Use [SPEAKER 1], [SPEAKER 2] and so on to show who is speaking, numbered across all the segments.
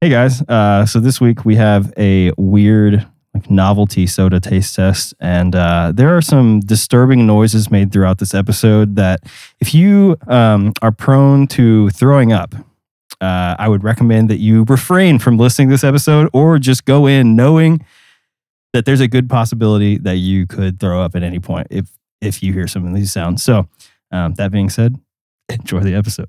[SPEAKER 1] Hey guys, uh, so this week we have a weird like novelty soda taste test, and uh, there are some disturbing noises made throughout this episode. That if you um, are prone to throwing up, uh, I would recommend that you refrain from listening to this episode, or just go in knowing that there's a good possibility that you could throw up at any point if if you hear some of these sounds. So, um, that being said, enjoy the episode.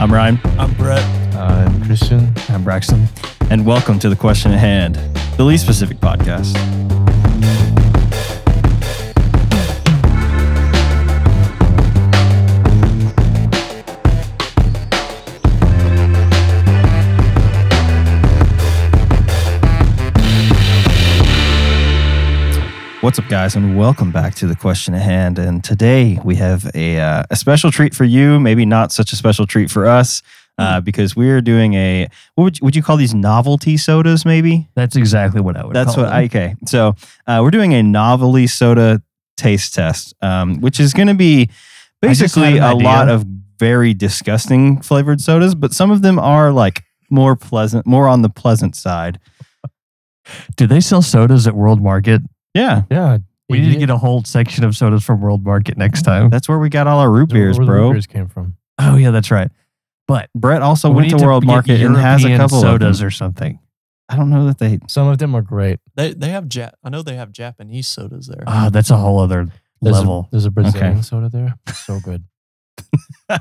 [SPEAKER 1] I'm Ryan.
[SPEAKER 2] I'm Brett.
[SPEAKER 3] I'm Christian.
[SPEAKER 4] I'm Braxton.
[SPEAKER 1] and welcome to the question at hand the least specific podcast What's up, guys, and welcome back to the question at hand. And today we have a, uh, a special treat for you, maybe not such a special treat for us, uh, because we're doing a what would you, would you call these novelty sodas? Maybe
[SPEAKER 4] That's exactly what I would.
[SPEAKER 1] that's
[SPEAKER 4] call
[SPEAKER 1] what
[SPEAKER 4] them.
[SPEAKER 1] I okay. So uh, we're doing a novelty soda taste test, um, which is going to be
[SPEAKER 4] I just had
[SPEAKER 1] basically
[SPEAKER 4] an
[SPEAKER 1] a
[SPEAKER 4] idea.
[SPEAKER 1] lot of very disgusting flavored sodas, but some of them are like more pleasant, more on the pleasant side.
[SPEAKER 4] Do they sell sodas at World Market?
[SPEAKER 1] Yeah,
[SPEAKER 3] Yeah.
[SPEAKER 4] We need to get a whole section of sodas from World Market next time.
[SPEAKER 1] that's where we got all our root beers,
[SPEAKER 3] where the
[SPEAKER 1] bro.
[SPEAKER 3] Beers came from.
[SPEAKER 4] Oh yeah, that's right. But
[SPEAKER 1] Brett also
[SPEAKER 4] we
[SPEAKER 1] went
[SPEAKER 4] need
[SPEAKER 1] to World
[SPEAKER 4] get
[SPEAKER 1] Market and has a
[SPEAKER 4] European
[SPEAKER 1] couple
[SPEAKER 4] sodas
[SPEAKER 1] Of them.
[SPEAKER 4] or something.
[SPEAKER 1] I don't know that they.
[SPEAKER 3] Some of them are great.
[SPEAKER 2] They they have ja- I know they have Japanese sodas there.
[SPEAKER 4] Ah, that's a whole other
[SPEAKER 3] There's A,
[SPEAKER 4] level.
[SPEAKER 3] there's a Brazilian soda there. So good.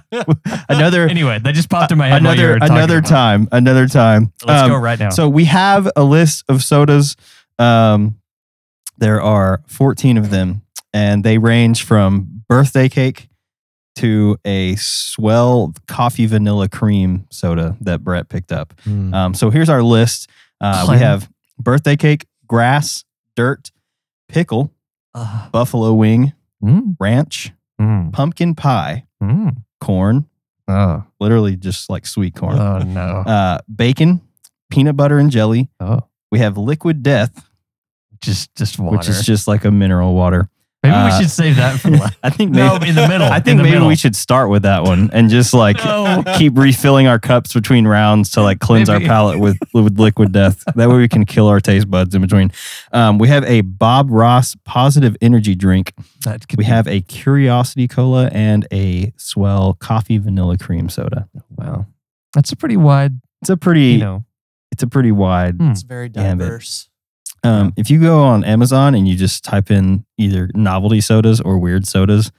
[SPEAKER 1] Another
[SPEAKER 4] anyway, that just popped in my head. while you
[SPEAKER 1] another
[SPEAKER 4] were talking
[SPEAKER 1] another
[SPEAKER 4] about it.
[SPEAKER 1] time. Another time.
[SPEAKER 4] Let's
[SPEAKER 1] Um,
[SPEAKER 4] go right now.
[SPEAKER 1] So we have a list of sodas. Um, there are 14 of them, and they range from birthday cake to a swell coffee vanilla cream soda that Brett picked up.
[SPEAKER 3] Mm.
[SPEAKER 1] Um, so here's our list. Uh, we
[SPEAKER 4] Hmm. Clam.
[SPEAKER 1] have birthday cake, grass, dirt, pickle,
[SPEAKER 4] Ah.
[SPEAKER 1] buffalo wing,
[SPEAKER 4] Mm,
[SPEAKER 1] ranch,
[SPEAKER 4] mm,
[SPEAKER 1] pumpkin pie,
[SPEAKER 4] mm.
[SPEAKER 1] corn,
[SPEAKER 4] Oh,
[SPEAKER 1] literally just like sweet corn,
[SPEAKER 4] oh no.
[SPEAKER 1] uh, bacon, peanut butter and jelly.
[SPEAKER 4] Oh,
[SPEAKER 1] We have liquid death,
[SPEAKER 4] just just water.
[SPEAKER 1] which is just like a mineral water.
[SPEAKER 4] maybe
[SPEAKER 1] uh,
[SPEAKER 4] we should save that for last.
[SPEAKER 1] I think
[SPEAKER 4] no,
[SPEAKER 1] maybe,
[SPEAKER 4] in the middle.
[SPEAKER 1] I
[SPEAKER 4] in
[SPEAKER 1] think
[SPEAKER 4] the
[SPEAKER 1] maybe
[SPEAKER 4] middle.
[SPEAKER 1] we should start with that one and just like
[SPEAKER 4] No.
[SPEAKER 1] keep refilling our cups between rounds to like cleanse
[SPEAKER 4] Maybe.
[SPEAKER 1] our palate with, with liquid death. That way we can kill our taste buds in between. Um, we have a Bob Ross positive energy drink.
[SPEAKER 4] That could
[SPEAKER 1] We
[SPEAKER 4] be-
[SPEAKER 1] have a Curiosity Cola and a Swell coffee vanilla cream soda.
[SPEAKER 4] Wow, that's a pretty wide.
[SPEAKER 1] It's a pretty
[SPEAKER 4] You know,
[SPEAKER 1] it's a pretty wide
[SPEAKER 4] Hmm.
[SPEAKER 2] it's very
[SPEAKER 1] Yeah, but-
[SPEAKER 2] diverse.
[SPEAKER 1] Um, if you go on Amazon and you just type in either novelty sodas or weird sodas,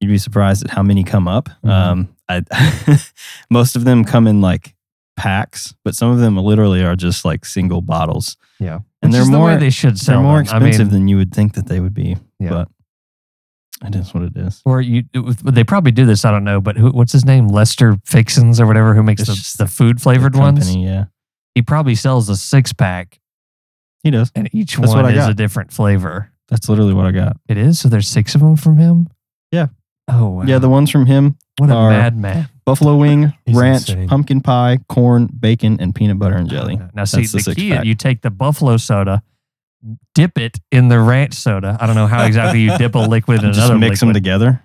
[SPEAKER 1] you'd be surprised at how many come up.
[SPEAKER 4] Mhm.
[SPEAKER 1] Um, I, most of them come in like packs, but some of them literally are just like single bottles.
[SPEAKER 4] yeah,
[SPEAKER 1] And
[SPEAKER 4] Which
[SPEAKER 1] they're
[SPEAKER 4] is the way
[SPEAKER 1] more-
[SPEAKER 4] they should
[SPEAKER 1] They're
[SPEAKER 4] sell.
[SPEAKER 1] more
[SPEAKER 4] them. I mean,
[SPEAKER 1] expensive than you would think that they would be,
[SPEAKER 4] Yeah.
[SPEAKER 1] but it is what it is.
[SPEAKER 4] or you it was- they probably do this i don't know but who, what's his name lester fixins or whatever who makes
[SPEAKER 1] It's
[SPEAKER 4] the,
[SPEAKER 1] just
[SPEAKER 4] the food flavored
[SPEAKER 1] The
[SPEAKER 4] ones
[SPEAKER 1] company, yeah,
[SPEAKER 4] he probably sells a six pack
[SPEAKER 1] he does.
[SPEAKER 4] and each
[SPEAKER 1] That's what
[SPEAKER 4] one
[SPEAKER 1] I
[SPEAKER 4] is a
[SPEAKER 1] got.
[SPEAKER 4] different flavor
[SPEAKER 1] That's literally what I got.
[SPEAKER 4] it is so there's six of them from him
[SPEAKER 1] Yeah.
[SPEAKER 4] oh wow.
[SPEAKER 1] Yeah, the ones from him:
[SPEAKER 4] what a
[SPEAKER 1] are-
[SPEAKER 4] madman
[SPEAKER 1] buffalo wing,
[SPEAKER 3] He's
[SPEAKER 1] ranch,
[SPEAKER 3] insane.
[SPEAKER 1] pumpkin pie, corn, bacon, and peanut butter and jelly.
[SPEAKER 4] now see
[SPEAKER 1] That's the
[SPEAKER 4] the,
[SPEAKER 1] six
[SPEAKER 4] key
[SPEAKER 1] pack.
[SPEAKER 4] is you take the buffalo soda dip it in the ranch soda i don't know how exactly you dip a liquid in
[SPEAKER 1] Just
[SPEAKER 4] another
[SPEAKER 1] mix them
[SPEAKER 4] liquid
[SPEAKER 1] together.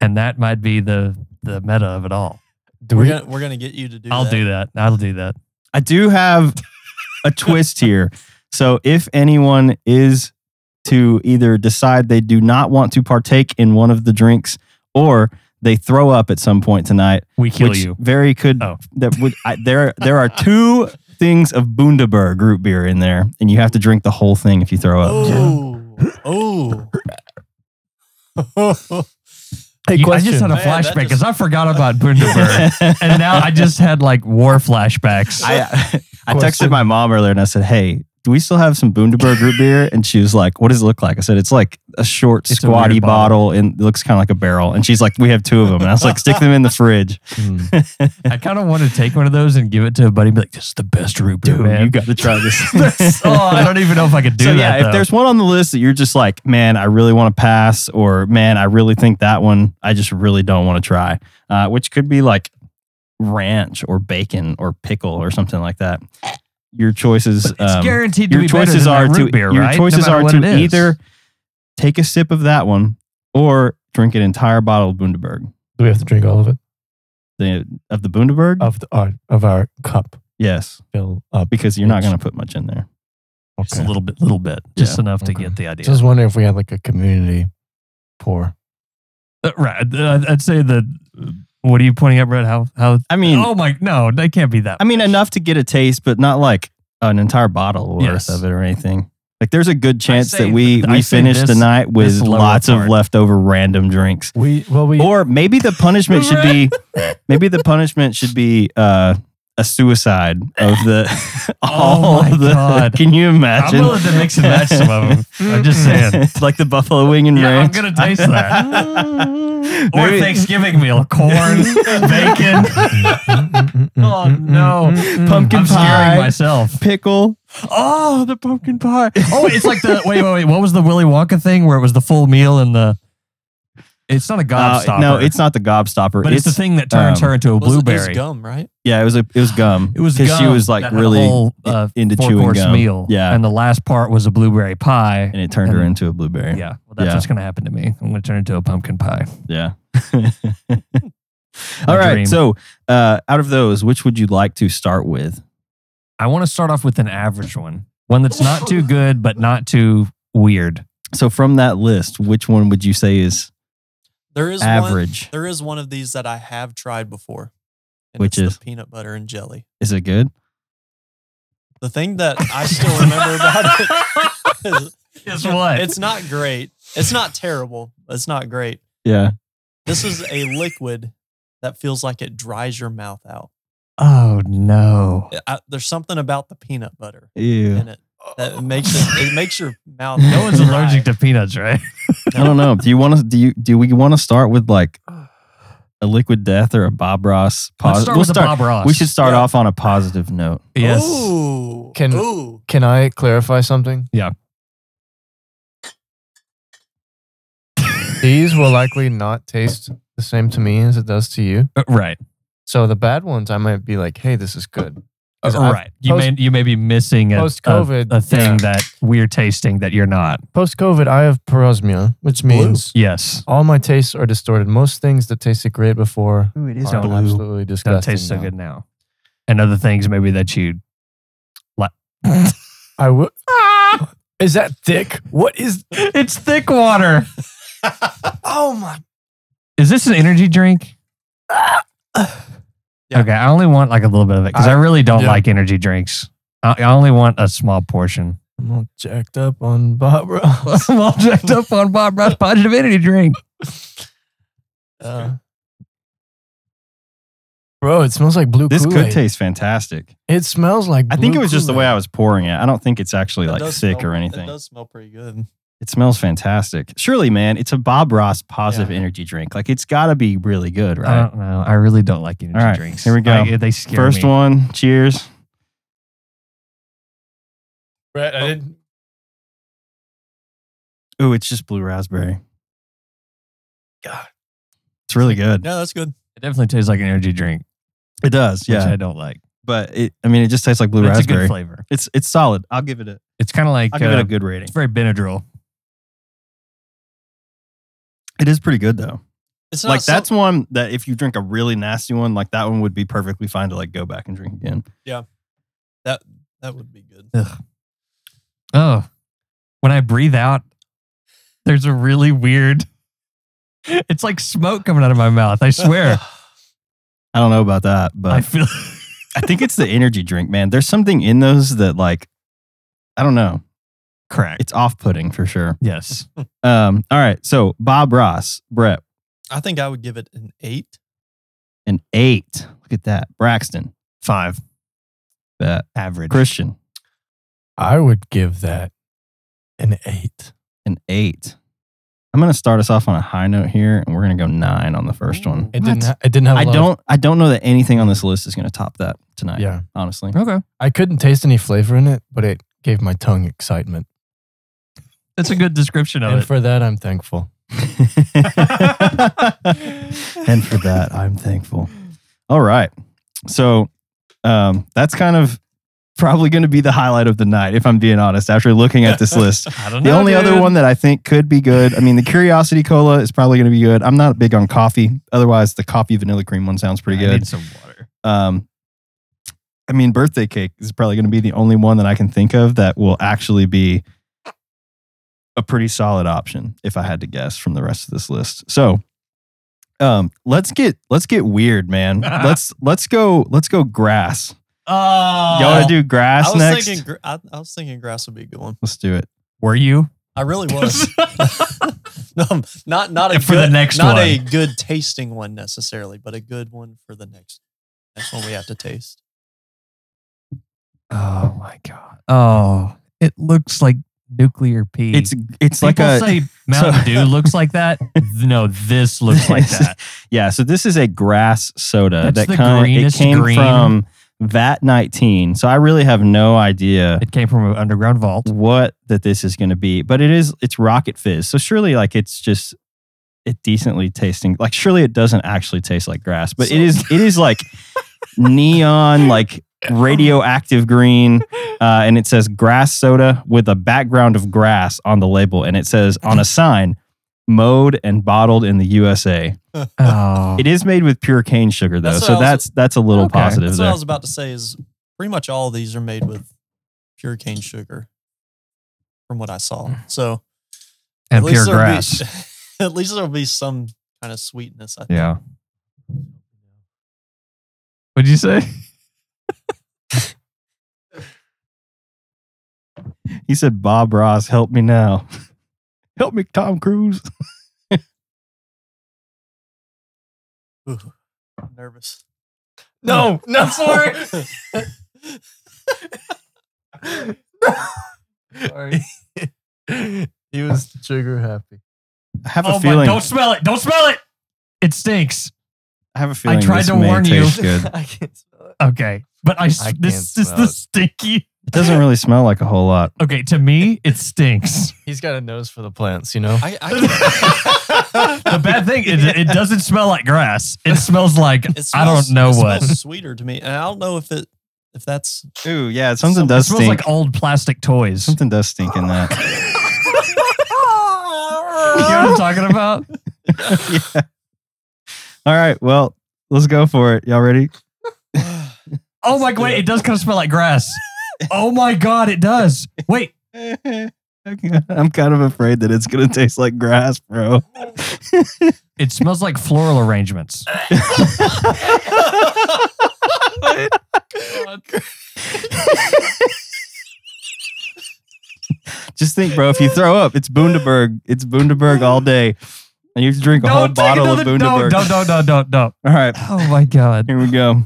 [SPEAKER 4] and that might be the the meta of it all
[SPEAKER 3] Do
[SPEAKER 2] we're
[SPEAKER 3] we,
[SPEAKER 2] gonna we're gonna get you to do.
[SPEAKER 4] i'll
[SPEAKER 2] that.
[SPEAKER 4] do that i'll do that
[SPEAKER 1] I do have a twist here. So if anyone is to either decide they do not want to partake in one of the drinks or they throw up at some point tonight,
[SPEAKER 4] we kill
[SPEAKER 1] which
[SPEAKER 4] you
[SPEAKER 1] very could
[SPEAKER 4] Oh.
[SPEAKER 1] that would I, there there are two things of Bundaberg root beer in there and you have to drink the whole thing if you throw up.
[SPEAKER 2] Oh, oh.
[SPEAKER 3] hey,
[SPEAKER 4] You- I
[SPEAKER 3] question.
[SPEAKER 4] just had a
[SPEAKER 2] Man, that
[SPEAKER 4] flashback because
[SPEAKER 2] just-
[SPEAKER 4] I forgot about Bundaberg. and
[SPEAKER 1] and
[SPEAKER 4] now I just had like war flashbacks.
[SPEAKER 1] I I
[SPEAKER 3] Question.
[SPEAKER 1] texted my mom earlier and I said, "Hey, do we still have some Bundaberg root beer?" And she was like, "What does it look like?" I said, "It's like a short,
[SPEAKER 4] It's a weird
[SPEAKER 1] squatty
[SPEAKER 4] bottle.
[SPEAKER 1] bottle, and it looks kind of like a barrel." And she's like, "We have two of them." And I was like, "Stick them in the fridge,
[SPEAKER 3] Mm.
[SPEAKER 4] I kind of want to take one of those and give it to a buddy and be like, this is the best root beer,
[SPEAKER 1] dude.
[SPEAKER 4] man.
[SPEAKER 1] You got to try this."
[SPEAKER 4] That's- oh, I don't even know if I could do
[SPEAKER 1] so
[SPEAKER 4] that.
[SPEAKER 1] yeah, if
[SPEAKER 4] though.
[SPEAKER 1] there's one on the list that you're just like, man, I really want to pass, or man, I really think that one, I just really don't want to try, uh, which could be like ranch or bacon or pickle or something like that. Your choices.
[SPEAKER 4] But it's
[SPEAKER 1] um,
[SPEAKER 4] guaranteed to
[SPEAKER 1] your
[SPEAKER 4] be better
[SPEAKER 1] choices
[SPEAKER 4] than
[SPEAKER 1] are
[SPEAKER 4] that
[SPEAKER 1] to
[SPEAKER 4] root beer,
[SPEAKER 1] your
[SPEAKER 4] right? No
[SPEAKER 1] choices
[SPEAKER 4] matter
[SPEAKER 1] are
[SPEAKER 4] what it
[SPEAKER 1] to
[SPEAKER 4] is.
[SPEAKER 1] either take a sip of that one or drink an entire bottle of Bundaberg.
[SPEAKER 3] Do we have to drink all of it?
[SPEAKER 1] the of the Bundaberg?
[SPEAKER 3] of the our, of our cup
[SPEAKER 1] yes,
[SPEAKER 3] fill up.
[SPEAKER 1] because you're not
[SPEAKER 3] Yes.
[SPEAKER 1] going to put much in there.
[SPEAKER 4] Just a little bit, little bit, just enough to
[SPEAKER 3] Okay.
[SPEAKER 4] get the idea.
[SPEAKER 3] Just wondering if we had like a community pour.
[SPEAKER 4] Uh, right. Uh, I'd say the. What are you pointing at, Brett? How how?
[SPEAKER 1] I mean,
[SPEAKER 4] oh my no, that can't be that.
[SPEAKER 1] I mean enough to get a taste, but not like an entire bottle worth
[SPEAKER 4] Yes.
[SPEAKER 1] of it or anything. Like there's a good chance
[SPEAKER 4] say
[SPEAKER 1] that we
[SPEAKER 4] th- I
[SPEAKER 1] we
[SPEAKER 4] say
[SPEAKER 1] finish the
[SPEAKER 4] this-
[SPEAKER 1] night with
[SPEAKER 4] this lower
[SPEAKER 1] lots
[SPEAKER 4] part.
[SPEAKER 1] of leftover random drinks.
[SPEAKER 3] We well we
[SPEAKER 1] Or maybe the punishment should be maybe the punishment should be uh, a suicide of the all
[SPEAKER 4] Oh my
[SPEAKER 1] of the.
[SPEAKER 4] God.
[SPEAKER 1] Can you
[SPEAKER 4] I'm
[SPEAKER 1] imagine?
[SPEAKER 4] willing to mix and match some of them. I'm just saying.
[SPEAKER 1] like the buffalo wing and
[SPEAKER 4] Yeah, I'm
[SPEAKER 1] ranch.
[SPEAKER 4] gonna taste that. Or
[SPEAKER 1] Maybe-
[SPEAKER 4] Thanksgiving meal, corn, bacon.
[SPEAKER 3] mm,
[SPEAKER 4] Oh no,
[SPEAKER 1] Pumpkin
[SPEAKER 4] I'm
[SPEAKER 1] pie.
[SPEAKER 4] scaring myself.
[SPEAKER 1] pickle.
[SPEAKER 4] Oh, the pumpkin pie. Oh, it's like the wait, wait, wait. What was the Willy Wonka thing where it was the full meal and the? It's not a gobstopper.
[SPEAKER 1] Uh, no, it's not the gobstopper.
[SPEAKER 4] But it's, the thing that turns
[SPEAKER 1] um,
[SPEAKER 4] her into a
[SPEAKER 2] Was it- it was
[SPEAKER 4] blueberry.
[SPEAKER 2] gum, right?
[SPEAKER 1] Yeah, it was a, it was gum.
[SPEAKER 4] It was
[SPEAKER 1] because she
[SPEAKER 4] gum
[SPEAKER 1] was like
[SPEAKER 4] that had a
[SPEAKER 1] really
[SPEAKER 4] whole, uh,
[SPEAKER 1] into
[SPEAKER 4] four
[SPEAKER 1] chewing
[SPEAKER 4] course
[SPEAKER 1] gum.
[SPEAKER 4] meal.
[SPEAKER 1] Yeah.
[SPEAKER 4] and the last part was a blueberry pie.
[SPEAKER 1] and it turned her
[SPEAKER 4] and-
[SPEAKER 1] into a blueberry.
[SPEAKER 4] Yeah, well, that's
[SPEAKER 1] Yeah.
[SPEAKER 4] what's gonna happen to me. I'm gonna turn into a pumpkin pie.
[SPEAKER 1] Yeah. All right.
[SPEAKER 4] dream.
[SPEAKER 1] So, uh, out of those, which would you like to start with?
[SPEAKER 4] I want to start off with an average one, one that's not too good but not too weird.
[SPEAKER 1] So, from that list, which one would you say is
[SPEAKER 2] There is One,
[SPEAKER 1] average?
[SPEAKER 2] there is one of these that I have tried before, and
[SPEAKER 1] Which
[SPEAKER 2] it's
[SPEAKER 1] is?
[SPEAKER 2] the peanut butter and jelly.
[SPEAKER 1] Is it good?
[SPEAKER 2] The thing that I still remember about it is
[SPEAKER 4] Guess what?
[SPEAKER 2] it's not great. It's not terrible. but It's not great.
[SPEAKER 1] Yeah.
[SPEAKER 2] This is a liquid that feels like it dries your mouth out.
[SPEAKER 4] oh no.
[SPEAKER 2] I, there's something about the peanut butter
[SPEAKER 1] Ew.
[SPEAKER 2] in it that
[SPEAKER 3] Uh,
[SPEAKER 2] makes it, it makes your mouth.
[SPEAKER 1] No
[SPEAKER 4] No one's allergic to peanuts, right?
[SPEAKER 1] I don't know. Do you want to? Do you? Do we want to start with like a liquid death or a Bob Ross? Positive.
[SPEAKER 4] Let's start with the Bob Ross.
[SPEAKER 1] We should start
[SPEAKER 2] Yeah.
[SPEAKER 1] off on a positive note.
[SPEAKER 4] Yes.
[SPEAKER 2] Ooh.
[SPEAKER 3] Can-
[SPEAKER 2] Ooh.
[SPEAKER 3] Can I clarify something?
[SPEAKER 4] Yeah.
[SPEAKER 3] These will likely not taste the same to me as it does to you.
[SPEAKER 4] Uh, right.
[SPEAKER 3] So the bad ones, I might be like, "Hey, this is good."
[SPEAKER 4] Uh,
[SPEAKER 3] 'Cause I've-
[SPEAKER 4] right. You may you may be missing a,
[SPEAKER 3] Post-COVID,
[SPEAKER 4] a, a thing
[SPEAKER 3] yeah.
[SPEAKER 4] that we're tasting that you're not.
[SPEAKER 3] Post COVID, I have parosmia, which means
[SPEAKER 4] Yes.
[SPEAKER 3] all my tastes are distorted. Most things that tasted great before
[SPEAKER 4] Ooh, it
[SPEAKER 3] are absolutely disgusting.
[SPEAKER 4] That tastes so
[SPEAKER 3] now.
[SPEAKER 4] good now. And other things maybe that you like.
[SPEAKER 3] I would.
[SPEAKER 4] Ah!
[SPEAKER 3] Is that thick? What is?
[SPEAKER 4] it's thick water.
[SPEAKER 3] Oh my!
[SPEAKER 4] Is this an energy drink?
[SPEAKER 2] Yeah.
[SPEAKER 4] Okay, I only want like a little bit of it because I,
[SPEAKER 3] I-
[SPEAKER 4] really don't
[SPEAKER 3] yeah.
[SPEAKER 4] like energy drinks. I, I only want a small portion.
[SPEAKER 3] I'm all jacked up on Bob Ross.
[SPEAKER 4] I'm all jacked up on Bob Ross positive energy drink.
[SPEAKER 3] Uh, bro, it smells like blue.
[SPEAKER 1] This
[SPEAKER 3] Kool-Aid.
[SPEAKER 1] could taste fantastic.
[SPEAKER 3] It smells like.
[SPEAKER 1] I think it
[SPEAKER 3] blue
[SPEAKER 1] was just the way
[SPEAKER 3] Kool-Aid.
[SPEAKER 1] I was pouring it. I don't think it's actually
[SPEAKER 2] It
[SPEAKER 1] like
[SPEAKER 2] does
[SPEAKER 1] sick
[SPEAKER 2] smell-
[SPEAKER 1] or
[SPEAKER 2] It
[SPEAKER 1] anything. It,
[SPEAKER 2] does smell pretty good.
[SPEAKER 1] smells fantastic. Surely, man, it's a Bob Ross positive
[SPEAKER 2] Yeah.
[SPEAKER 1] energy drink. Like it's got to be really good,
[SPEAKER 4] I
[SPEAKER 1] right?
[SPEAKER 4] don't know. I really don't like energy
[SPEAKER 1] All right,
[SPEAKER 4] drinks.
[SPEAKER 1] here we go.
[SPEAKER 4] Like, they scare
[SPEAKER 1] First
[SPEAKER 4] me.
[SPEAKER 1] one. Cheers.
[SPEAKER 3] Brett,
[SPEAKER 1] Oh.
[SPEAKER 3] I didn't.
[SPEAKER 1] Ooh, it's just blue raspberry. God, it's really good.
[SPEAKER 2] Yeah, that's good.
[SPEAKER 4] It definitely tastes like an energy drink,
[SPEAKER 1] It does,
[SPEAKER 4] which
[SPEAKER 1] yeah.
[SPEAKER 4] I don't like.
[SPEAKER 1] But it, I mean, it just tastes like blue
[SPEAKER 4] But it's a
[SPEAKER 1] raspberry.
[SPEAKER 4] good flavor.
[SPEAKER 1] It's it's solid. I'll give it a.
[SPEAKER 4] It's kind of like
[SPEAKER 1] I'll give it
[SPEAKER 4] uh,
[SPEAKER 1] a good rating.
[SPEAKER 4] it's very Benadryl.
[SPEAKER 1] It is pretty good though.
[SPEAKER 2] It's not
[SPEAKER 1] Like
[SPEAKER 2] some-
[SPEAKER 1] that's one that if you drink a really nasty one, like that one would be perfectly fine to like go back and drink again.
[SPEAKER 2] that that would be good.
[SPEAKER 4] Oh, when I breathe out, there's a really weird. It's like smoke coming out of my mouth. I swear.
[SPEAKER 1] I don't know about that, but
[SPEAKER 4] I feel.
[SPEAKER 1] I think it's the energy drink, man. There's something in those that like I don't know.
[SPEAKER 4] Correct.
[SPEAKER 1] It's off-putting for sure.
[SPEAKER 4] Yes.
[SPEAKER 1] Um, all right. So Bob Ross, Brett,
[SPEAKER 2] I think I would give it an eight.
[SPEAKER 1] an eight. Look at that. Braxton,
[SPEAKER 4] Five.
[SPEAKER 1] bet.
[SPEAKER 4] Average.
[SPEAKER 1] Christian,
[SPEAKER 3] I would give that an eight.
[SPEAKER 1] an eight. I'm gonna start us off on a high note here, and we're gonna go nine on the first one.
[SPEAKER 3] It
[SPEAKER 4] What?
[SPEAKER 3] didn't. Ha- it didn't have. I
[SPEAKER 1] I don't. I don't know that anything on this list is gonna top that tonight.
[SPEAKER 3] yeah,
[SPEAKER 1] honestly.
[SPEAKER 4] Okay.
[SPEAKER 3] I couldn't taste any flavor in it, but it gave my tongue excitement,
[SPEAKER 4] That's a good description of
[SPEAKER 3] and
[SPEAKER 4] it.
[SPEAKER 3] for that I'm thankful.
[SPEAKER 1] and for that, I'm thankful. All right. So um, that's kind of probably going to be the highlight of the night, if I'm being honest, after looking at this list.
[SPEAKER 4] I don't
[SPEAKER 1] The
[SPEAKER 4] know.
[SPEAKER 1] only other
[SPEAKER 4] dude.
[SPEAKER 1] one that I think could be good, I mean, the Curiosity Cola is probably going to be good. I'm not big on coffee. Otherwise, the coffee vanilla cream one sounds pretty
[SPEAKER 4] I
[SPEAKER 1] good.
[SPEAKER 4] need some water.
[SPEAKER 1] Um, I mean, birthday cake is probably going to be the only one that I can think of that will actually be a pretty solid option, if I had to guess from the rest of this list. So, um, let's get let's get weird, man. let's let's go let's go grass.
[SPEAKER 4] Oh,
[SPEAKER 1] Y'all want to do grass
[SPEAKER 2] I was
[SPEAKER 1] next?
[SPEAKER 2] thinking. gra- I, I was thinking grass would be a good one.
[SPEAKER 1] let's do it.
[SPEAKER 4] Were you?
[SPEAKER 2] I really was. no, I'm not not a
[SPEAKER 4] For the
[SPEAKER 2] good,
[SPEAKER 4] next
[SPEAKER 2] not
[SPEAKER 4] one.
[SPEAKER 2] a good tasting one necessarily, but a good one for the next next one we have to taste.
[SPEAKER 4] Oh my god. Oh, it looks like nuclear pee.
[SPEAKER 1] It's it's like
[SPEAKER 4] People
[SPEAKER 1] a
[SPEAKER 4] say Mountain Dew looks like that. No, this looks like that.
[SPEAKER 1] Yeah, so this is a grass soda
[SPEAKER 4] That's the
[SPEAKER 1] that kind it
[SPEAKER 4] greenest
[SPEAKER 1] came
[SPEAKER 4] green.
[SPEAKER 1] from Vat 19. So I really have no idea
[SPEAKER 4] It came from an underground vault.
[SPEAKER 1] what that this is going to be, but it is it's Rocket Fizz. So surely like it's just it decently tasting. Like surely it doesn't actually taste like grass, but it is it is like neon like radioactive green uh, and it says grass soda with a background of grass on the label and it says on a sign mowed and bottled in the USA.
[SPEAKER 4] Oh,
[SPEAKER 1] It is made with pure cane sugar though,
[SPEAKER 2] That's what I
[SPEAKER 1] so
[SPEAKER 2] was-
[SPEAKER 1] that's that's a little
[SPEAKER 4] Okay.
[SPEAKER 1] positive
[SPEAKER 2] That's what I
[SPEAKER 1] there.
[SPEAKER 2] was about to say. Is pretty much all of these are made with pure cane sugar, from what I saw. So at
[SPEAKER 4] Mm. and
[SPEAKER 2] least
[SPEAKER 4] pure
[SPEAKER 2] there'll be-
[SPEAKER 4] grass.
[SPEAKER 2] at least there'll be some kind of sweetness. I think.
[SPEAKER 4] yeah. What'd you say?
[SPEAKER 1] He said, "Bob Ross, help me now, help me, Tom Cruise."
[SPEAKER 2] Ooh, I'm nervous.
[SPEAKER 4] No, no,
[SPEAKER 3] Sorry. he was sugar happy.
[SPEAKER 1] I have
[SPEAKER 4] Oh
[SPEAKER 1] a
[SPEAKER 4] my!
[SPEAKER 1] feeling.
[SPEAKER 4] Don't smell it! Don't smell it! It stinks.
[SPEAKER 1] I have a feeling.
[SPEAKER 4] tried
[SPEAKER 1] this
[SPEAKER 4] to
[SPEAKER 1] may
[SPEAKER 4] warn you.
[SPEAKER 1] taste Good.
[SPEAKER 3] I can't smell it.
[SPEAKER 4] Okay, but I, s-
[SPEAKER 3] I
[SPEAKER 4] this
[SPEAKER 3] can't
[SPEAKER 4] is
[SPEAKER 3] smell
[SPEAKER 4] the
[SPEAKER 3] it.
[SPEAKER 4] stinky.
[SPEAKER 1] It doesn't really smell like a whole lot.
[SPEAKER 4] Okay, to me it stinks.
[SPEAKER 3] He's got a nose for the plants, you know?
[SPEAKER 2] I, I
[SPEAKER 4] the bad thing is it, it doesn't smell like grass. It smells like
[SPEAKER 2] It
[SPEAKER 4] I
[SPEAKER 2] smells-
[SPEAKER 4] don't know
[SPEAKER 2] it
[SPEAKER 4] what.
[SPEAKER 2] smells sweeter to me, and I don't know if it if that's
[SPEAKER 1] Ooh, yeah, something does
[SPEAKER 4] it smells
[SPEAKER 1] stink.
[SPEAKER 4] like old plastic toys. you
[SPEAKER 1] something does stink in that.
[SPEAKER 4] know what I'm talking about?
[SPEAKER 1] yeah. All right, well, let's go for it. Y'all ready?
[SPEAKER 4] Oh my wait, it does kind of smell like grass. Oh my god, it does. Wait,
[SPEAKER 1] I'm kind of afraid that it's gonna taste like grass, bro.
[SPEAKER 4] it smells like floral arrangements.
[SPEAKER 1] Just think, bro. If you throw up, it's Bundaberg. It's Bundaberg all day, and you have to drink a whole bottle of
[SPEAKER 4] no,
[SPEAKER 1] Bundaberg.
[SPEAKER 4] don't, don't, don't, don't, don't.
[SPEAKER 1] All right,
[SPEAKER 4] Oh my god.
[SPEAKER 1] here we go.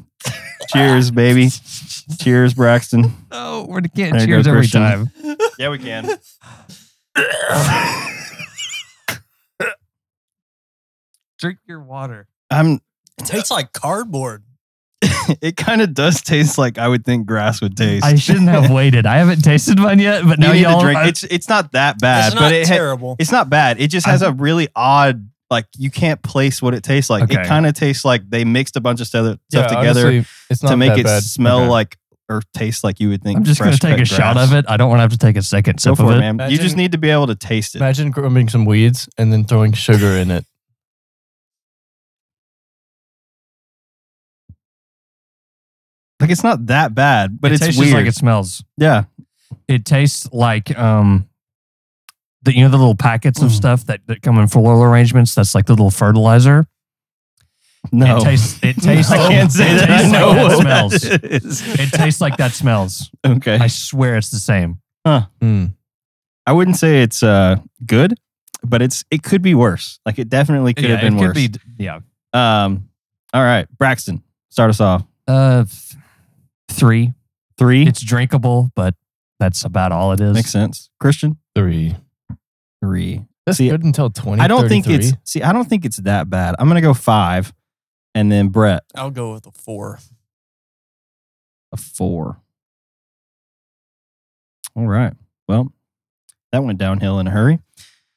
[SPEAKER 1] Cheers, baby. Cheers, Braxton.
[SPEAKER 4] Oh, we can't
[SPEAKER 1] There you go,
[SPEAKER 4] cheers every
[SPEAKER 1] Christian.
[SPEAKER 4] time.
[SPEAKER 1] Yeah, we can.
[SPEAKER 4] Drink your water.
[SPEAKER 1] I'm.
[SPEAKER 2] it tastes like cardboard.
[SPEAKER 1] It kind of does taste like I would think grass would taste.
[SPEAKER 4] I shouldn't have waited. I haven't tasted mine yet, but
[SPEAKER 1] You
[SPEAKER 4] now
[SPEAKER 1] need
[SPEAKER 4] y'all
[SPEAKER 1] to drink.
[SPEAKER 4] I-
[SPEAKER 1] it's it's not that bad,
[SPEAKER 2] it's not
[SPEAKER 1] but it ha-
[SPEAKER 2] terrible.
[SPEAKER 1] it's not bad. It just has
[SPEAKER 4] Uh-huh.
[SPEAKER 1] a really odd. Like you can't place what it tastes like.
[SPEAKER 4] Okay.
[SPEAKER 1] It kind of tastes like they mixed a bunch of stuff, stuff
[SPEAKER 3] Yeah,
[SPEAKER 1] together
[SPEAKER 3] honestly, it's not
[SPEAKER 1] to make
[SPEAKER 3] that
[SPEAKER 1] it
[SPEAKER 3] bad.
[SPEAKER 1] smell
[SPEAKER 3] Okay.
[SPEAKER 1] like or taste like you would think.
[SPEAKER 4] I'm just gonna
[SPEAKER 1] fresh
[SPEAKER 4] take a
[SPEAKER 1] cut
[SPEAKER 4] shot
[SPEAKER 1] grass.
[SPEAKER 4] of it. I don't want to have to take a second
[SPEAKER 1] Go
[SPEAKER 4] sip
[SPEAKER 1] for
[SPEAKER 4] of
[SPEAKER 1] it,
[SPEAKER 4] it.
[SPEAKER 1] man. you just
[SPEAKER 3] Imagine-
[SPEAKER 1] need to be able to taste it.
[SPEAKER 3] Imagine grooming some weeds and then throwing sugar in it.
[SPEAKER 1] Like it's not that bad, but
[SPEAKER 4] it
[SPEAKER 1] it's
[SPEAKER 4] tastes
[SPEAKER 1] weird.
[SPEAKER 4] Just like it smells.
[SPEAKER 1] yeah,
[SPEAKER 4] It tastes like um, the you know the little packets of
[SPEAKER 2] Mm.
[SPEAKER 4] stuff that, that come in floral arrangements. That's like the little fertilizer.
[SPEAKER 1] no.
[SPEAKER 4] It tastes. It tastes.
[SPEAKER 1] I
[SPEAKER 4] like,
[SPEAKER 1] can't say
[SPEAKER 4] it
[SPEAKER 1] that. I
[SPEAKER 4] tastes
[SPEAKER 1] know
[SPEAKER 4] like
[SPEAKER 1] what
[SPEAKER 4] that
[SPEAKER 1] that
[SPEAKER 4] smells.
[SPEAKER 1] is.
[SPEAKER 4] It tastes like that smells.
[SPEAKER 1] okay.
[SPEAKER 4] I swear it's the same.
[SPEAKER 3] Hmm,
[SPEAKER 1] I wouldn't say it's uh, good, but it's it could be worse. Like it definitely could have been
[SPEAKER 4] it
[SPEAKER 1] worse.
[SPEAKER 4] Could be, yeah.
[SPEAKER 1] um, all right, Braxton, start us off.
[SPEAKER 4] Uh, th- three.
[SPEAKER 1] Three
[SPEAKER 4] It's drinkable, but that's about all it is.
[SPEAKER 1] makes sense. Christian,
[SPEAKER 3] Three.
[SPEAKER 1] three.
[SPEAKER 3] That's
[SPEAKER 1] See,
[SPEAKER 3] good until 20.
[SPEAKER 1] I don't think it's
[SPEAKER 3] 33.
[SPEAKER 1] see. I don't think it's that bad. I'm gonna go five, and then Brett
[SPEAKER 2] I'll go with a four.
[SPEAKER 1] a four. All right. Well, that went downhill in a hurry.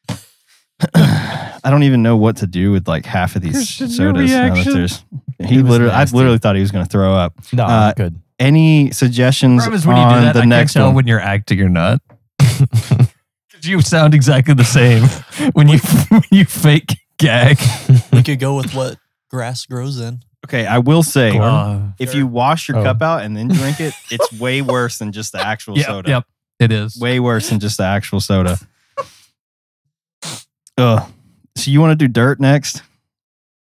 [SPEAKER 1] I don't even know what to do with like half of these
[SPEAKER 4] Christian, your
[SPEAKER 1] sodas. now that
[SPEAKER 4] reaction?
[SPEAKER 1] there's- he
[SPEAKER 3] It was
[SPEAKER 1] literally, I
[SPEAKER 3] nasty.
[SPEAKER 1] literally thought he was going to throw up.
[SPEAKER 3] No,
[SPEAKER 1] uh,
[SPEAKER 3] good.
[SPEAKER 1] any suggestions
[SPEAKER 4] problem is when you
[SPEAKER 1] on
[SPEAKER 4] do that,
[SPEAKER 1] the
[SPEAKER 4] I
[SPEAKER 1] next
[SPEAKER 4] can tell
[SPEAKER 1] one?
[SPEAKER 4] when you're acting or not. 'Cause you sound exactly the same when you when you fake gag.
[SPEAKER 2] We could go with what grass grows in.
[SPEAKER 1] okay, I will say
[SPEAKER 3] Corn?
[SPEAKER 4] Uh,
[SPEAKER 1] if you wash your
[SPEAKER 3] Oh.
[SPEAKER 1] cup out and then drink it, it's way worse than just the actual
[SPEAKER 4] yep,
[SPEAKER 1] soda.
[SPEAKER 4] yep, it is.
[SPEAKER 1] Way worse than just the actual soda. Ugh. So you want to do dirt next?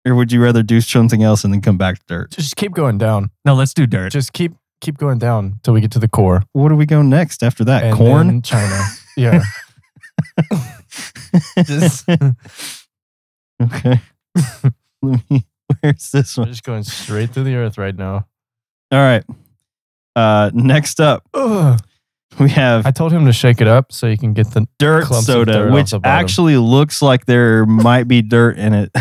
[SPEAKER 1] Or would you rather do something else and then come back to dirt?
[SPEAKER 3] Just keep going down.
[SPEAKER 4] No, let's do dirt.
[SPEAKER 3] Just keep keep going down till we get to the core.
[SPEAKER 1] What do we go next after that?
[SPEAKER 3] And
[SPEAKER 1] Corn?
[SPEAKER 3] then China. Yeah.
[SPEAKER 4] Just-
[SPEAKER 1] okay. Let me, where's this
[SPEAKER 3] We're
[SPEAKER 1] one?
[SPEAKER 3] just going straight through the earth right now.
[SPEAKER 1] All right. Uh, next up,
[SPEAKER 3] Ugh.
[SPEAKER 1] we have
[SPEAKER 3] I told him to shake it up so you can get the.
[SPEAKER 1] dirt
[SPEAKER 3] clumps of
[SPEAKER 1] soda,
[SPEAKER 3] dirt off
[SPEAKER 1] which
[SPEAKER 3] the bottom.
[SPEAKER 1] actually looks like there might be dirt in it.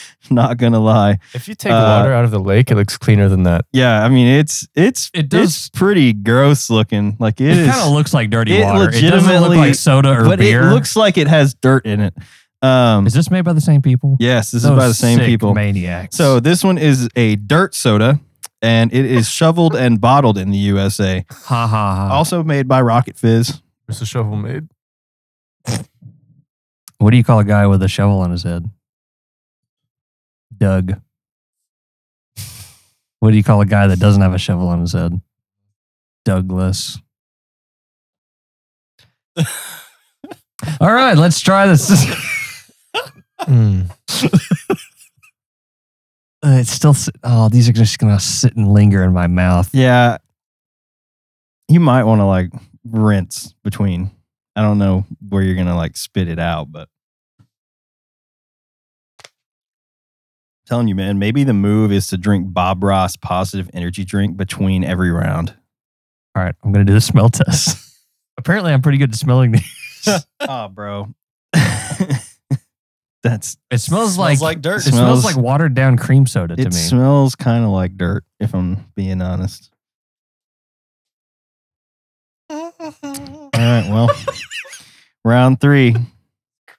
[SPEAKER 1] Not gonna lie.
[SPEAKER 3] If you take
[SPEAKER 1] Uh,
[SPEAKER 3] water out of the lake, it looks cleaner than that.
[SPEAKER 1] Yeah, I mean it's it's
[SPEAKER 4] It does-
[SPEAKER 1] it's pretty gross looking. Like
[SPEAKER 4] it
[SPEAKER 1] it
[SPEAKER 4] kind of
[SPEAKER 1] is,
[SPEAKER 4] looks like dirty
[SPEAKER 1] it
[SPEAKER 4] water. It doesn't look
[SPEAKER 1] legitimately-
[SPEAKER 4] like soda or
[SPEAKER 1] but
[SPEAKER 4] beer.
[SPEAKER 1] it looks like it has dirt in it. Um,
[SPEAKER 4] is this made by the same people?
[SPEAKER 1] yes, this is by the
[SPEAKER 4] Those
[SPEAKER 1] same
[SPEAKER 4] sick
[SPEAKER 1] people.
[SPEAKER 4] Maniacs.
[SPEAKER 1] So this one is a dirt soda, and it is shoveled and bottled in the USA.
[SPEAKER 4] ha ha ha.
[SPEAKER 1] Also made by Rocket Fizz.
[SPEAKER 3] There's a shovel made.
[SPEAKER 4] What do you call a guy with a shovel on his head? Doug. What do you call a guy that doesn't have a shovel on his head? Douglas. All right, let's try this.
[SPEAKER 3] Hmm.
[SPEAKER 4] Uh, it's still, s- oh, these are just going to sit and linger in my mouth.
[SPEAKER 1] Yeah, you might want to like rinse between. I don't know where you're gonna like spit it out, but telling you, man, maybe the move is to drink Bob Ross positive energy drink between every round.
[SPEAKER 4] All right, I'm going to do the smell test. Apparently, I'm pretty good at smelling these.
[SPEAKER 1] oh, bro, that's
[SPEAKER 4] It smells,
[SPEAKER 2] Smells
[SPEAKER 4] like,
[SPEAKER 2] like
[SPEAKER 4] it
[SPEAKER 2] dirt.
[SPEAKER 1] Sm-
[SPEAKER 4] smells
[SPEAKER 1] Smells-
[SPEAKER 4] like watered down cream soda to
[SPEAKER 1] it
[SPEAKER 4] me.
[SPEAKER 1] smells kind of like dirt. If I'm being honest. All right, well, round three.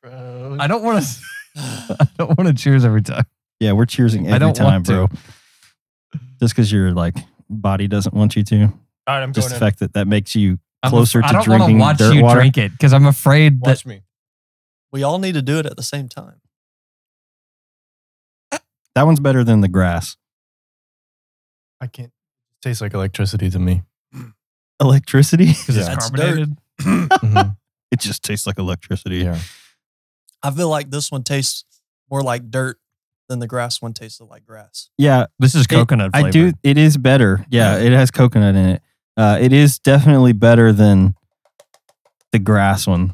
[SPEAKER 4] I don't want to. I don't want to cheers every time.
[SPEAKER 1] Yeah, we're cheersing every
[SPEAKER 4] I don't
[SPEAKER 1] time,
[SPEAKER 4] want
[SPEAKER 1] bro. Just because your like body doesn't want you to.
[SPEAKER 2] All right, I'm
[SPEAKER 1] Just
[SPEAKER 2] going
[SPEAKER 1] the
[SPEAKER 2] in.
[SPEAKER 1] fact that that makes you
[SPEAKER 4] I'm af-
[SPEAKER 1] closer
[SPEAKER 4] I
[SPEAKER 1] to
[SPEAKER 4] don't wanna
[SPEAKER 1] drinking
[SPEAKER 4] watch
[SPEAKER 1] dirt
[SPEAKER 4] you
[SPEAKER 1] water.
[SPEAKER 4] drink it because I'm afraid that
[SPEAKER 3] Watch me.
[SPEAKER 2] We all need to do it at the same time.
[SPEAKER 1] That one's better than the grass.
[SPEAKER 3] I can't. Tastes like electricity to me.
[SPEAKER 1] Electricity.
[SPEAKER 4] because
[SPEAKER 3] Yeah.
[SPEAKER 4] it's
[SPEAKER 2] That's dirt.
[SPEAKER 4] carbonated.
[SPEAKER 3] Mhm.
[SPEAKER 1] it just tastes like electricity.
[SPEAKER 3] Yeah.
[SPEAKER 2] I feel like this one tastes more like dirt than the grass one tasted like grass.
[SPEAKER 1] Yeah,
[SPEAKER 4] This is coconut flavor.
[SPEAKER 1] I do. It is better. Yeah, it has coconut in it. Uh, it is definitely better than the grass one.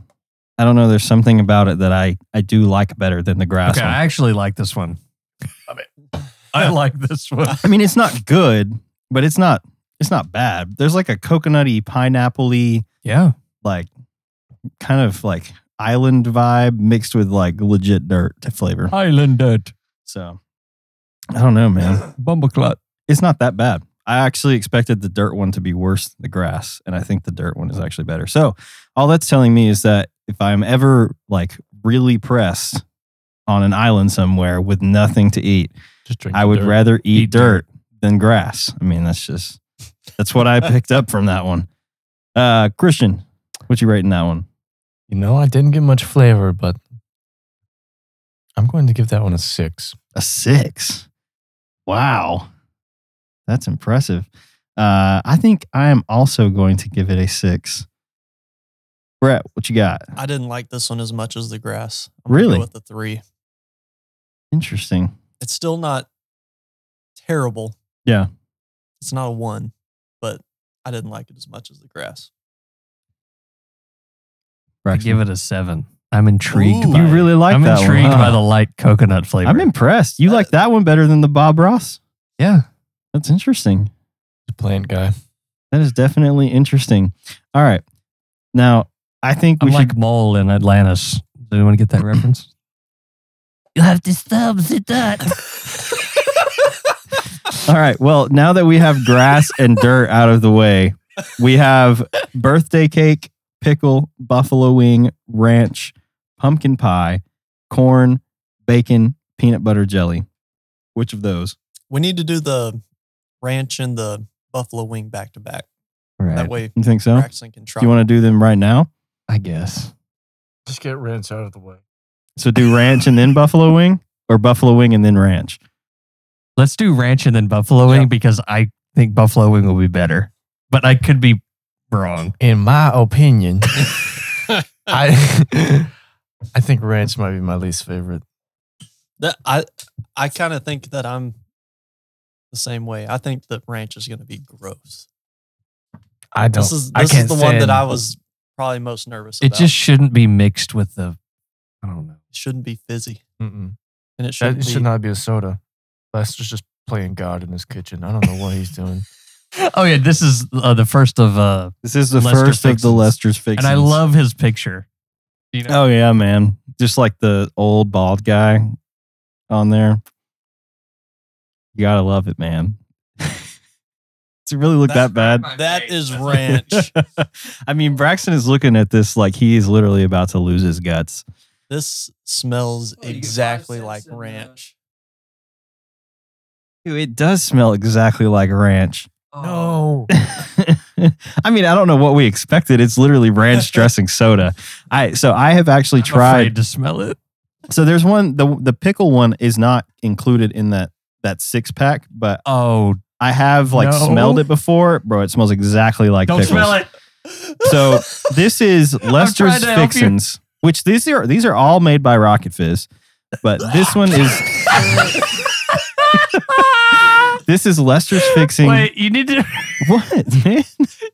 [SPEAKER 1] I don't know. There's something about it that I I do like better than the grass
[SPEAKER 4] Okay,
[SPEAKER 1] one.
[SPEAKER 4] I actually like this one. I like this one.
[SPEAKER 1] I mean, it's not good, but it's not it's not bad. There's like a coconutty, pineapple-y,
[SPEAKER 4] Yeah,
[SPEAKER 1] like kind of like island vibe mixed with like legit dirt flavor.
[SPEAKER 4] island dirt,
[SPEAKER 1] So I don't know, man.
[SPEAKER 4] bumbleclot.
[SPEAKER 1] It's not that bad. I actually expected the dirt one to be worse than the grass, and I think the dirt one is actually better. So all that's telling me is that if I'm ever like really pressed on an island somewhere with nothing to eat,
[SPEAKER 3] Just drink.
[SPEAKER 1] I
[SPEAKER 3] the
[SPEAKER 1] would
[SPEAKER 3] dirt.
[SPEAKER 1] rather eat,
[SPEAKER 4] Eat
[SPEAKER 1] dirt, than grass. I mean, that's just that's what I picked up from that one. Uh, Christian, what you rating that one?
[SPEAKER 3] You know, I didn't get much flavor, but I'm going to give that one a six.
[SPEAKER 1] A six. Wow, that's impressive. Uh, I think I am also going to give it a six. Brett, what you got?
[SPEAKER 2] I didn't like this one as much as the grass. gonna
[SPEAKER 1] Really?
[SPEAKER 2] Go with the three.
[SPEAKER 1] Interesting.
[SPEAKER 2] It's still not terrible.
[SPEAKER 1] Yeah.
[SPEAKER 2] It's not a one, but I didn't like it as much as the grass.
[SPEAKER 4] I give it a seven. I'm intrigued.
[SPEAKER 2] Ooh.
[SPEAKER 4] by
[SPEAKER 1] You
[SPEAKER 4] it.
[SPEAKER 1] really like
[SPEAKER 4] I'm
[SPEAKER 1] that
[SPEAKER 4] intrigued
[SPEAKER 1] one.
[SPEAKER 4] by
[SPEAKER 1] huh?
[SPEAKER 4] the light coconut flavor. Uh,
[SPEAKER 1] I'm impressed. You like that one better than the Bob Ross?
[SPEAKER 4] yeah.
[SPEAKER 1] That's interesting.
[SPEAKER 3] The plant guy.
[SPEAKER 1] That is definitely interesting. All right. Now, I think
[SPEAKER 4] I'm
[SPEAKER 1] we
[SPEAKER 4] like
[SPEAKER 1] should.
[SPEAKER 4] mole in Atlantis. Does anyone get that reference? You have to stop at that.
[SPEAKER 1] All right. Well, now that we have grass and dirt out of the way, we have birthday cake, pickle, buffalo wing, ranch, pumpkin pie, corn, bacon, peanut butter jelly. Which of those?
[SPEAKER 2] We need to do the ranch and the buffalo wing back to back.
[SPEAKER 4] All right.
[SPEAKER 2] That way,
[SPEAKER 1] You think so?
[SPEAKER 2] Braxton can try.
[SPEAKER 1] Do you want to do them right now?
[SPEAKER 4] I guess.
[SPEAKER 3] Just get ranch out of the way.
[SPEAKER 1] So do ranch and then buffalo wing, or buffalo wing and then ranch.
[SPEAKER 4] Let's do ranch and then buffalo wing
[SPEAKER 2] Yeah.
[SPEAKER 4] because I think buffalo wing will be better. But I could be wrong.
[SPEAKER 3] In my opinion, I I think ranch might be my least favorite.
[SPEAKER 2] That I I kind of think that I'm the same way. I think that ranch is going to be gross.
[SPEAKER 3] I don't.
[SPEAKER 2] This is
[SPEAKER 3] I
[SPEAKER 2] this is
[SPEAKER 3] can't
[SPEAKER 2] the one that
[SPEAKER 3] stand-
[SPEAKER 2] I was probably most nervous
[SPEAKER 4] It
[SPEAKER 2] about.
[SPEAKER 4] just shouldn't be mixed with the I don't know.
[SPEAKER 2] It shouldn't be fizzy,
[SPEAKER 3] Mm-mm.
[SPEAKER 2] and it
[SPEAKER 3] That
[SPEAKER 2] should be.
[SPEAKER 3] should not be a soda. Lester's just playing God in his kitchen. I don't know what he's doing.
[SPEAKER 4] Oh yeah, this is uh, the first of uh
[SPEAKER 1] This is the
[SPEAKER 4] Lester
[SPEAKER 1] first of the
[SPEAKER 4] Fixins.
[SPEAKER 1] Lester's fixings.
[SPEAKER 4] and I love his picture. You know,
[SPEAKER 1] Oh yeah, man. Just like the old bald guy on there. You gotta love it, man. Does it really look
[SPEAKER 2] That's
[SPEAKER 1] that bad?
[SPEAKER 2] that is ranch.
[SPEAKER 1] I mean, Braxton is looking at this like he is literally about to lose his guts.
[SPEAKER 2] this smells
[SPEAKER 4] you get five
[SPEAKER 2] exactly
[SPEAKER 4] cents
[SPEAKER 2] like
[SPEAKER 4] in, uh,
[SPEAKER 2] ranch.
[SPEAKER 1] Dude, it does smell exactly like ranch.
[SPEAKER 4] Oh,
[SPEAKER 3] No.
[SPEAKER 1] I mean, I don't know what we expected. It's literally ranch dressing soda. I so I have actually
[SPEAKER 4] I'm
[SPEAKER 1] tried
[SPEAKER 4] afraid to smell it.
[SPEAKER 1] So there's one the the pickle one is not included in that that six pack, but
[SPEAKER 4] Oh,
[SPEAKER 1] I have like
[SPEAKER 4] No.
[SPEAKER 1] smelled it before, bro. It smells exactly like
[SPEAKER 4] don't
[SPEAKER 1] pickles.
[SPEAKER 4] smell it.
[SPEAKER 1] So this is
[SPEAKER 4] trying
[SPEAKER 1] Lester's
[SPEAKER 4] to help you.
[SPEAKER 1] Fixins, which these are these are all made by Rocket Fizz, but this one is this is Lester's Fixing.
[SPEAKER 4] Ah! Wait, you need to
[SPEAKER 1] What man?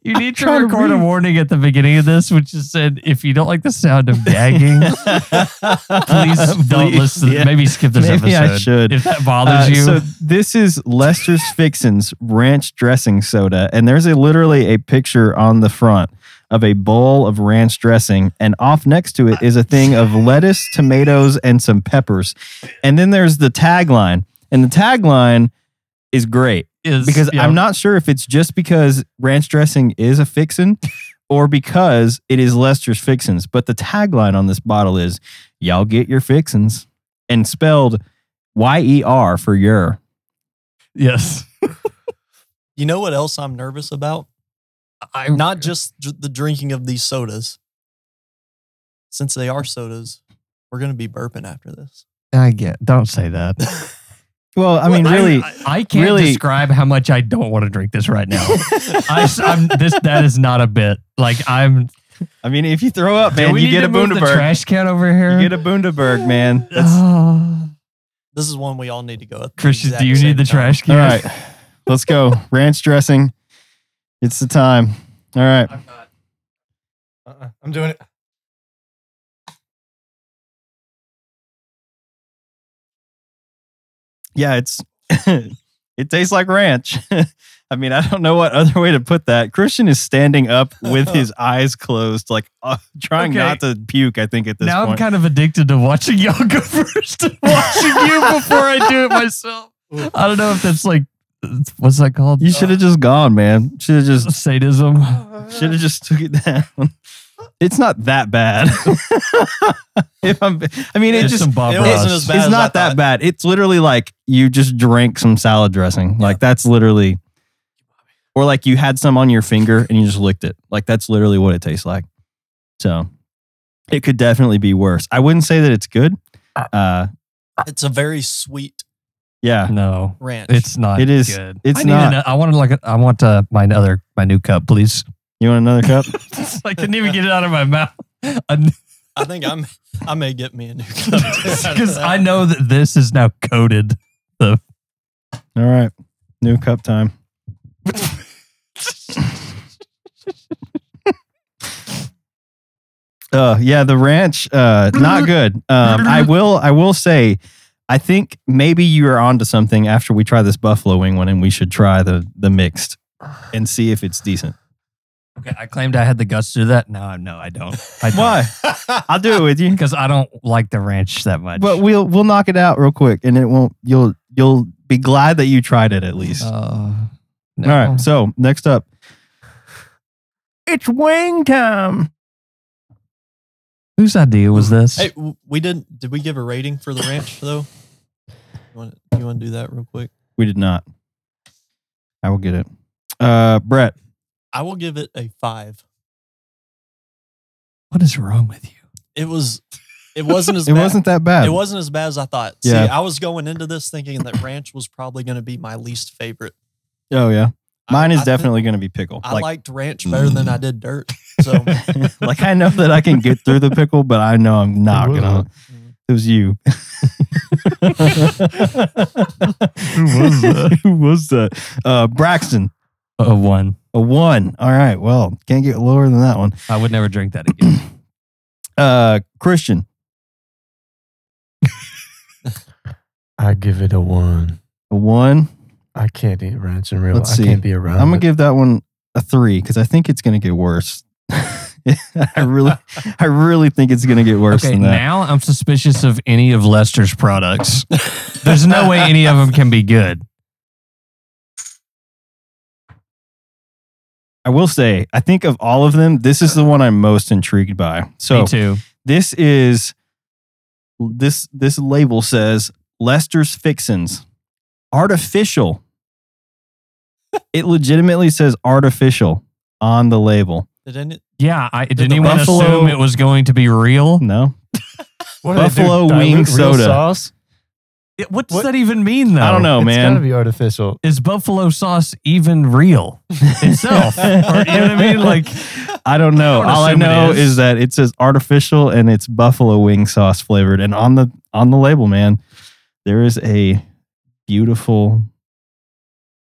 [SPEAKER 4] you need to
[SPEAKER 1] trying to
[SPEAKER 4] record a
[SPEAKER 1] read.
[SPEAKER 4] warning at the beginning of this, which is said if you don't like the sound of gagging, please don't listen.
[SPEAKER 1] yeah.
[SPEAKER 4] Maybe skip this
[SPEAKER 1] Maybe I
[SPEAKER 4] episode.
[SPEAKER 1] should.
[SPEAKER 4] If that
[SPEAKER 1] Uh,
[SPEAKER 4] bothers you,
[SPEAKER 1] so this is Lester's Fixins ranch dressing soda, and there's a literally a picture on the front of a bowl of ranch dressing, and off next to it is a thing of lettuce, tomatoes, and some peppers, and then there's the tagline, and the tagline is great
[SPEAKER 4] is
[SPEAKER 1] because
[SPEAKER 4] yeah.
[SPEAKER 1] I'm not sure if it's just because ranch dressing is a fixin' or because it is Lester's Fixins. But the tagline on this bottle is y'all get your fixins and spelled Y E R for your.
[SPEAKER 4] Yes,
[SPEAKER 2] You know what else I'm nervous about?
[SPEAKER 4] I
[SPEAKER 2] Not just j- the drinking of these sodas. Since they are sodas, we're going to be burping after this.
[SPEAKER 4] I get. Don't say that.
[SPEAKER 1] Well, I mean,
[SPEAKER 4] Well,
[SPEAKER 1] really,
[SPEAKER 4] I, I can't
[SPEAKER 1] really-
[SPEAKER 4] describe how much I don't want to drink this right now. I, am this that is not a bit. Like I'm.
[SPEAKER 1] I mean, if you throw up,
[SPEAKER 4] Do
[SPEAKER 1] man,
[SPEAKER 4] we
[SPEAKER 1] you
[SPEAKER 4] need
[SPEAKER 1] get
[SPEAKER 4] to
[SPEAKER 1] a
[SPEAKER 4] move the
[SPEAKER 1] Bundaberg.
[SPEAKER 4] trash can over here.
[SPEAKER 1] You get a Bundaberg, man. That's-
[SPEAKER 4] Ah.
[SPEAKER 2] This is one we all need to go. at the
[SPEAKER 4] Christian,
[SPEAKER 2] exact
[SPEAKER 4] do you
[SPEAKER 2] same
[SPEAKER 4] need the
[SPEAKER 2] time.
[SPEAKER 4] trash can?
[SPEAKER 1] all right, let's go. Ranch dressing. It's the time. All right.
[SPEAKER 3] I'm not. Uh-uh. I'm doing it.
[SPEAKER 1] yeah, it's it tastes like ranch. I mean, I don't know what other way to put that. Christian is standing up with his eyes closed, like uh, trying
[SPEAKER 4] Okay.
[SPEAKER 1] not to puke. I think at this
[SPEAKER 4] Now I'm
[SPEAKER 1] point.
[SPEAKER 4] kind of addicted to watching y'all go first and watching you before I do it myself. I don't know if that's like what's that called?
[SPEAKER 1] you should have just gone, man. Should have just
[SPEAKER 4] sadism.
[SPEAKER 1] should have just took it down. It's not that bad. if I'm, I mean, it
[SPEAKER 4] Just
[SPEAKER 1] just
[SPEAKER 4] some Bob
[SPEAKER 2] it
[SPEAKER 4] Ross.
[SPEAKER 2] wasn't as bad
[SPEAKER 1] it's
[SPEAKER 2] as I
[SPEAKER 1] not that
[SPEAKER 2] thought.
[SPEAKER 1] bad. It's literally like you just drank some salad dressing. Like that's literally, or like you had some on your finger and you just licked it. Like that's literally what it tastes like. So it could definitely be worse. I wouldn't say that it's good. Uh,
[SPEAKER 2] It's a very sweet
[SPEAKER 1] yeah,
[SPEAKER 4] No,
[SPEAKER 2] ranch.
[SPEAKER 4] it's not.
[SPEAKER 1] It is-
[SPEAKER 4] Good.
[SPEAKER 1] it's
[SPEAKER 4] I need
[SPEAKER 1] not.
[SPEAKER 4] ano- I want to like. I want uh, my other my new cup, please.
[SPEAKER 1] you want another cup?
[SPEAKER 4] I couldn't even get it out of my mouth.
[SPEAKER 2] I think I'm. I may get me a new cup
[SPEAKER 4] Because I know that this is now coated.
[SPEAKER 1] All right, new cup time. Uh, yeah, the ranch, uh, not good. Um, I will, I will say, I think maybe you are onto something after we try this buffalo wing one, and we should try the the mixed and see if it's decent.
[SPEAKER 4] Okay, I claimed I had the guts to do that. No, no, I don't. I don't.
[SPEAKER 1] Why? I'll do it with you,
[SPEAKER 4] Because I don't like the ranch that much.
[SPEAKER 1] but we'll we'll knock it out real quick, and it won't. You'll you'll be glad that you tried it at least.
[SPEAKER 4] Uh, no.
[SPEAKER 1] All
[SPEAKER 2] Oh.
[SPEAKER 1] right. So next up, it's wing time.
[SPEAKER 4] Whose idea was this?
[SPEAKER 2] Hey, w- we didn't. Did we give a rating for the ranch though? You want to do that real quick?
[SPEAKER 1] We did not. I will get it. Uh, Brett,
[SPEAKER 2] I will give it a five.
[SPEAKER 4] What is wrong with you?
[SPEAKER 2] It was, it wasn't as
[SPEAKER 1] it
[SPEAKER 2] bad.
[SPEAKER 1] wasn't that bad.
[SPEAKER 2] It wasn't as bad as I thought. See,
[SPEAKER 1] Yeah.
[SPEAKER 2] I was going into this thinking that ranch was probably going to be my least favorite.
[SPEAKER 1] Oh yeah,
[SPEAKER 2] I-
[SPEAKER 1] mine is
[SPEAKER 2] I think
[SPEAKER 1] definitely going to be pickle.
[SPEAKER 2] I liked ranch better than
[SPEAKER 4] mm.
[SPEAKER 2] I did dirt. So
[SPEAKER 1] like I know that I can get through the pickle, but I know I'm not
[SPEAKER 3] was
[SPEAKER 1] gonna. It was you. Who
[SPEAKER 4] was that?
[SPEAKER 1] Who was that? Uh, Braxton,
[SPEAKER 4] A one.
[SPEAKER 1] a one. All right, well, can't get lower than that one.
[SPEAKER 4] I would never drink that again.
[SPEAKER 1] Uh, Christian,
[SPEAKER 3] I give it a one.
[SPEAKER 1] a one.
[SPEAKER 3] I can't eat ranch in real.
[SPEAKER 1] Let's
[SPEAKER 3] I
[SPEAKER 1] see.
[SPEAKER 3] can't be around.
[SPEAKER 1] I'm gonna
[SPEAKER 3] it.
[SPEAKER 1] give that one a three because I think it's gonna get worse. I really, I really think it's gonna get worse
[SPEAKER 4] okay,
[SPEAKER 1] than that.
[SPEAKER 4] now I'm suspicious of any of Lester's products. There's no way any of them can be good.
[SPEAKER 1] I will say, I think of all of them, this is the one I'm most intrigued by. So
[SPEAKER 4] Me too.
[SPEAKER 1] this is this this label says Lester's Fixins artificial. It legitimately says artificial on the label.
[SPEAKER 2] did any,
[SPEAKER 4] Yeah, I, did
[SPEAKER 2] the
[SPEAKER 4] anyone
[SPEAKER 1] buffalo-
[SPEAKER 4] assume it was going to be real?
[SPEAKER 1] No,
[SPEAKER 3] What do they do,
[SPEAKER 1] buffalo
[SPEAKER 3] dilute
[SPEAKER 1] wing
[SPEAKER 3] real
[SPEAKER 1] soda.
[SPEAKER 3] sauce.
[SPEAKER 4] It- what does
[SPEAKER 3] What-
[SPEAKER 4] that even mean, though?
[SPEAKER 1] I don't know,
[SPEAKER 3] It's gotta
[SPEAKER 1] man.
[SPEAKER 3] be artificial.
[SPEAKER 4] Is buffalo sauce even real itself? or, Oh, you know what I mean? Like,
[SPEAKER 1] I don't know.
[SPEAKER 4] I don't
[SPEAKER 1] All I
[SPEAKER 4] assume it
[SPEAKER 1] know
[SPEAKER 4] is.
[SPEAKER 1] is. that it says artificial and it's buffalo wing sauce flavored. And on the on the label, man, there is a beautiful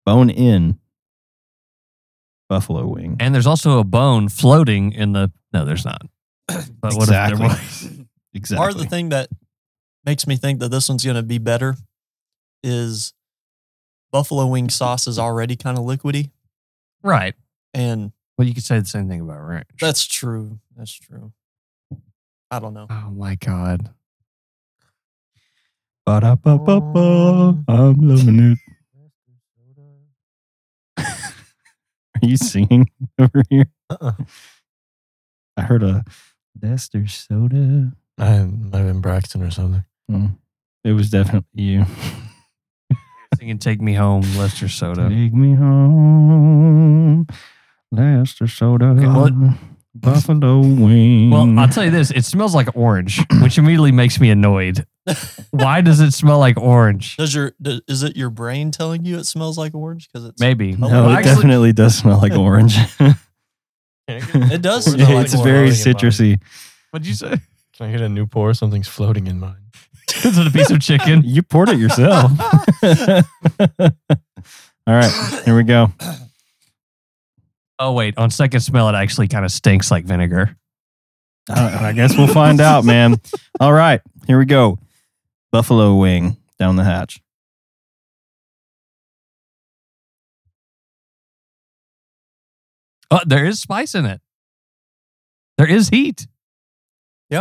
[SPEAKER 1] bone in buffalo wing.
[SPEAKER 4] and there's also a bone floating in the. No, there's not. But what if there
[SPEAKER 1] Exactly.
[SPEAKER 4] was?
[SPEAKER 1] Exactly.
[SPEAKER 2] part of the thing that makes me think that this one's going to be better is buffalo wing sauce is already kind of liquidy,
[SPEAKER 4] Right.
[SPEAKER 2] and
[SPEAKER 4] Well, you could say the same thing about ranch.
[SPEAKER 2] that's true. That's true. I don't know.
[SPEAKER 4] oh my god.
[SPEAKER 1] Ba-da-ba-ba-ba, I'm loving it. Are you singing over here?
[SPEAKER 3] Uh-uh.
[SPEAKER 1] I heard a Lester soda. Hmm.
[SPEAKER 3] I might have been Braxton or something.
[SPEAKER 1] It was definitely you.
[SPEAKER 4] Singing "Take Me Home," Lester Soda.
[SPEAKER 1] Take me home, Lester soda,
[SPEAKER 4] well-
[SPEAKER 1] buffalo wing.
[SPEAKER 4] Well, I'll tell you this: it smells like orange, which immediately makes me annoyed. Why does it smell like orange?
[SPEAKER 2] Does your do, is it your brain telling you it smells like orange? Because it's
[SPEAKER 4] Maybe.
[SPEAKER 1] no,
[SPEAKER 2] No,
[SPEAKER 4] Well,
[SPEAKER 1] it
[SPEAKER 4] Oh, actually-
[SPEAKER 1] definitely does smell like orange.
[SPEAKER 2] it does.
[SPEAKER 3] It's
[SPEAKER 2] smell like
[SPEAKER 1] it's
[SPEAKER 3] orange.
[SPEAKER 2] orange.
[SPEAKER 1] very citrusy.
[SPEAKER 4] What'd you say?
[SPEAKER 3] Can I get a new pour? Something's floating in mine.
[SPEAKER 4] Is it a piece of chicken?
[SPEAKER 1] You poured it yourself. All right, here we go.
[SPEAKER 4] Oh wait, on second smell, it actually kind of stinks like vinegar.
[SPEAKER 1] Uh, I, I guess we'll find out, man. All right, here we go. Buffalo wing down the hatch.
[SPEAKER 4] Oh, there is spice in it. There is heat.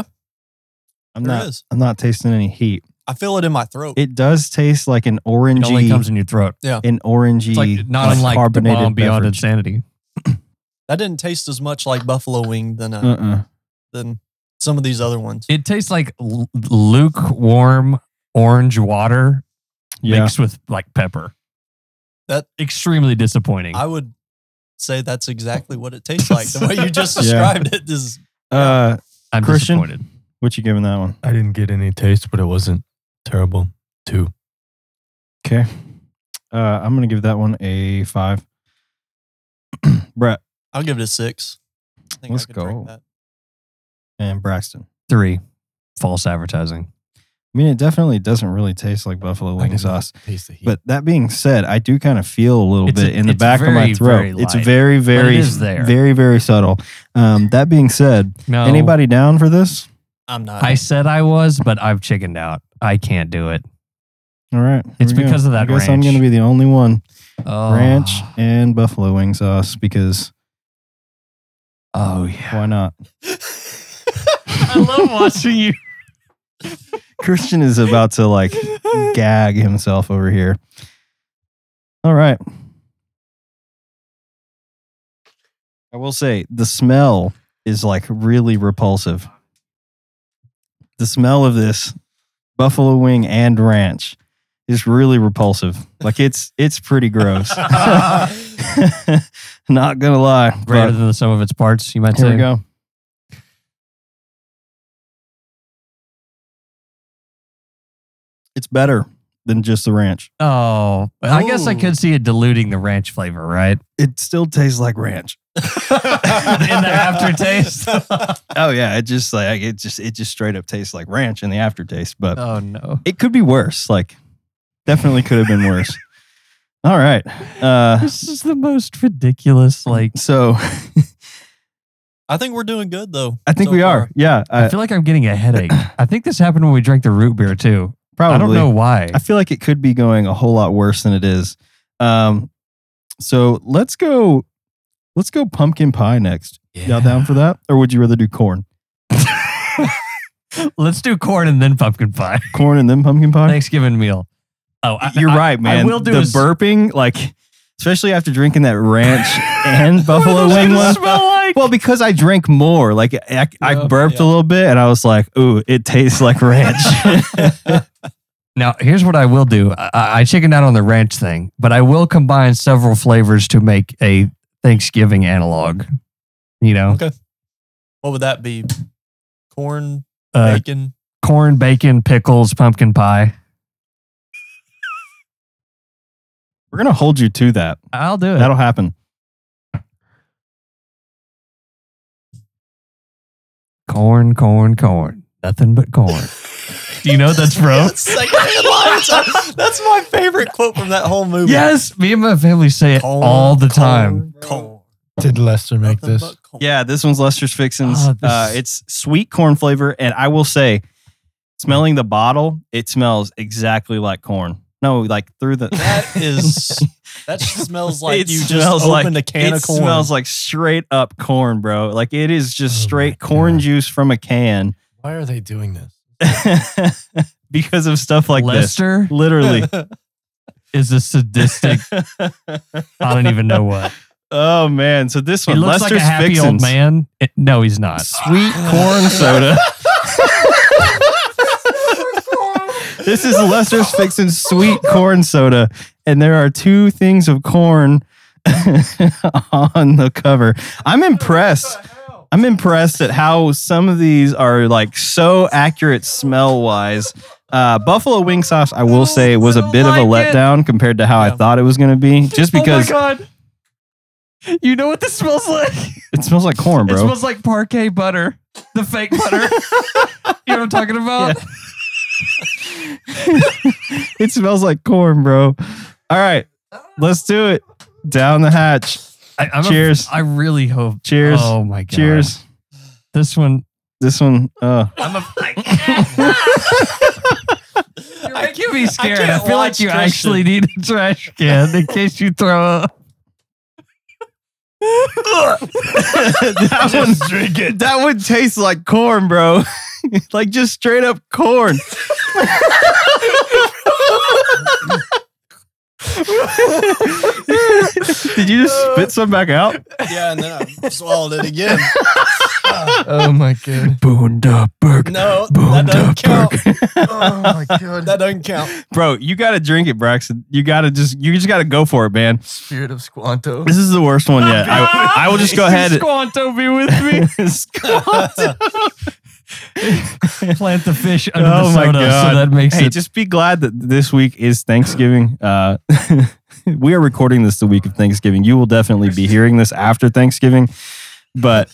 [SPEAKER 1] I'm
[SPEAKER 2] There
[SPEAKER 1] not.
[SPEAKER 2] is.
[SPEAKER 1] I'm not tasting any heat.
[SPEAKER 2] I feel it in my throat.
[SPEAKER 1] It does taste like an
[SPEAKER 4] It only
[SPEAKER 1] orangey,
[SPEAKER 4] comes in your throat.
[SPEAKER 1] an orangey,
[SPEAKER 4] It's like not
[SPEAKER 1] like
[SPEAKER 4] unlike
[SPEAKER 1] carbonated
[SPEAKER 4] the bomb beyond
[SPEAKER 1] beverage.
[SPEAKER 4] insanity.
[SPEAKER 2] that didn't taste as much like buffalo wing than uh,
[SPEAKER 1] Uh-uh.
[SPEAKER 2] than some of these other ones.
[SPEAKER 4] It tastes like l- lukewarm orange water
[SPEAKER 1] Yeah,
[SPEAKER 4] mixed with like pepper.
[SPEAKER 2] That-
[SPEAKER 4] extremely disappointing.
[SPEAKER 2] I would say that's exactly what it tastes like. The way you just
[SPEAKER 1] Yeah.
[SPEAKER 2] described it is
[SPEAKER 1] Uh,
[SPEAKER 4] I'm
[SPEAKER 1] Christian?
[SPEAKER 4] disappointed.
[SPEAKER 1] what you giving that one?
[SPEAKER 3] I didn't get any taste, but it wasn't terrible. Two.
[SPEAKER 1] Okay, uh, I'm gonna give that one a five. Brett
[SPEAKER 2] I'll give it a six. I think
[SPEAKER 1] Let's
[SPEAKER 2] I could
[SPEAKER 1] go.
[SPEAKER 2] drink that.
[SPEAKER 1] and Braxton.
[SPEAKER 4] Three, false advertising.
[SPEAKER 1] I mean, it definitely doesn't really taste like buffalo
[SPEAKER 3] I
[SPEAKER 1] wing
[SPEAKER 3] didn't
[SPEAKER 1] sauce.
[SPEAKER 3] Taste the heat.
[SPEAKER 1] But that being said, I do kind of feel a little
[SPEAKER 4] It's a-
[SPEAKER 1] bit in the
[SPEAKER 4] it's
[SPEAKER 1] back of my
[SPEAKER 4] very,
[SPEAKER 1] throat.
[SPEAKER 4] very
[SPEAKER 1] it's
[SPEAKER 4] light,
[SPEAKER 1] very, very,
[SPEAKER 4] is there.
[SPEAKER 1] very, very subtle. Um, that being said,
[SPEAKER 4] No,
[SPEAKER 1] anybody down for this?
[SPEAKER 2] I'm not.
[SPEAKER 4] I said I was, but I've chickened out. I can't do it.
[SPEAKER 1] All right, here
[SPEAKER 4] It's
[SPEAKER 1] we go.
[SPEAKER 4] because of that
[SPEAKER 1] I guess I'm
[SPEAKER 4] ranch.
[SPEAKER 1] going to be the only one.
[SPEAKER 4] Oh.
[SPEAKER 1] Ranch and buffalo wing sauce because
[SPEAKER 4] Oh yeah.
[SPEAKER 1] why not?
[SPEAKER 4] I love watching you.
[SPEAKER 1] Christian is about to like gag himself over here. All right. I will say the smell is like really repulsive. The smell of this buffalo wing and ranch is really repulsive. Like it's it's pretty gross. Not gonna lie.
[SPEAKER 4] Greater
[SPEAKER 1] but
[SPEAKER 4] than the sum of its parts, you might
[SPEAKER 1] here
[SPEAKER 4] say.
[SPEAKER 1] we go. It's better than just the ranch.
[SPEAKER 4] Oh, I guess I
[SPEAKER 2] Ooh.
[SPEAKER 4] could see it diluting the ranch flavor, right?
[SPEAKER 1] It still tastes like ranch.
[SPEAKER 4] In the aftertaste.
[SPEAKER 1] Oh yeah, it just like it just it just straight up tastes like ranch in the aftertaste, but
[SPEAKER 4] oh no.
[SPEAKER 1] it could be worse. Like, definitely could have been worse. All right. Uh,
[SPEAKER 4] This is the most ridiculous. Like,
[SPEAKER 1] so
[SPEAKER 2] I think we're doing good though.
[SPEAKER 1] I think
[SPEAKER 2] so
[SPEAKER 1] we are.
[SPEAKER 2] far.
[SPEAKER 1] Yeah, I,
[SPEAKER 4] I feel like I'm getting a headache. I think this happened when we drank the root beer too.
[SPEAKER 1] probably.
[SPEAKER 4] I don't know why.
[SPEAKER 1] I feel like it could be going a whole lot worse than it is. Um, so let's go. Let's go pumpkin pie next. Y'all down for that, or would you rather do corn?
[SPEAKER 4] Let's do corn and then pumpkin pie.
[SPEAKER 1] Corn and then pumpkin pie.
[SPEAKER 4] Thanksgiving meal. Oh, I,
[SPEAKER 1] You're
[SPEAKER 4] I-
[SPEAKER 1] right, man.
[SPEAKER 4] I will do
[SPEAKER 1] the
[SPEAKER 4] a s-
[SPEAKER 1] burping, like especially after drinking that ranch and buffalo
[SPEAKER 4] What does
[SPEAKER 1] wing
[SPEAKER 4] it Oh,
[SPEAKER 1] one.
[SPEAKER 4] smell like?
[SPEAKER 1] Well, because I drank more, like I, I
[SPEAKER 2] Yeah.
[SPEAKER 1] burped
[SPEAKER 2] Yeah.
[SPEAKER 1] a little bit, and I was like, "Ooh, it tastes like ranch."
[SPEAKER 4] Now, here's what I will do. I, I chickened out on the ranch thing, but I will combine several flavors to make a Thanksgiving analog. You know,
[SPEAKER 2] Okay. What would that be? Corn,
[SPEAKER 4] uh,
[SPEAKER 2] bacon.
[SPEAKER 4] corn, bacon, pickles, pumpkin pie.
[SPEAKER 1] We're gonna hold you to that.
[SPEAKER 4] I'll do it.
[SPEAKER 1] That'll happen.
[SPEAKER 4] corn, corn, corn. Nothing but corn. do you know what that's from?
[SPEAKER 2] That's, like, man, lines. That's my favorite quote from that whole movie.
[SPEAKER 4] yes. Me and my family say it
[SPEAKER 2] Corn,
[SPEAKER 4] all the
[SPEAKER 2] corn,
[SPEAKER 4] time.
[SPEAKER 2] corn.
[SPEAKER 3] Did Lester make
[SPEAKER 2] Nothing
[SPEAKER 3] this?
[SPEAKER 2] but corn.
[SPEAKER 1] Yeah, this one's Lester's Fixins.
[SPEAKER 4] Oh, this-
[SPEAKER 1] uh, it's sweet corn flavor, and I will say, smelling the bottle, it smells exactly like corn. No, like through the.
[SPEAKER 2] That is that smells like
[SPEAKER 1] It
[SPEAKER 2] you just
[SPEAKER 1] smells
[SPEAKER 2] opened
[SPEAKER 1] like-
[SPEAKER 2] a can
[SPEAKER 1] it
[SPEAKER 2] of corn.
[SPEAKER 1] smells like straight up corn, bro. Like it is just
[SPEAKER 3] Oh my
[SPEAKER 1] straight corn
[SPEAKER 3] God.
[SPEAKER 1] juice from a can
[SPEAKER 3] Why are they doing this?
[SPEAKER 1] because of stuff like
[SPEAKER 4] Lester
[SPEAKER 1] this. Literally.
[SPEAKER 4] is a sadistic. I don't even know what.
[SPEAKER 1] oh man! So this
[SPEAKER 4] He
[SPEAKER 1] one,
[SPEAKER 4] looks
[SPEAKER 1] Lester's
[SPEAKER 4] like a happy
[SPEAKER 1] Fixins.
[SPEAKER 4] old man. It- no, he's not.
[SPEAKER 1] Sweet corn soda. this is Lester's fixing sweet corn soda, and there are two things of corn on the cover. I'm impressed. I'm impressed at how some of these are like so accurate smell wise. Uh, buffalo wing sauce, I will say, was a bit of a
[SPEAKER 4] like it.
[SPEAKER 1] letdown compared to how I
[SPEAKER 2] Yeah.
[SPEAKER 1] thought it was going to be, just because
[SPEAKER 4] Oh my god. You know what this smells like?
[SPEAKER 1] it smells like corn,
[SPEAKER 4] It
[SPEAKER 1] bro.
[SPEAKER 4] smells like parquet butter, the fake butter. you know what I'm talking about?
[SPEAKER 1] it smells like corn, bro. All right, let's do it. Down the hatch.
[SPEAKER 4] I, I'm a-
[SPEAKER 1] Cheers.
[SPEAKER 4] I really hope.
[SPEAKER 1] Cheers.
[SPEAKER 4] Oh my god.
[SPEAKER 1] Cheers.
[SPEAKER 4] This one.
[SPEAKER 1] This one, uh,
[SPEAKER 4] I'm a. You're making me scared. I,
[SPEAKER 2] can't
[SPEAKER 4] feel like
[SPEAKER 2] watch
[SPEAKER 4] you
[SPEAKER 2] Tristan.
[SPEAKER 4] actually need a trash can in case you throw up.
[SPEAKER 1] that one, drink it. That one tastes like corn, bro. like just straight up corn. Did you just spit some back out?
[SPEAKER 2] Yeah, and then I swallowed it again.
[SPEAKER 3] oh my god.
[SPEAKER 1] Boondaberg.
[SPEAKER 2] No, that doesn't count.
[SPEAKER 3] Oh my god.
[SPEAKER 2] That doesn't count.
[SPEAKER 1] Bro, you gotta drink it, Braxton. You gotta just, you just gotta go for it, man.
[SPEAKER 3] Spirit of Squanto.
[SPEAKER 1] This is the worst one yet. I, I will just go ahead.
[SPEAKER 4] Squanto, be with me. Plant the fish under
[SPEAKER 1] Oh
[SPEAKER 4] the
[SPEAKER 1] my
[SPEAKER 4] soda,
[SPEAKER 1] God.
[SPEAKER 4] so that makes
[SPEAKER 1] hey,
[SPEAKER 4] it.
[SPEAKER 1] just be glad that this week is Thanksgiving. Uh, we are recording this the week of Thanksgiving. You will definitely be hearing this after Thanksgiving, but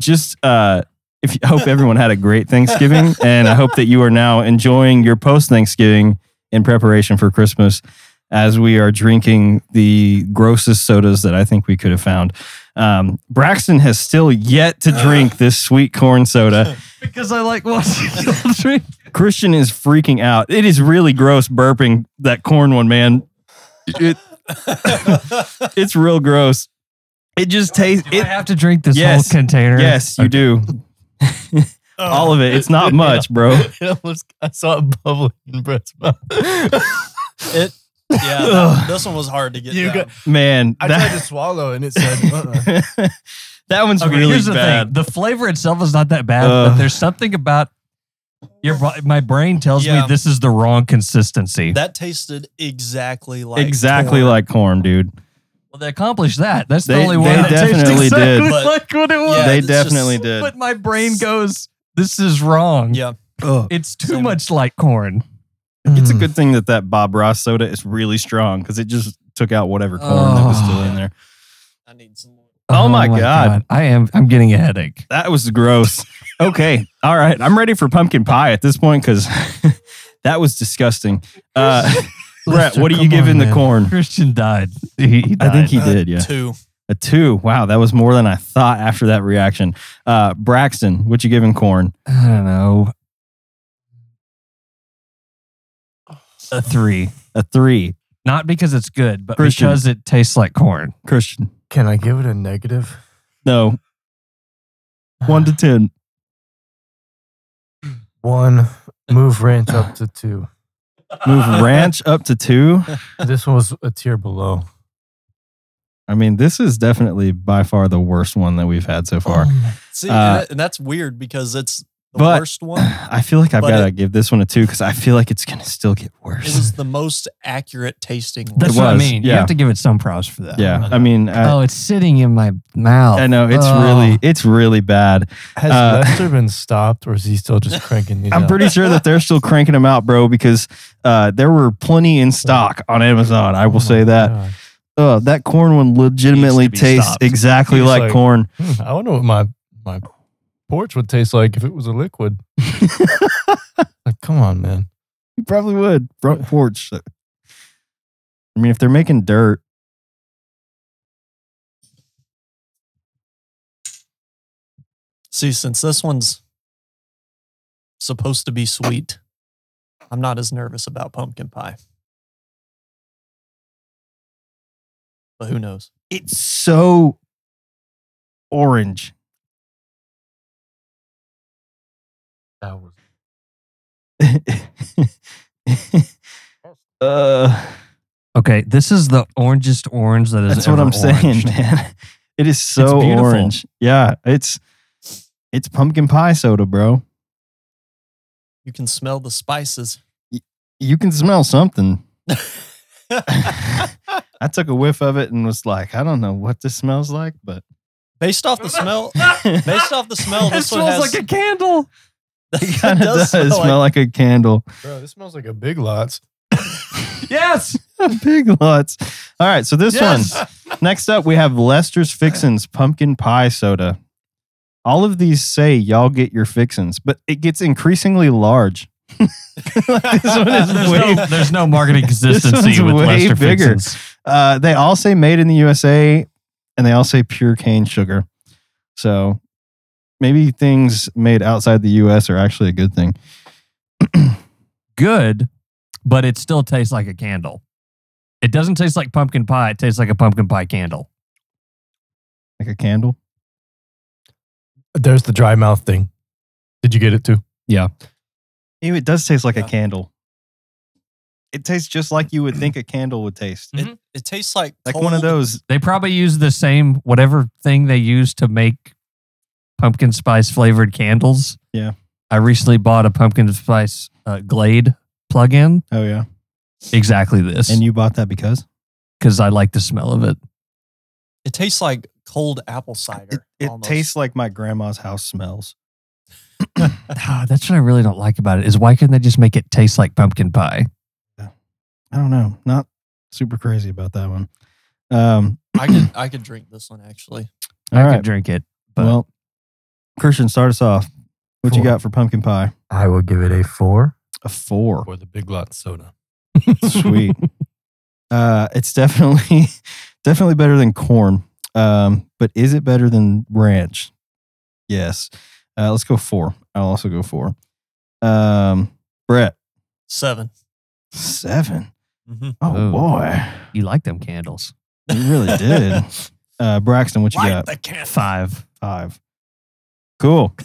[SPEAKER 1] just uh, if I hope everyone had a great Thanksgiving, and I hope that you are now enjoying your post Thanksgiving in preparation for Christmas. As we are drinking the grossest sodas that I think we could have found, um, Braxton has still yet to
[SPEAKER 4] Uh.
[SPEAKER 1] drink this sweet corn soda.
[SPEAKER 4] because I like watching people drink.
[SPEAKER 1] Christian is freaking out. It is really gross burping that corn one, man. It, it's real gross. It just tastes.
[SPEAKER 4] I
[SPEAKER 1] It,
[SPEAKER 4] have to drink this
[SPEAKER 1] Yes.
[SPEAKER 4] whole container.
[SPEAKER 1] yes, you do. All of it. It's not much, bro.
[SPEAKER 3] I almost- I saw it bubbling in Brett's mouth.
[SPEAKER 2] It. Yeah, that- this one was hard to get.
[SPEAKER 3] You
[SPEAKER 2] down.
[SPEAKER 3] got-
[SPEAKER 1] Man,
[SPEAKER 3] I tried to
[SPEAKER 1] that,
[SPEAKER 3] swallow and it said, uh-uh.
[SPEAKER 1] that one's
[SPEAKER 4] Okay,
[SPEAKER 1] really
[SPEAKER 4] here's the
[SPEAKER 1] bad.
[SPEAKER 4] thing: the flavor itself is not that bad,
[SPEAKER 1] Ugh.
[SPEAKER 4] but there's something about Your, bo- my brain tells
[SPEAKER 2] Yeah.
[SPEAKER 4] me this is the wrong consistency.
[SPEAKER 2] That tasted exactly like
[SPEAKER 1] exactly
[SPEAKER 2] corn.
[SPEAKER 1] like corn, dude.
[SPEAKER 4] well, they accomplished that. That's the
[SPEAKER 1] They-
[SPEAKER 4] only
[SPEAKER 1] they
[SPEAKER 4] one that
[SPEAKER 1] definitely
[SPEAKER 4] tastes
[SPEAKER 1] did.
[SPEAKER 4] exactly
[SPEAKER 2] But-
[SPEAKER 4] like what it was.
[SPEAKER 2] Yeah,
[SPEAKER 1] they
[SPEAKER 2] it's just-
[SPEAKER 1] definitely did.
[SPEAKER 4] But my brain goes, this is wrong.
[SPEAKER 2] Yeah.
[SPEAKER 4] It's too
[SPEAKER 2] Same.
[SPEAKER 4] much like corn.
[SPEAKER 3] Hmm.
[SPEAKER 1] It's a good thing that that Bob Ross soda is really strong because it just took out whatever corn that was still in there.
[SPEAKER 2] I need some more.
[SPEAKER 1] Oh my God.
[SPEAKER 4] I am I'm getting a headache.
[SPEAKER 1] That was gross. Okay, all right. I'm ready for pumpkin pie at this point because that was disgusting. Uh, Brett,
[SPEAKER 3] Lester,
[SPEAKER 1] what are you
[SPEAKER 3] come
[SPEAKER 1] giving
[SPEAKER 3] on,
[SPEAKER 1] the
[SPEAKER 3] man.
[SPEAKER 1] corn?
[SPEAKER 4] Christian died. He, he
[SPEAKER 1] I think
[SPEAKER 4] died.
[SPEAKER 1] he did. Yeah,
[SPEAKER 2] Two.
[SPEAKER 1] a two. Wow, that was more than I thought after that reaction. Uh, Braxton, what you giving corn?
[SPEAKER 4] I don't know. A three.
[SPEAKER 1] A three.
[SPEAKER 4] Not because it's good, but
[SPEAKER 1] Christian.
[SPEAKER 4] because it tastes like corn.
[SPEAKER 1] Christian,
[SPEAKER 3] Can I give it a negative?
[SPEAKER 1] no.
[SPEAKER 3] Uh,
[SPEAKER 1] One to ten.
[SPEAKER 3] One. Move ranch up to two.
[SPEAKER 1] Move ranch up to two.
[SPEAKER 3] This was a tier below.
[SPEAKER 1] I mean, this is definitely by far the worst one that we've had so
[SPEAKER 3] Oh
[SPEAKER 1] far.
[SPEAKER 2] See,
[SPEAKER 1] Uh,
[SPEAKER 2] and, that- and that's weird because it's the
[SPEAKER 1] but-
[SPEAKER 2] worst one.
[SPEAKER 3] Oh,
[SPEAKER 1] I feel like I've
[SPEAKER 2] But
[SPEAKER 1] got to give this one a two because I feel like it's going to still get
[SPEAKER 2] It
[SPEAKER 1] worse.
[SPEAKER 2] was the most accurate tasting.
[SPEAKER 4] That's
[SPEAKER 1] It
[SPEAKER 4] what I
[SPEAKER 1] was,
[SPEAKER 4] mean. You
[SPEAKER 1] yeah.
[SPEAKER 4] have to give it some props for that.
[SPEAKER 1] Yeah, I mean, I,
[SPEAKER 4] oh, it's sitting in my mouth.
[SPEAKER 1] I know it's
[SPEAKER 4] Oh.
[SPEAKER 1] really it's really bad.
[SPEAKER 3] Has
[SPEAKER 1] Uh,
[SPEAKER 3] Lester been stopped, or is he still just cranking these?
[SPEAKER 1] I'm
[SPEAKER 3] out?
[SPEAKER 1] pretty sure that they're still cranking them out, bro, because uh, there were plenty in stock on Amazon. I
[SPEAKER 3] Oh
[SPEAKER 1] will
[SPEAKER 3] my
[SPEAKER 1] say that.
[SPEAKER 3] God.
[SPEAKER 1] Uh, that corn one legitimately
[SPEAKER 4] Needs to be
[SPEAKER 1] tastes
[SPEAKER 4] stopped.
[SPEAKER 1] exactly
[SPEAKER 3] He's
[SPEAKER 1] like,
[SPEAKER 3] like-
[SPEAKER 1] corn.
[SPEAKER 3] Hmm, I wonder what my my porch would taste like if it was a liquid. like, come on, man.
[SPEAKER 1] You probably would front porch. I mean, if they're making dirt,
[SPEAKER 2] See, since this one's supposed to be sweet, I'm not as nervous about pumpkin pie. But who knows?
[SPEAKER 1] it's so orange.
[SPEAKER 3] That was
[SPEAKER 1] uh,
[SPEAKER 4] Okay, this is the orangest orange that is.
[SPEAKER 1] that's what
[SPEAKER 4] ever
[SPEAKER 1] I'm saying,
[SPEAKER 4] oranged.
[SPEAKER 1] man. It is so
[SPEAKER 4] beautiful.
[SPEAKER 1] orange. Yeah, it's it's pumpkin pie soda, bro.
[SPEAKER 2] You can smell the spices.
[SPEAKER 1] You can smell something.
[SPEAKER 2] Based
[SPEAKER 1] I took a whiff of it and was like, I don't know what this smells like, but
[SPEAKER 2] off the smell, based off the smell,
[SPEAKER 4] it
[SPEAKER 2] this one
[SPEAKER 4] smells
[SPEAKER 2] has,
[SPEAKER 4] like a candle.
[SPEAKER 1] it kind of does,
[SPEAKER 2] smell like-
[SPEAKER 1] smell like, a candle.
[SPEAKER 3] bro. This smells like a Big Lots.
[SPEAKER 4] Yes.
[SPEAKER 1] Big lots. All right, so this
[SPEAKER 4] Yes.
[SPEAKER 1] one. Next up, we have Lester's Fixins pumpkin pie soda. All of these say y'all get your fixins, but it gets increasingly large. Like, this one is
[SPEAKER 4] There's,
[SPEAKER 1] way
[SPEAKER 4] no, there's no marketing
[SPEAKER 1] one's
[SPEAKER 4] consistency with
[SPEAKER 1] way
[SPEAKER 4] Lester
[SPEAKER 1] bigger.
[SPEAKER 4] Fixins.
[SPEAKER 1] Uh, they all say made in the USA and they all say pure cane sugar. So maybe things made outside the US are actually a good thing.
[SPEAKER 4] Good, but it still tastes like a candle. It doesn't taste like pumpkin pie. It tastes like a pumpkin pie candle.
[SPEAKER 1] Like a candle.
[SPEAKER 3] There's the dry mouth thing. Did you get it too?
[SPEAKER 1] Ew, it does taste like
[SPEAKER 2] Yeah.
[SPEAKER 1] a candle. It tastes just like you would think a candle would taste.
[SPEAKER 4] Mhm.
[SPEAKER 2] it tastes like
[SPEAKER 1] Like one of
[SPEAKER 2] cold-
[SPEAKER 1] those.
[SPEAKER 4] They probably use the same whatever thing they use to make pumpkin spice flavored candles.
[SPEAKER 1] Yeah.
[SPEAKER 4] I recently bought a pumpkin spice uh, Glade plug-in.
[SPEAKER 1] Oh, yeah.
[SPEAKER 4] Exactly this,
[SPEAKER 1] And you bought that because?
[SPEAKER 4] because I like the smell of it.
[SPEAKER 2] It tastes like cold apple cider.
[SPEAKER 1] It, it
[SPEAKER 2] almost.
[SPEAKER 1] tastes like my grandma's house smells.
[SPEAKER 4] Ah, that's what I really don't like about it. Is why couldn't they just make it taste like pumpkin pie?
[SPEAKER 1] I don't know. Not super crazy about that one. Um,
[SPEAKER 2] I could I could drink this one actually.
[SPEAKER 1] all
[SPEAKER 4] I
[SPEAKER 1] right.
[SPEAKER 4] could drink it. But
[SPEAKER 1] Well, Christian, start us off. What you
[SPEAKER 3] Four.
[SPEAKER 1] got for pumpkin pie?
[SPEAKER 3] I will give it a four
[SPEAKER 1] A four.
[SPEAKER 3] for the Big Lots soda.
[SPEAKER 1] Sweet. Uh, it's definitely definitely better than corn. Um, but is it better than ranch? Yes. Uh, let's go four. I'll also go four. Um, Brett
[SPEAKER 2] Seven.
[SPEAKER 1] seven.
[SPEAKER 2] Mm-hmm.
[SPEAKER 1] Oh
[SPEAKER 4] Ooh.
[SPEAKER 1] boy,
[SPEAKER 4] you like them candles?
[SPEAKER 1] you really did. Uh, Braxton, what you got?
[SPEAKER 2] the can
[SPEAKER 4] Five.
[SPEAKER 1] Five. Cool.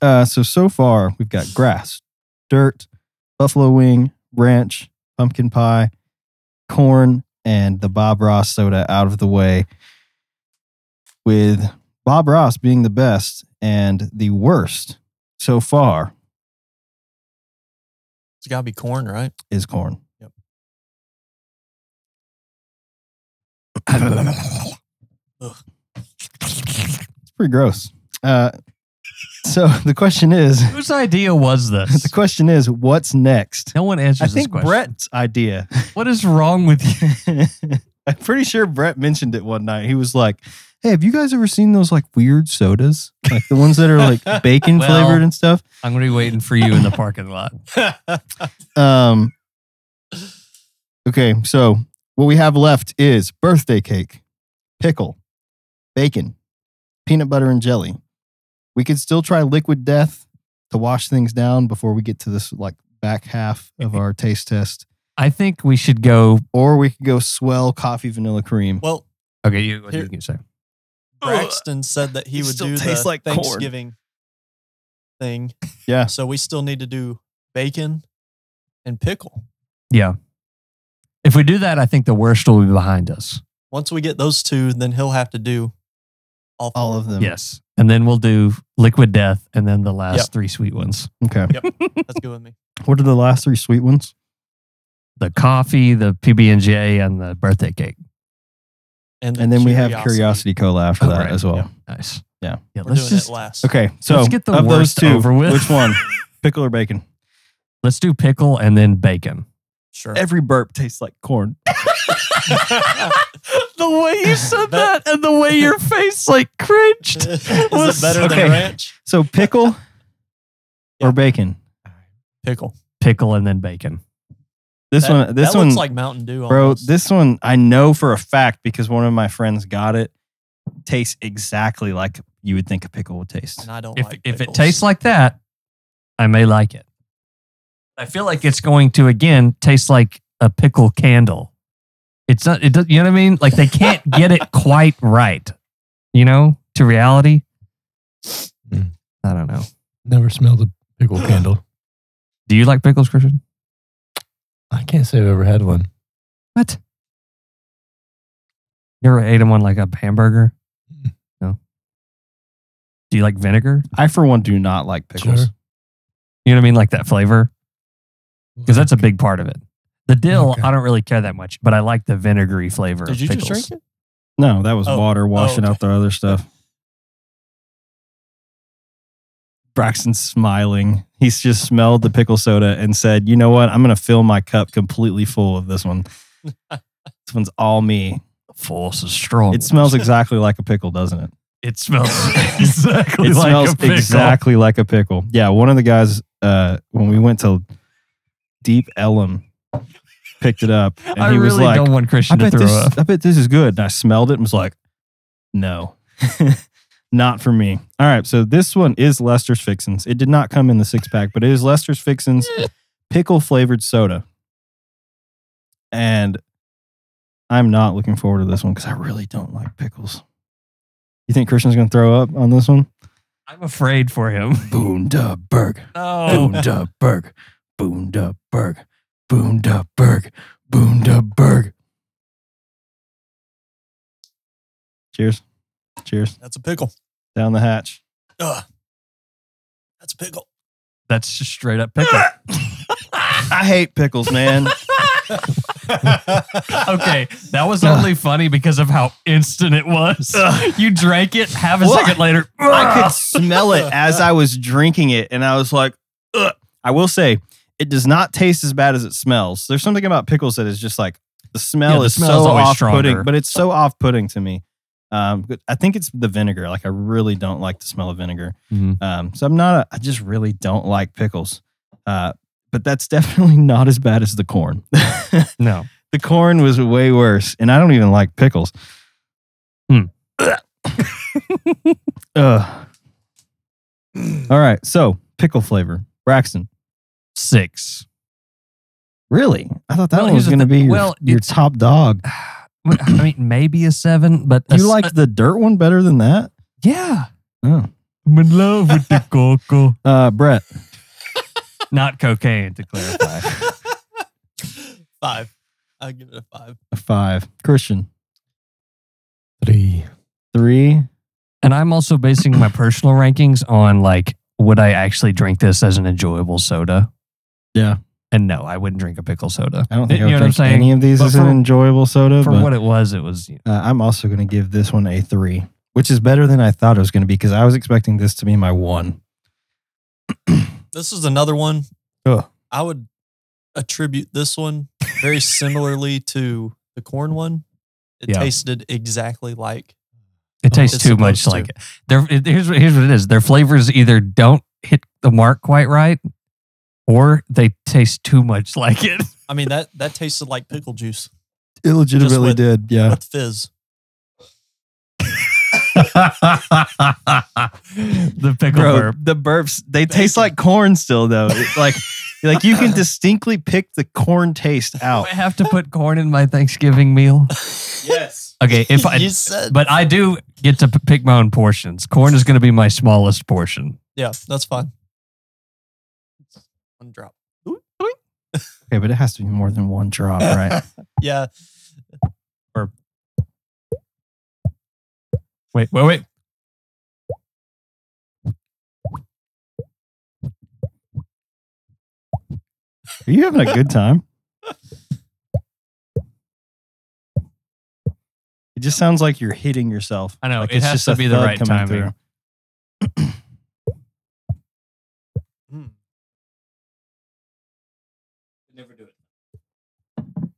[SPEAKER 1] uh, so so far we've got grass, dirt, buffalo wing, ranch, pumpkin pie, corn, and the Bob Ross soda out of the way. With Bob Ross being the best and the worst so far
[SPEAKER 2] It's got to be corn, right?
[SPEAKER 1] is corn. It's pretty gross. Uh, so the question is,
[SPEAKER 4] Whose idea was
[SPEAKER 1] the
[SPEAKER 4] this?
[SPEAKER 1] question is, what's next?
[SPEAKER 4] No one
[SPEAKER 1] I
[SPEAKER 4] answers this
[SPEAKER 1] think
[SPEAKER 4] question.
[SPEAKER 1] Brett's idea.
[SPEAKER 4] what is wrong with you?
[SPEAKER 1] I'm pretty sure Brett mentioned it one night. He was like, "Hey, have you guys ever seen those like weird sodas, like the ones that are like bacon
[SPEAKER 4] Well-
[SPEAKER 1] flavored and stuff?"
[SPEAKER 4] I'm gonna be waiting for you in the parking lot.
[SPEAKER 1] Um. Okay, so what we have left is birthday cake, pickle, bacon, peanut butter and jelly. We could still try liquid death to wash things down before we get to this like back half of our taste test,
[SPEAKER 4] I think we should go.
[SPEAKER 1] or we could go swell coffee vanilla cream.
[SPEAKER 2] well,
[SPEAKER 4] Okay, you, what do you
[SPEAKER 2] Here-
[SPEAKER 4] can say.
[SPEAKER 2] Braxton said that he
[SPEAKER 1] It
[SPEAKER 2] would
[SPEAKER 1] still
[SPEAKER 2] do the
[SPEAKER 1] tastes like corn.
[SPEAKER 2] Thanksgiving thing.
[SPEAKER 1] Yeah.
[SPEAKER 2] So we still need to do bacon and pickle.
[SPEAKER 4] Yeah. If we do that, I think the worst will be behind us.
[SPEAKER 2] Once we get those two, then he'll have to do all, four
[SPEAKER 1] All of them.
[SPEAKER 4] Yes. And then we'll do liquid death and then the last
[SPEAKER 2] Yep.
[SPEAKER 4] three sweet ones.
[SPEAKER 1] Okay.
[SPEAKER 2] That's good with me.
[SPEAKER 1] What are the last three sweet ones?
[SPEAKER 4] The coffee, the PB and J, and the birthday cake.
[SPEAKER 1] And then we have Curiosity Cola after
[SPEAKER 4] Oh,
[SPEAKER 1] that
[SPEAKER 4] right.
[SPEAKER 1] as well.
[SPEAKER 2] Yeah.
[SPEAKER 4] Nice.
[SPEAKER 1] Yeah.
[SPEAKER 4] Yeah.
[SPEAKER 2] We're
[SPEAKER 4] Let's
[SPEAKER 2] doing
[SPEAKER 4] just
[SPEAKER 2] it last.
[SPEAKER 1] Okay, so
[SPEAKER 4] get the
[SPEAKER 1] of those
[SPEAKER 4] worst
[SPEAKER 1] two,
[SPEAKER 4] over with.
[SPEAKER 1] which one? Pickle or bacon?
[SPEAKER 4] let's do pickle and then bacon.
[SPEAKER 2] Sure.
[SPEAKER 1] Every burp tastes like corn.
[SPEAKER 4] the way you said
[SPEAKER 2] That-
[SPEAKER 4] and the way your face like cringed.
[SPEAKER 2] Is it
[SPEAKER 4] Was-
[SPEAKER 2] better
[SPEAKER 1] okay.
[SPEAKER 2] than ranch?
[SPEAKER 1] So pickle
[SPEAKER 2] Yeah.
[SPEAKER 1] or bacon?
[SPEAKER 2] Pickle.
[SPEAKER 4] Pickle and then bacon.
[SPEAKER 1] This
[SPEAKER 2] That-
[SPEAKER 1] one, this
[SPEAKER 2] that
[SPEAKER 1] one,
[SPEAKER 2] looks like Mountain Dew.
[SPEAKER 1] bro,
[SPEAKER 2] almost.
[SPEAKER 1] this one I know for a fact because one of my friends got it. Tastes exactly like you would think a pickle would taste.
[SPEAKER 2] and I don't
[SPEAKER 4] If
[SPEAKER 2] like.
[SPEAKER 4] if it
[SPEAKER 2] pickles.
[SPEAKER 4] tastes like that, I may like it. I feel like it's going to again taste like a pickle candle. It's not. It does. You know what I mean? Like they can't get it quite right. You know, to reality.
[SPEAKER 3] Mm.
[SPEAKER 4] I don't know.
[SPEAKER 3] Never smelled a pickle candle.
[SPEAKER 4] Do you like pickles, Christian?
[SPEAKER 3] I can't say I've ever had one.
[SPEAKER 4] What? You ever ate 'em on like a hamburger?
[SPEAKER 3] Mm.
[SPEAKER 4] No. Do you like vinegar?
[SPEAKER 1] I for one do not like pickles.
[SPEAKER 3] Sure.
[SPEAKER 4] You know what I mean? Like that flavor? Because that's a big part of it. The dill,
[SPEAKER 3] Okay.
[SPEAKER 4] I don't really care that much, but I like the vinegary flavor
[SPEAKER 2] Did
[SPEAKER 4] of
[SPEAKER 2] you
[SPEAKER 4] pickles.
[SPEAKER 2] just drink it?
[SPEAKER 1] No, that was
[SPEAKER 2] Oh.
[SPEAKER 1] water washing
[SPEAKER 2] okay.
[SPEAKER 1] out the other stuff. Braxton's smiling. He's just smelled the pickle soda and said, "You know what? I'm going to fill my cup completely full of this one. this one's all me.
[SPEAKER 4] Force is strong.
[SPEAKER 1] It smells exactly like a pickle, doesn't it?
[SPEAKER 4] it smells exactly
[SPEAKER 1] It
[SPEAKER 4] like
[SPEAKER 1] smells
[SPEAKER 4] a pickle.
[SPEAKER 1] exactly like a pickle. Yeah, one of the guys uh, when we went to Deep Ellum picked it up and
[SPEAKER 4] I
[SPEAKER 1] he
[SPEAKER 4] really
[SPEAKER 1] was like,
[SPEAKER 4] don't want Christian
[SPEAKER 1] I
[SPEAKER 4] to
[SPEAKER 1] bet
[SPEAKER 4] throw
[SPEAKER 1] this.
[SPEAKER 4] up.
[SPEAKER 1] I bet this is good. And I smelled it and was like, no, not for me. All right, so this one is Lester's Fixins. It did not come in the six pack, but it is Lester's Fixins pickle flavored soda, and I'm not looking forward to this one because I really don't like pickles. You think Christian's going to throw up on this one?
[SPEAKER 4] I'm afraid for him.
[SPEAKER 1] Bundaberg,
[SPEAKER 2] Oh.
[SPEAKER 4] No.
[SPEAKER 1] Bundaberg, Bundaberg, Bundaberg, Bundaberg. Cheers. Cheers.
[SPEAKER 2] That's a pickle.
[SPEAKER 1] Down the hatch.
[SPEAKER 2] Ugh. That's a pickle.
[SPEAKER 4] That's just straight up pickle.
[SPEAKER 1] I hate pickles, man.
[SPEAKER 4] okay, that was only funny because of how instant it was. you drank it, half a
[SPEAKER 1] Well,
[SPEAKER 4] second later.
[SPEAKER 1] I
[SPEAKER 4] Ah.
[SPEAKER 1] could smell it as I was drinking it, and I was like, Ugh. I will say, it does not taste as bad as it smells. There's something about pickles that is just like the smell
[SPEAKER 4] Yeah, the
[SPEAKER 1] is
[SPEAKER 4] smell's
[SPEAKER 1] so
[SPEAKER 4] always
[SPEAKER 1] off putting,
[SPEAKER 4] stronger.
[SPEAKER 1] but it's so off putting to me. Um, but I think it's the vinegar. Like I really don't like the smell of vinegar.
[SPEAKER 4] Mhm.
[SPEAKER 1] Um, so I'm not. A, I just really don't like pickles. Uh, but that's definitely not as bad as the corn. the
[SPEAKER 4] no.
[SPEAKER 1] corn was way worse, and I don't even like pickles.
[SPEAKER 4] Hmm. ah,
[SPEAKER 1] Ugh.
[SPEAKER 4] Mm.
[SPEAKER 1] All right, so pickle flavor, Braxton.
[SPEAKER 4] Six.
[SPEAKER 1] Really? I thought that
[SPEAKER 4] Well,
[SPEAKER 1] one
[SPEAKER 4] here's
[SPEAKER 1] was
[SPEAKER 4] the
[SPEAKER 1] going to
[SPEAKER 4] thing.
[SPEAKER 1] be your,
[SPEAKER 4] Well,
[SPEAKER 1] your
[SPEAKER 4] it's-
[SPEAKER 1] top dog.
[SPEAKER 4] Well, I mean, maybe a seven, but a
[SPEAKER 1] You
[SPEAKER 4] s-
[SPEAKER 1] liked the dirt one better than that?
[SPEAKER 4] yeah.
[SPEAKER 1] Oh.
[SPEAKER 4] I'm in love with the coco.
[SPEAKER 1] Uh, Brett,
[SPEAKER 4] Not cocaine, to clarify.
[SPEAKER 2] five. I'll give it a five.
[SPEAKER 1] a five. Christian,
[SPEAKER 3] three.
[SPEAKER 1] three.
[SPEAKER 4] and I'm also basing my personal rankings on like would I actually drink this as an enjoyable soda?
[SPEAKER 1] Yeah.
[SPEAKER 4] And no, I wouldn't drink a pickle soda.
[SPEAKER 1] I don't think
[SPEAKER 4] You
[SPEAKER 1] I would
[SPEAKER 4] know what I'm
[SPEAKER 1] think
[SPEAKER 4] saying?
[SPEAKER 1] any of these
[SPEAKER 4] But
[SPEAKER 1] is an
[SPEAKER 4] for-
[SPEAKER 1] enjoyable soda.
[SPEAKER 4] For
[SPEAKER 1] but
[SPEAKER 4] what it was, it was you know,
[SPEAKER 1] uh, I'm also going to give this one a three, which is better than I thought it was going to be because I was expecting this to be my one.
[SPEAKER 2] This is another one.
[SPEAKER 1] Ugh.
[SPEAKER 2] I would attribute this one very similarly to the corn one. It
[SPEAKER 4] Yeah.
[SPEAKER 2] tasted exactly like
[SPEAKER 4] it
[SPEAKER 1] Oh,
[SPEAKER 4] tastes
[SPEAKER 2] it's
[SPEAKER 4] too much like
[SPEAKER 2] supposed
[SPEAKER 4] it. Their, it- here's what- here's what it is. Their flavors either don't hit the mark quite right, or they taste too much like it.
[SPEAKER 2] I mean that that tasted like pickle juice
[SPEAKER 1] It legitimately
[SPEAKER 2] with-
[SPEAKER 1] did. Yeah.
[SPEAKER 2] with fizz.
[SPEAKER 4] the pickle
[SPEAKER 1] Bro,
[SPEAKER 4] burp.
[SPEAKER 1] the burps, they taste like corn still, though. It- like, like you can distinctly pick the corn taste
[SPEAKER 4] Do
[SPEAKER 1] out.
[SPEAKER 4] I have to put corn in my Thanksgiving meal?
[SPEAKER 2] Yes.
[SPEAKER 4] Okay, if I
[SPEAKER 2] you said
[SPEAKER 4] But I do get to p- pick my own portions. Corn is going to be my smallest portion.
[SPEAKER 2] Yeah, that's fine. One drop.
[SPEAKER 1] Okay, but it has to be more than one drop, right?
[SPEAKER 2] Yeah.
[SPEAKER 4] Wait, wait, wait.
[SPEAKER 1] Are you having a good time? It just sounds like you're hitting yourself.
[SPEAKER 4] I know,
[SPEAKER 1] Like
[SPEAKER 4] it has to
[SPEAKER 1] a
[SPEAKER 4] be the
[SPEAKER 1] thud
[SPEAKER 4] right
[SPEAKER 1] coming
[SPEAKER 4] timing.
[SPEAKER 2] Mm.
[SPEAKER 4] Never do it.
[SPEAKER 2] This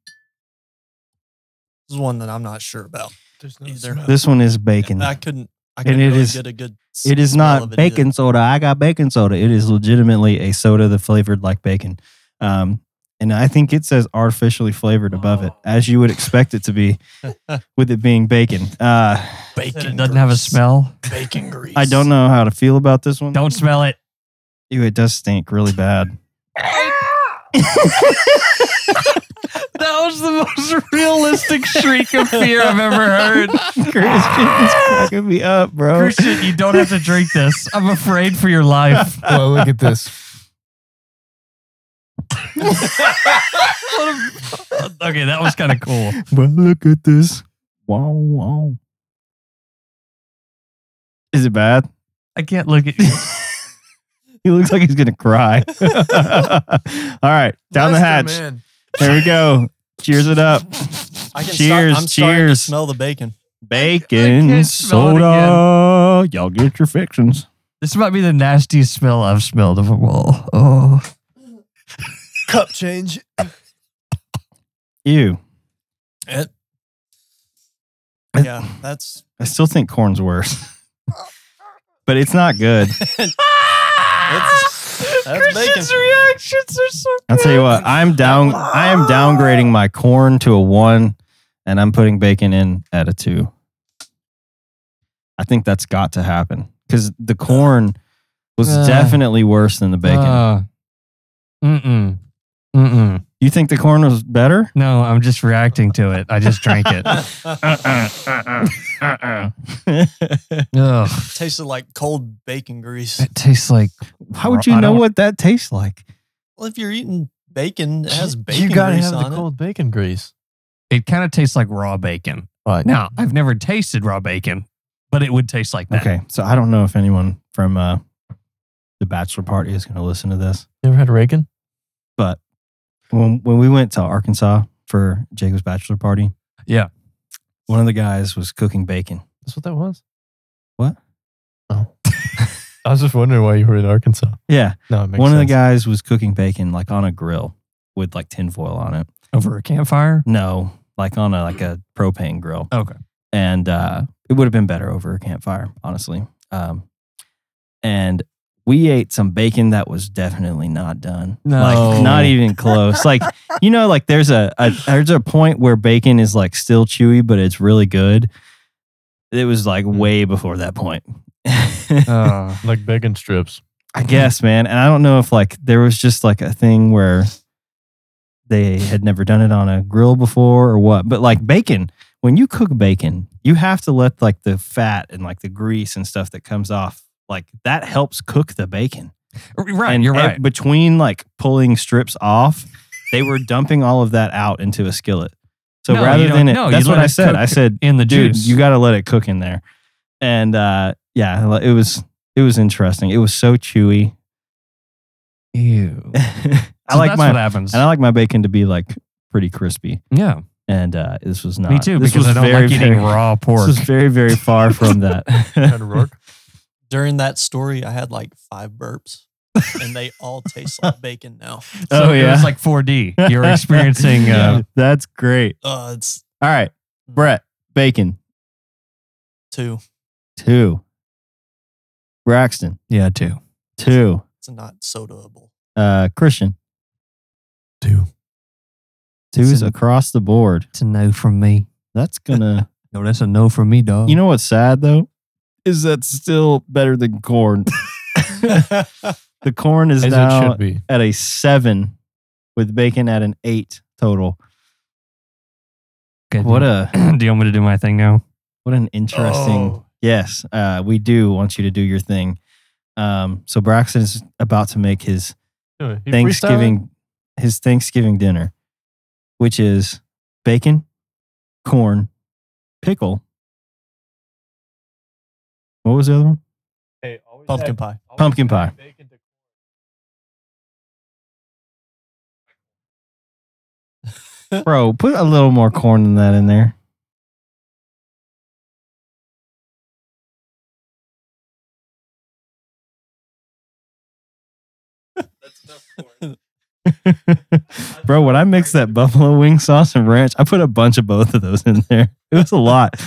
[SPEAKER 2] is one that I'm not sure about.
[SPEAKER 3] There's
[SPEAKER 2] Either.
[SPEAKER 3] smell.
[SPEAKER 1] This one is bacon.
[SPEAKER 2] I couldn't I couldn't
[SPEAKER 1] it
[SPEAKER 2] really
[SPEAKER 1] is-
[SPEAKER 2] get a good
[SPEAKER 1] It is
[SPEAKER 2] smell
[SPEAKER 1] not
[SPEAKER 2] of it either.
[SPEAKER 1] baking soda. I got baking soda. It is legitimately a soda that flavored like bacon. Um, and I think it says artificially flavored above it, as you would expect it to be with it being bacon. Uh,
[SPEAKER 2] Bacon
[SPEAKER 4] it doesn't have a
[SPEAKER 2] grease.
[SPEAKER 4] smell.
[SPEAKER 2] Bacon grease.
[SPEAKER 1] I don't know how to feel about this one.
[SPEAKER 4] Don't smell it.
[SPEAKER 1] Ew, it does stink really bad.
[SPEAKER 4] That was the most realistic shriek of fear I've ever heard.
[SPEAKER 1] Christian is cracking me up, bro.
[SPEAKER 4] Christian, you don't have to drink this. I'm afraid for your life.
[SPEAKER 3] well, look at this.
[SPEAKER 4] okay, that was kind of cool.
[SPEAKER 1] Well, look at this. Wow, wow. Is it bad?
[SPEAKER 4] I can't look at you.
[SPEAKER 1] He looks like he's gonna cry. All right, down the hatch.
[SPEAKER 3] Man.
[SPEAKER 1] There we go. Cheers it up.
[SPEAKER 2] I can
[SPEAKER 1] Cheers,
[SPEAKER 2] Start, I'm starting to
[SPEAKER 1] cheers.
[SPEAKER 2] smell the bacon.
[SPEAKER 4] I
[SPEAKER 1] Bacon
[SPEAKER 4] can't smell it
[SPEAKER 1] soda. Y'all get your fixings.
[SPEAKER 4] This might be the nastiest smell I've smelled of them all. Oh.
[SPEAKER 3] Cup change.
[SPEAKER 1] Ew.
[SPEAKER 2] It, yeah, that's
[SPEAKER 1] I still think corn's worse. but it's not good.
[SPEAKER 2] that's, that's bacon.
[SPEAKER 4] reactions are so
[SPEAKER 1] I'll tell you what, I'm down I am downgrading my corn to a one and I'm putting bacon in at a two. I think that's got to happen. Because the corn was
[SPEAKER 4] Uh.
[SPEAKER 1] definitely worse than the bacon.
[SPEAKER 4] mm-mm. Mm-mm.
[SPEAKER 1] you think the corn was better?
[SPEAKER 4] No, I'm just reacting to it. I just drank it. Uh-uh. Ugh.
[SPEAKER 2] Tasted like cold bacon grease.
[SPEAKER 4] It tastes like
[SPEAKER 1] How would you
[SPEAKER 4] I
[SPEAKER 1] know
[SPEAKER 4] don't-
[SPEAKER 1] what that tastes like?
[SPEAKER 2] Well, if you're eating bacon, it has
[SPEAKER 3] you
[SPEAKER 2] bacon
[SPEAKER 3] gotta
[SPEAKER 2] grease
[SPEAKER 3] have
[SPEAKER 2] on
[SPEAKER 3] the
[SPEAKER 2] it.
[SPEAKER 3] cold bacon grease.
[SPEAKER 4] it kind of tastes like raw bacon.
[SPEAKER 3] Right.
[SPEAKER 4] Now, I've never tasted raw bacon, but it would taste like that.
[SPEAKER 1] Okay, so I don't know if anyone from uh, the bachelor party is going to listen to this,
[SPEAKER 3] You ever had Reagan?
[SPEAKER 1] but when when we went to Arkansas for Jacob's bachelor party,
[SPEAKER 4] Yeah.
[SPEAKER 1] one of the guys was cooking bacon.
[SPEAKER 3] That's what that was.
[SPEAKER 1] What?
[SPEAKER 3] Oh. I was just wondering why you were in Arkansas.
[SPEAKER 1] Yeah,
[SPEAKER 3] No, it makes
[SPEAKER 1] one of the
[SPEAKER 3] sense.
[SPEAKER 1] guys was cooking bacon like on a grill with like tinfoil on it.
[SPEAKER 4] Over a campfire?
[SPEAKER 1] No, like on a like a propane grill.
[SPEAKER 4] Okay.
[SPEAKER 1] and uh, it would have been better over a campfire, honestly. Um, and we ate some bacon that was definitely not done,
[SPEAKER 4] No.
[SPEAKER 1] like not even close. like you know, like there's a, a there's a point where bacon is like still chewy, but it's really good. It was like
[SPEAKER 4] Hmm.
[SPEAKER 1] way before that point.
[SPEAKER 4] Uh,
[SPEAKER 3] like bacon strips.
[SPEAKER 1] I guess, man. And I don't know if like there was just like a thing where they had never done it on a grill before or what. But like bacon, when you cook bacon, you have to let like the fat and like the grease and stuff that comes off, like that helps cook the bacon.
[SPEAKER 4] right,
[SPEAKER 1] and
[SPEAKER 4] you're
[SPEAKER 1] e-
[SPEAKER 4] right.
[SPEAKER 1] between like pulling strips off, they were dumping all of that out into a skillet. So
[SPEAKER 4] No,
[SPEAKER 1] rather
[SPEAKER 4] you
[SPEAKER 1] than
[SPEAKER 4] don't-
[SPEAKER 1] it,
[SPEAKER 4] no, you
[SPEAKER 1] that's what
[SPEAKER 4] let
[SPEAKER 1] I
[SPEAKER 4] it
[SPEAKER 1] said.
[SPEAKER 4] cook
[SPEAKER 1] I said
[SPEAKER 4] In the
[SPEAKER 1] dude,
[SPEAKER 4] juice.
[SPEAKER 1] you got to let it cook in there. And uh, yeah, it was It was interesting. It was so chewy.
[SPEAKER 4] Ew.
[SPEAKER 1] I
[SPEAKER 4] So
[SPEAKER 1] like
[SPEAKER 4] that's
[SPEAKER 1] my
[SPEAKER 4] what
[SPEAKER 1] and
[SPEAKER 4] happens.
[SPEAKER 1] I like my bacon to be like pretty crispy,
[SPEAKER 4] yeah,
[SPEAKER 1] and uh, this was not.
[SPEAKER 4] me too.
[SPEAKER 1] This
[SPEAKER 4] because
[SPEAKER 1] was
[SPEAKER 4] I don't
[SPEAKER 1] very,
[SPEAKER 4] like
[SPEAKER 1] very-
[SPEAKER 4] eating raw pork.
[SPEAKER 1] This is very very far from that.
[SPEAKER 3] Kind of Rourke.
[SPEAKER 2] During that story, I had like five burps, and they all taste like bacon now.
[SPEAKER 1] oh yeah,
[SPEAKER 4] it's like 4D. You're experiencing. Uh,
[SPEAKER 1] That's great.
[SPEAKER 2] Uh, it's
[SPEAKER 1] All right, Brett, bacon
[SPEAKER 2] two.
[SPEAKER 1] two. Braxton
[SPEAKER 4] yeah, too.
[SPEAKER 1] two.
[SPEAKER 2] It's not sodaable.
[SPEAKER 1] Uh, Christian
[SPEAKER 3] Two.
[SPEAKER 1] two's
[SPEAKER 4] It's a-
[SPEAKER 1] across the board.
[SPEAKER 4] It's a no from me.
[SPEAKER 1] That's gonna.
[SPEAKER 4] Yo, that's a no from me, dog.
[SPEAKER 1] You know what's sad though is that's still better than corn. the corn is
[SPEAKER 3] As it
[SPEAKER 1] now
[SPEAKER 3] should be.
[SPEAKER 1] at a seven, with bacon at an eight total.
[SPEAKER 4] Okay,
[SPEAKER 1] What a
[SPEAKER 4] uh, do you want me to do my thing now?
[SPEAKER 1] what an interesting.
[SPEAKER 2] Oh.
[SPEAKER 1] Yes, uh, we do want you to do your thing. Um, so Braxton is about to make his
[SPEAKER 3] Anyway, he freestyling?
[SPEAKER 1] Thanksgiving his Thanksgiving dinner, which is bacon, corn, pickle. What was the other one?
[SPEAKER 2] Pumpkin pie.
[SPEAKER 1] Pumpkin pie. Bro, put a little more corn than that in there. Bro, when I mixed that buffalo wing sauce and ranch, I put a bunch of both of those in there. It was a lot.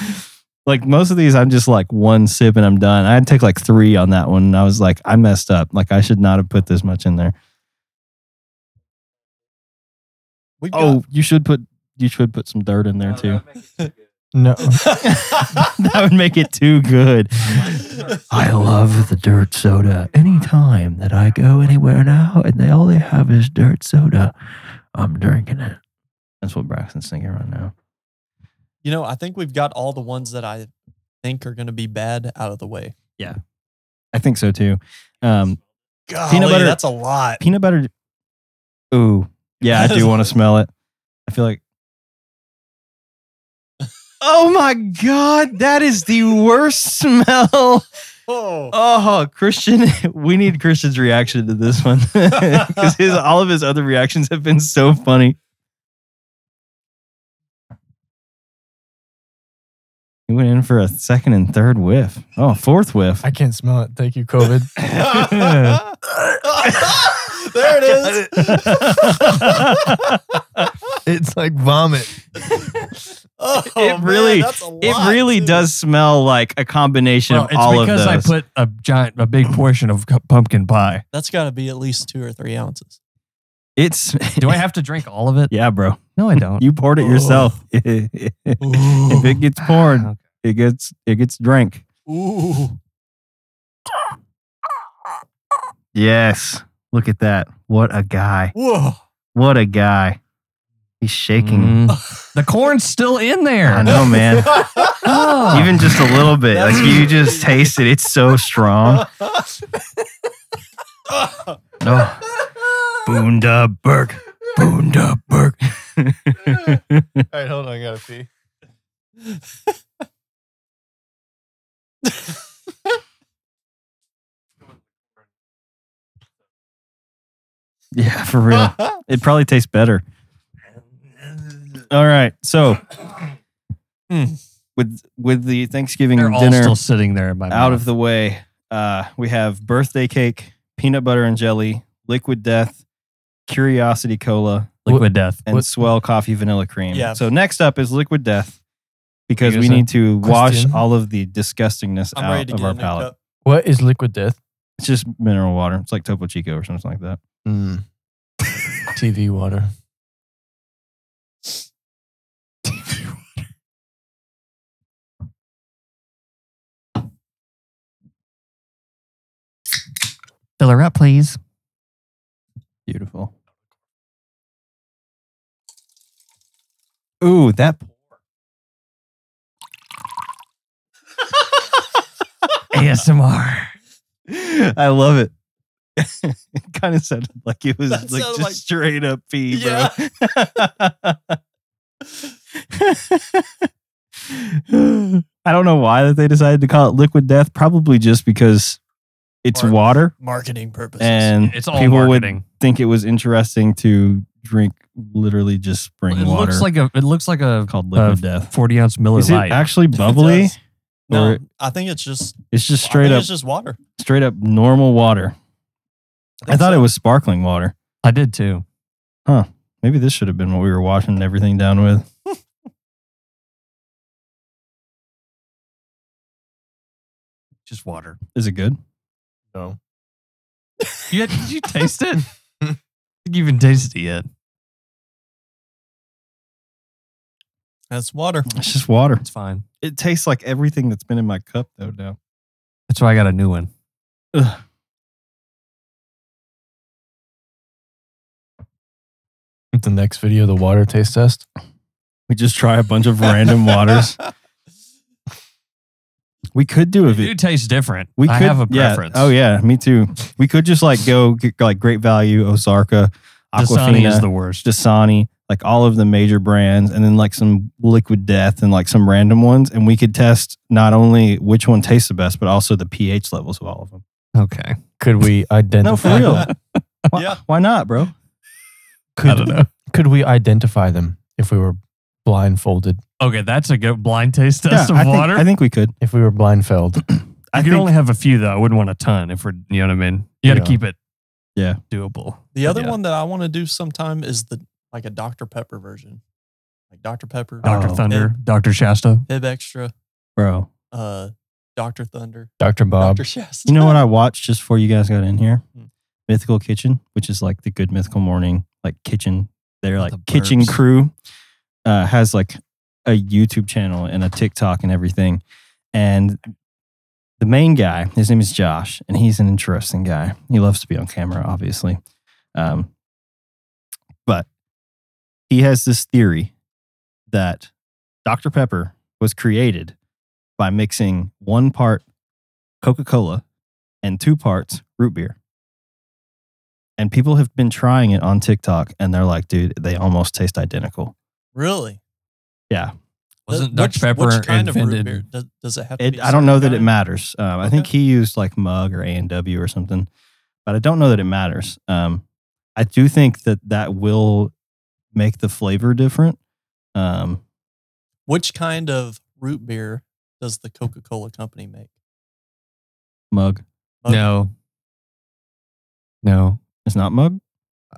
[SPEAKER 1] Like most of these, I'm just like one sip and I'm done. I'd take like three on that one. And I was like, I messed up. Like I should not have put this much in there.
[SPEAKER 2] We got-
[SPEAKER 1] Oh, you should put you should put some dirt in there too.
[SPEAKER 3] No.
[SPEAKER 1] that would make it too good.
[SPEAKER 4] I love the dirt soda. Anytime that I go anywhere now and they all they have is dirt soda, I'm drinking it.
[SPEAKER 1] That's what Braxton's thinking right now.
[SPEAKER 2] You know, I think we've got all the ones that I think are going to be bad out of the way.
[SPEAKER 1] I think so too. Um,
[SPEAKER 2] God,
[SPEAKER 1] butter-
[SPEAKER 2] that's a lot.
[SPEAKER 1] peanut butter. Ooh, yeah, I do want to smell it. I feel like. Oh my god, that is the worst smell.
[SPEAKER 2] Oh,
[SPEAKER 1] Oh, Christian, we need Christian's reaction to this one because his all of his other reactions have been so funny. He went in for a second and third whiff. Oh, fourth whiff.
[SPEAKER 3] I can't smell it. Thank you, COVID.
[SPEAKER 2] there it is.
[SPEAKER 3] it's like vomit.
[SPEAKER 2] Oh,
[SPEAKER 1] It
[SPEAKER 2] man,
[SPEAKER 1] really-
[SPEAKER 2] that's a
[SPEAKER 1] It
[SPEAKER 2] lot,
[SPEAKER 1] really
[SPEAKER 2] dude.
[SPEAKER 1] does smell like a combination
[SPEAKER 4] Well,
[SPEAKER 1] of
[SPEAKER 4] it's
[SPEAKER 1] all of
[SPEAKER 4] because
[SPEAKER 1] those.
[SPEAKER 4] I put a giant, a big portion of cu- pumpkin pie.
[SPEAKER 2] That's got to be at least two or three ounces.
[SPEAKER 1] it's
[SPEAKER 4] Do I have to drink all of it?
[SPEAKER 1] yeah, bro.
[SPEAKER 4] No, I don't.
[SPEAKER 1] You poured it yourself. if it gets poured, it gets it gets drank.
[SPEAKER 2] Ooh.
[SPEAKER 1] Yes. Look at that. What a guy.
[SPEAKER 2] Whoa.
[SPEAKER 1] What a guy. He's shaking.
[SPEAKER 4] Mm. the corn's still in there.
[SPEAKER 1] I know, man.
[SPEAKER 4] Oh.
[SPEAKER 1] Even just a little bit. Like you just taste it. It's so strong. Oh. Boondaberg. Boondaberg.
[SPEAKER 3] All right, hold on. I gotta pee.
[SPEAKER 1] Yeah, for real. It probably tastes better. All right. So
[SPEAKER 2] Mm.
[SPEAKER 1] with with the Thanksgiving
[SPEAKER 4] Hmm. They're all
[SPEAKER 1] dinner
[SPEAKER 4] still sitting there in my
[SPEAKER 1] out
[SPEAKER 4] mouth.
[SPEAKER 1] of the way, uh, we have birthday cake, peanut butter and jelly, liquid death, curiosity cola,
[SPEAKER 4] liquid death.
[SPEAKER 1] and
[SPEAKER 3] What-
[SPEAKER 1] swell coffee vanilla cream.
[SPEAKER 2] Yeah.
[SPEAKER 1] So next up is liquid death because we
[SPEAKER 3] Because, uh,
[SPEAKER 1] need to wash
[SPEAKER 3] Christian-
[SPEAKER 1] all of the disgustingness
[SPEAKER 2] I'm ready
[SPEAKER 1] out
[SPEAKER 2] to
[SPEAKER 1] of
[SPEAKER 2] get
[SPEAKER 1] our
[SPEAKER 2] a new
[SPEAKER 1] palate.
[SPEAKER 2] cup.
[SPEAKER 3] What is liquid death?
[SPEAKER 1] It's just mineral water. It's like Topo Chico or something like that.
[SPEAKER 4] Hmm.
[SPEAKER 3] Mm. TV water.
[SPEAKER 4] Fill her up, please.
[SPEAKER 1] Beautiful. Ooh, that
[SPEAKER 4] ASMR.
[SPEAKER 1] I love it. it kind of sounded like it was
[SPEAKER 2] That
[SPEAKER 1] like
[SPEAKER 2] sounded
[SPEAKER 1] just
[SPEAKER 2] like-
[SPEAKER 1] straight up pee, bro. I don't know why that they decided to call it liquid death. Probably just because It's
[SPEAKER 2] Or-
[SPEAKER 1] water,
[SPEAKER 2] Marketing purposes.
[SPEAKER 1] and
[SPEAKER 4] It's all
[SPEAKER 1] people
[SPEAKER 4] marketing.
[SPEAKER 1] would think it was interesting to drink literally just spring
[SPEAKER 4] it
[SPEAKER 1] water
[SPEAKER 4] looks like a it looks like a
[SPEAKER 1] called liquid
[SPEAKER 4] uh,
[SPEAKER 1] death.
[SPEAKER 4] forty ounce Miller
[SPEAKER 1] Is it
[SPEAKER 4] Lite.
[SPEAKER 1] actually bubbly?
[SPEAKER 2] does. no,
[SPEAKER 1] or-
[SPEAKER 2] I think it's just
[SPEAKER 1] It's just
[SPEAKER 2] I
[SPEAKER 1] straight
[SPEAKER 2] think
[SPEAKER 1] up,
[SPEAKER 2] It's just water.
[SPEAKER 1] straight up normal water. I
[SPEAKER 2] think
[SPEAKER 1] thought
[SPEAKER 2] so.
[SPEAKER 1] it was sparkling water.
[SPEAKER 4] I did too.
[SPEAKER 1] Maybe this should have been what we were washing everything down with.
[SPEAKER 4] Just water.
[SPEAKER 1] Is it good?
[SPEAKER 3] No.
[SPEAKER 4] You had, did you taste it? I think you even tasted it yet.
[SPEAKER 2] That's water.
[SPEAKER 1] It's just water.
[SPEAKER 4] It's fine.
[SPEAKER 1] It tastes like everything that's been in my cup though now.
[SPEAKER 4] That's why I got a new one.
[SPEAKER 1] Ugh.
[SPEAKER 3] The next video, the water taste test.
[SPEAKER 1] We just try a bunch of random waters. We could do a
[SPEAKER 4] It
[SPEAKER 1] vi-
[SPEAKER 4] do taste different.
[SPEAKER 1] We could
[SPEAKER 4] I have a
[SPEAKER 1] yeah.
[SPEAKER 4] preference.
[SPEAKER 1] Oh yeah, me too. We could just like go get, like Great Value, Osarka,
[SPEAKER 4] Dasani is
[SPEAKER 1] Aquafina,
[SPEAKER 4] the worst.
[SPEAKER 1] Dasani, like all of the major brands, and then like some Liquid Death and like some random ones, and we could test not only which one tastes the best, but also the pH levels of all of them.
[SPEAKER 4] Okay.
[SPEAKER 3] Could we
[SPEAKER 1] No, for
[SPEAKER 3] identify?
[SPEAKER 1] real. why,
[SPEAKER 2] Yeah.
[SPEAKER 1] why not, bro?
[SPEAKER 3] Could,
[SPEAKER 4] I don't know.
[SPEAKER 3] Could we identify them if we were blindfolded?
[SPEAKER 4] Okay, that's a good blind taste test
[SPEAKER 1] Yeah,
[SPEAKER 4] of
[SPEAKER 1] I think,
[SPEAKER 4] water.
[SPEAKER 1] I think we could.
[SPEAKER 3] If we were blindfolded,
[SPEAKER 4] I
[SPEAKER 1] I
[SPEAKER 4] could
[SPEAKER 1] think-
[SPEAKER 4] only have a few though. I wouldn't want a ton if we're you know what I mean. You got to
[SPEAKER 3] Yeah.
[SPEAKER 4] keep it
[SPEAKER 1] Yeah.
[SPEAKER 4] doable.
[SPEAKER 2] The other
[SPEAKER 4] Yeah.
[SPEAKER 2] one that I want to do sometime is the like a Dr. Pepper version. Like Dr. Pepper,
[SPEAKER 4] Doctor
[SPEAKER 1] Oh.
[SPEAKER 4] Thunder, Doctor Shasta.
[SPEAKER 2] Hib Extra,
[SPEAKER 1] Bro,
[SPEAKER 2] uh, Dr. Thunder,
[SPEAKER 3] Dr. Bob,
[SPEAKER 2] Dr. Shasta.
[SPEAKER 1] you know what I watched just before you guys got in here?
[SPEAKER 2] Hmm.
[SPEAKER 1] Mythical Kitchen, which is like the Good Mythical Morning, like kitchen. They're like
[SPEAKER 4] Oh, The
[SPEAKER 1] kitchen
[SPEAKER 4] burps.
[SPEAKER 1] crew uh, has like a YouTube channel and a TikTok and everything. And the main guy, his name is Josh, and he's an interesting guy. He loves to be on camera, obviously. Um, but he has this theory that Dr. Pepper was created by mixing one part Coca Cola and two parts root beer. And people have been trying it on TikTok and they're like, dude, they almost taste identical.
[SPEAKER 2] Really?
[SPEAKER 1] Yeah.
[SPEAKER 4] Wasn't Dr
[SPEAKER 2] Which-
[SPEAKER 4] Pepper
[SPEAKER 2] which kind
[SPEAKER 4] invented?
[SPEAKER 2] of root beer? Does, does it have to
[SPEAKER 1] It,
[SPEAKER 2] be a
[SPEAKER 1] I don't know that
[SPEAKER 2] certain
[SPEAKER 1] it
[SPEAKER 2] kind?
[SPEAKER 1] matters. Um, I think
[SPEAKER 2] Okay.
[SPEAKER 1] he used like Mug or A&W or something, but I don't know that it matters. Um, I do think that that will make the flavor different. Um,
[SPEAKER 2] Which kind of root beer does the Coca Cola company make?
[SPEAKER 1] mug.
[SPEAKER 2] Mug?
[SPEAKER 4] No. No.
[SPEAKER 1] It's not mug?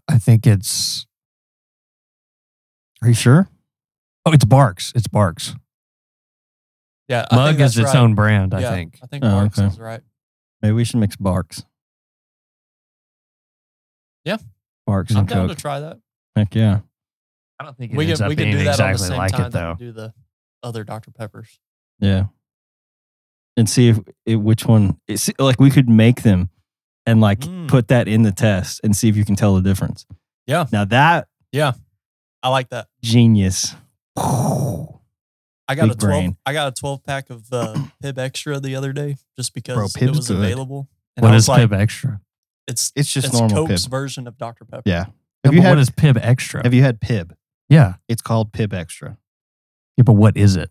[SPEAKER 4] I think it's
[SPEAKER 1] Are you sure?
[SPEAKER 4] oh, it's Barks. It's Barks.
[SPEAKER 2] Yeah. I
[SPEAKER 4] Mug
[SPEAKER 2] think
[SPEAKER 4] is
[SPEAKER 2] that's
[SPEAKER 4] its
[SPEAKER 2] right.
[SPEAKER 4] own brand. I
[SPEAKER 2] Yeah,
[SPEAKER 4] think.
[SPEAKER 2] I think
[SPEAKER 1] Oh,
[SPEAKER 2] Marks
[SPEAKER 1] okay.
[SPEAKER 2] is right.
[SPEAKER 1] Maybe we should mix Barks.
[SPEAKER 2] Yeah.
[SPEAKER 1] Barks
[SPEAKER 2] I'm
[SPEAKER 1] and
[SPEAKER 2] down
[SPEAKER 1] Coke.
[SPEAKER 2] to try that.
[SPEAKER 1] Heck yeah.
[SPEAKER 4] I don't think it
[SPEAKER 2] We
[SPEAKER 4] ends
[SPEAKER 2] can,
[SPEAKER 4] up
[SPEAKER 2] we can
[SPEAKER 4] being
[SPEAKER 2] do that on the
[SPEAKER 4] exactly
[SPEAKER 2] same
[SPEAKER 4] like
[SPEAKER 2] time
[SPEAKER 4] it
[SPEAKER 2] that
[SPEAKER 4] though.
[SPEAKER 2] we do the other Dr. Peppers.
[SPEAKER 1] Yeah. And see if it, which one, it, see- like we could make them and like
[SPEAKER 2] Mm.
[SPEAKER 1] put that in the test and see if you can tell the difference.
[SPEAKER 2] Yeah.
[SPEAKER 1] Now that
[SPEAKER 2] I like that.
[SPEAKER 1] genius. Bro,
[SPEAKER 2] I got
[SPEAKER 1] Big
[SPEAKER 2] a twelve.
[SPEAKER 1] brain.
[SPEAKER 2] I got a twelve pack of uh, Pib Extra the other day just because it
[SPEAKER 1] Pib's
[SPEAKER 2] was
[SPEAKER 1] good.
[SPEAKER 2] available. And
[SPEAKER 4] What
[SPEAKER 2] I
[SPEAKER 4] is
[SPEAKER 2] was like,
[SPEAKER 4] Pib Extra?
[SPEAKER 2] it's
[SPEAKER 1] It's just
[SPEAKER 2] it's
[SPEAKER 1] normal
[SPEAKER 2] Coke's
[SPEAKER 1] Pib.
[SPEAKER 2] version of Dr Pepper.
[SPEAKER 1] Yeah.
[SPEAKER 4] Yeah,
[SPEAKER 1] Have you
[SPEAKER 4] but
[SPEAKER 1] had
[SPEAKER 4] what is Pib Extra?
[SPEAKER 1] Have you had Pib?
[SPEAKER 4] yeah.
[SPEAKER 1] It's called Pib Extra.
[SPEAKER 4] Yeah, but what is it?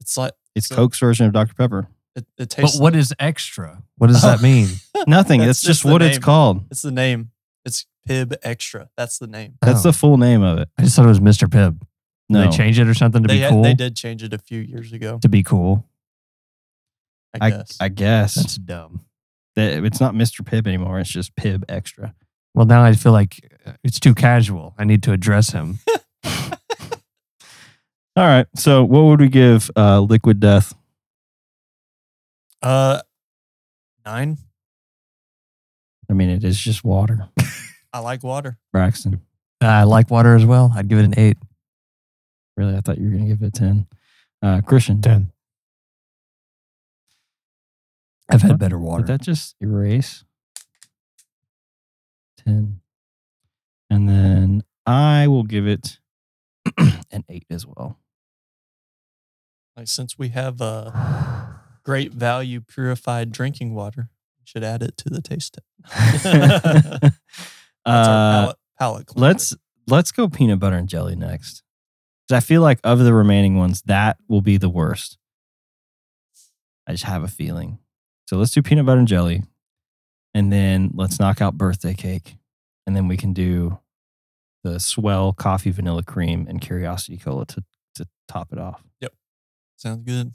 [SPEAKER 2] It's like
[SPEAKER 1] It's
[SPEAKER 2] So-
[SPEAKER 1] Coke's version of Dr Pepper.
[SPEAKER 2] it, it
[SPEAKER 4] But
[SPEAKER 2] tastes.
[SPEAKER 4] what is extra? What does that mean?
[SPEAKER 1] Nothing.
[SPEAKER 2] That's
[SPEAKER 1] That's,
[SPEAKER 2] just
[SPEAKER 1] just
[SPEAKER 2] the
[SPEAKER 1] what it's
[SPEAKER 2] name.
[SPEAKER 1] called.
[SPEAKER 2] It's the name. It's Pib Extra. That's the name.
[SPEAKER 1] That's
[SPEAKER 4] Oh.
[SPEAKER 1] the full name of it.
[SPEAKER 4] I just thought it was Mr. Pibb. Did
[SPEAKER 1] No,
[SPEAKER 4] They change it or something to
[SPEAKER 2] they
[SPEAKER 4] be
[SPEAKER 2] had,
[SPEAKER 4] cool.
[SPEAKER 2] they did change it a few years ago.
[SPEAKER 4] To be cool.
[SPEAKER 2] I,
[SPEAKER 1] I,
[SPEAKER 2] guess.
[SPEAKER 1] I guess
[SPEAKER 4] That's dumb.
[SPEAKER 1] that it's not Mr. Pib anymore. It's just Pib Extra.
[SPEAKER 4] Well, now I feel like uh, it's too casual. I need to address him.
[SPEAKER 1] All right. So, what would we give uh, Liquid Death?
[SPEAKER 2] uh, nine.
[SPEAKER 1] I mean, it is just water,
[SPEAKER 2] I like water.
[SPEAKER 1] Braxton.
[SPEAKER 4] Uh, I like water as well. I'd give it an eight.
[SPEAKER 1] Really, I thought you were going to give it a 10. Uh, Christian,
[SPEAKER 3] ten.
[SPEAKER 4] I've had better
[SPEAKER 1] did
[SPEAKER 4] water.
[SPEAKER 1] that just erase? 10. And then I will give it an 8 as well.
[SPEAKER 2] Like since we have uh, great value purified drinking water, we should add it to the taste
[SPEAKER 1] That's
[SPEAKER 2] test. That's our
[SPEAKER 1] uh,
[SPEAKER 2] palate, palate cleanser.
[SPEAKER 1] let's let's go peanut butter and jelly next. 'Cause I feel like of the remaining ones, that will be the worst. I just have a feeling. So let's do peanut butter and jelly. and then let's knock out birthday cake, and then we can do the swell coffee vanilla cream and curiosity cola to to top it off.
[SPEAKER 2] Sounds good.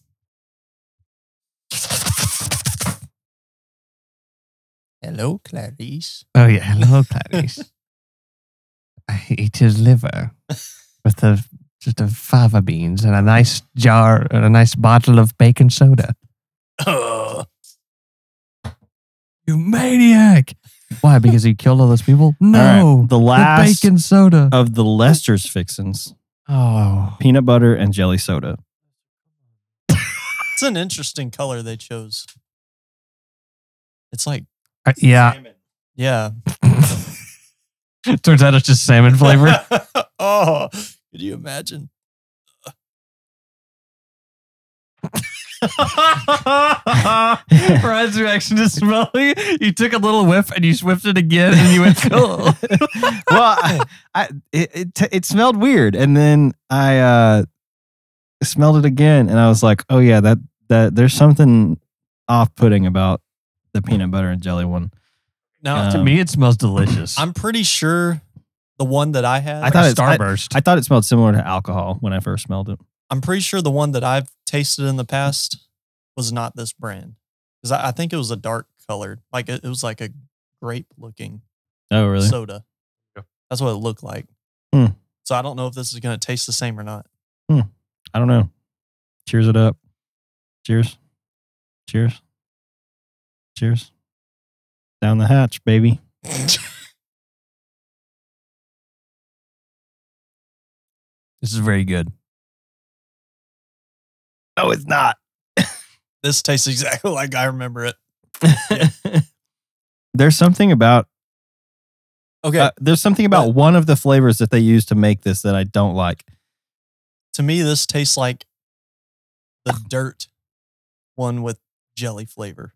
[SPEAKER 2] Hello, Clarice.
[SPEAKER 4] Oh yeah, hello Clarice. I eat his liver with a just a fava beans and a nice jar and a nice bottle of baking soda. You maniac! Why? Because he killed all those
[SPEAKER 1] All
[SPEAKER 4] people? No,
[SPEAKER 1] right, the
[SPEAKER 4] with
[SPEAKER 1] last
[SPEAKER 4] baking soda.
[SPEAKER 1] of the Lester's fixins:
[SPEAKER 4] oh,
[SPEAKER 1] peanut butter and jelly soda.
[SPEAKER 2] It's an interesting color they chose. It's like,
[SPEAKER 4] Uh, yeah.
[SPEAKER 2] yeah.
[SPEAKER 4] Turns out it's just salmon flavor.
[SPEAKER 2] oh, could you imagine?
[SPEAKER 4] Ryan's reaction to smelly. You took a little whiff and you swiffed it again, and you went, "Cool."
[SPEAKER 1] well, I, I it, it t- it smelled weird, and then I uh, smelled it again, and I was like, oh yeah, that that there's something off-putting about the peanut butter and jelly one.
[SPEAKER 2] Now,
[SPEAKER 1] Uh,
[SPEAKER 4] to me, it smells delicious.
[SPEAKER 2] I'm pretty sure the one that I had,
[SPEAKER 1] I thought it's- I-
[SPEAKER 4] Starburst.
[SPEAKER 1] I thought it smelled similar to alcohol when I first smelled it.
[SPEAKER 2] I'm pretty sure the one that I've tasted in the past was not this brand. Because I, I think it was a dark colored, like it, it was like a grape looking
[SPEAKER 1] Oh really?
[SPEAKER 2] soda. That's what it looked like.
[SPEAKER 1] Hmm.
[SPEAKER 2] So I don't know if this is going to taste the same or not.
[SPEAKER 1] I don't know. Cheers it up. Cheers. Cheers. Cheers. Down the hatch, baby.
[SPEAKER 4] this is very good.
[SPEAKER 1] No, it's not.
[SPEAKER 2] this tastes exactly like I remember it.
[SPEAKER 1] There's something about
[SPEAKER 2] Okay.
[SPEAKER 1] uh, there's something about one of the flavors that they use to make this that I don't like.
[SPEAKER 2] to me, this tastes like the dirt one with jelly flavor.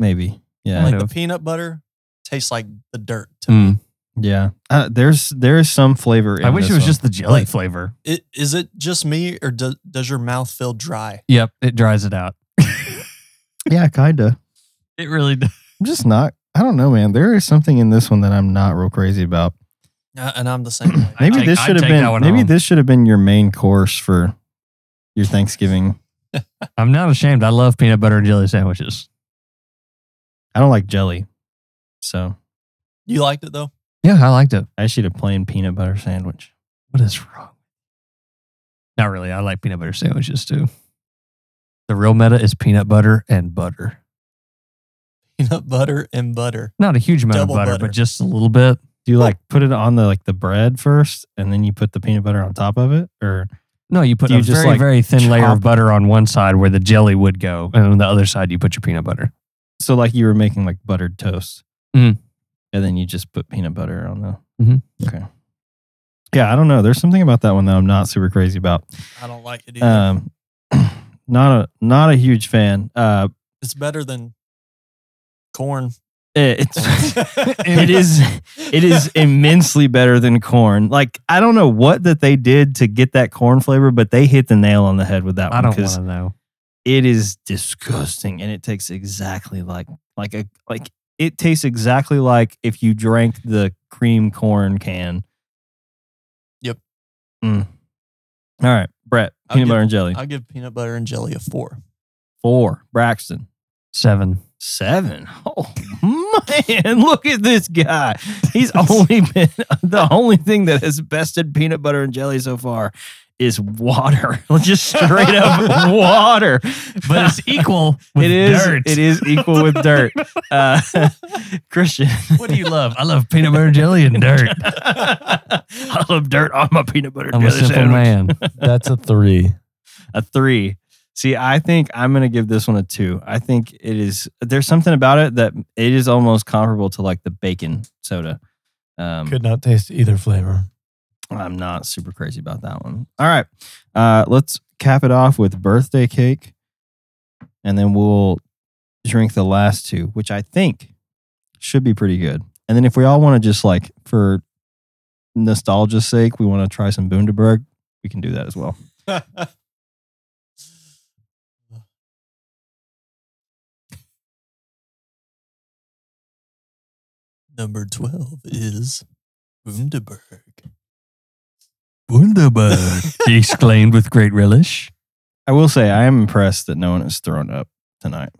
[SPEAKER 1] Maybe. Yeah. Hmm.
[SPEAKER 2] Like
[SPEAKER 4] Kind
[SPEAKER 2] the
[SPEAKER 4] of.
[SPEAKER 2] peanut butter tastes like the dirt to me.
[SPEAKER 4] Mm.
[SPEAKER 1] yeah. Uh, there's there is some flavor. In
[SPEAKER 4] I wish
[SPEAKER 1] this
[SPEAKER 4] it was
[SPEAKER 1] one.
[SPEAKER 4] just the jelly
[SPEAKER 2] Like-
[SPEAKER 4] flavor.
[SPEAKER 2] It, is it just me or do, does your mouth feel dry?
[SPEAKER 4] Yep, it dries it out.
[SPEAKER 1] yeah, kinda.
[SPEAKER 4] It really does.
[SPEAKER 1] I'm just not. I don't know, man. There is something in this one that I'm not real crazy about.
[SPEAKER 2] Uh, and I'm the same way.
[SPEAKER 1] Maybe
[SPEAKER 4] take-
[SPEAKER 1] this
[SPEAKER 4] I'd
[SPEAKER 1] should have
[SPEAKER 4] take that
[SPEAKER 1] been.
[SPEAKER 4] one
[SPEAKER 1] Maybe
[SPEAKER 4] home.
[SPEAKER 1] this should have been your main course for your Thanksgiving.
[SPEAKER 4] I'm not ashamed. I love peanut butter and jelly sandwiches.
[SPEAKER 1] I don't like jelly, so
[SPEAKER 2] You liked it though?
[SPEAKER 4] Yeah, I liked it.
[SPEAKER 1] I should have plain peanut butter sandwich.
[SPEAKER 4] What is wrong? Not really. I like peanut butter sandwiches too. The real meta is peanut butter and butter.
[SPEAKER 2] Peanut butter and butter.
[SPEAKER 4] Not a huge amount
[SPEAKER 2] Double
[SPEAKER 4] of butter,
[SPEAKER 2] butter.
[SPEAKER 4] but just a little bit.
[SPEAKER 1] Do you like put it on the like the bread first, and then you put the peanut butter on top of it, or
[SPEAKER 4] No, you put
[SPEAKER 1] Do you
[SPEAKER 4] a
[SPEAKER 1] just,
[SPEAKER 4] very,
[SPEAKER 1] like,
[SPEAKER 4] very thin layer
[SPEAKER 1] chop
[SPEAKER 4] of
[SPEAKER 1] it?
[SPEAKER 4] butter on one side where the jelly would go, and on the other side you put your peanut butter.
[SPEAKER 1] so like you were making like buttered toast,
[SPEAKER 4] Mhm.
[SPEAKER 1] and then you just put peanut butter on the.
[SPEAKER 4] Mhm.
[SPEAKER 1] Okay. Yeah, I don't know. There's something about that one that I'm not super crazy about.
[SPEAKER 2] I don't like it either.
[SPEAKER 1] Um, not a not a huge fan. Uh,
[SPEAKER 2] it's better than corn.
[SPEAKER 1] it's it is it is immensely better than corn. Like I don't know what that they did to get that corn flavor, but they hit the nail on the head with that
[SPEAKER 4] I
[SPEAKER 1] one
[SPEAKER 4] don't want
[SPEAKER 1] because
[SPEAKER 4] to know.
[SPEAKER 1] it is disgusting and it tastes exactly like like a like it tastes exactly like if you drank the cream corn can.
[SPEAKER 2] Yep.
[SPEAKER 1] Mm. All right, Brett,
[SPEAKER 2] I'll
[SPEAKER 1] peanut
[SPEAKER 2] give-
[SPEAKER 1] butter and jelly.
[SPEAKER 2] I'll give peanut butter and jelly a four.
[SPEAKER 1] Four. Braxton.
[SPEAKER 4] Seven.
[SPEAKER 1] Seven. Oh man, look at this guy. He's only been the only thing that has bested peanut butter and jelly so far is water. Just straight up water.
[SPEAKER 4] But it's equal with
[SPEAKER 1] it is
[SPEAKER 4] dirt.
[SPEAKER 1] it is equal with dirt. Uh, Christian.
[SPEAKER 4] What do you love? I love peanut butter and jelly and dirt.
[SPEAKER 1] I love dirt on my peanut butter and
[SPEAKER 4] I'm a
[SPEAKER 1] jelly
[SPEAKER 4] simple
[SPEAKER 1] sandwich.
[SPEAKER 4] man.
[SPEAKER 3] That's a three.
[SPEAKER 1] a three. See, I think I'm gonna give this one a two. I think it is. There's something about it that it is almost comparable to like the bacon soda. Um,
[SPEAKER 3] Could not taste either flavor.
[SPEAKER 1] I'm not super crazy about that one. All right, uh, let's cap it off with birthday cake, and then we'll drink the last two, which I think should be pretty good. And then if we all want to just like for nostalgia's sake, we want to try some Bundaberg, we can do that as well.
[SPEAKER 2] Number 12 is Bundaberg.
[SPEAKER 3] Wunderbar.
[SPEAKER 4] he exclaimed with great relish.
[SPEAKER 1] I will say I am impressed that no one has thrown up tonight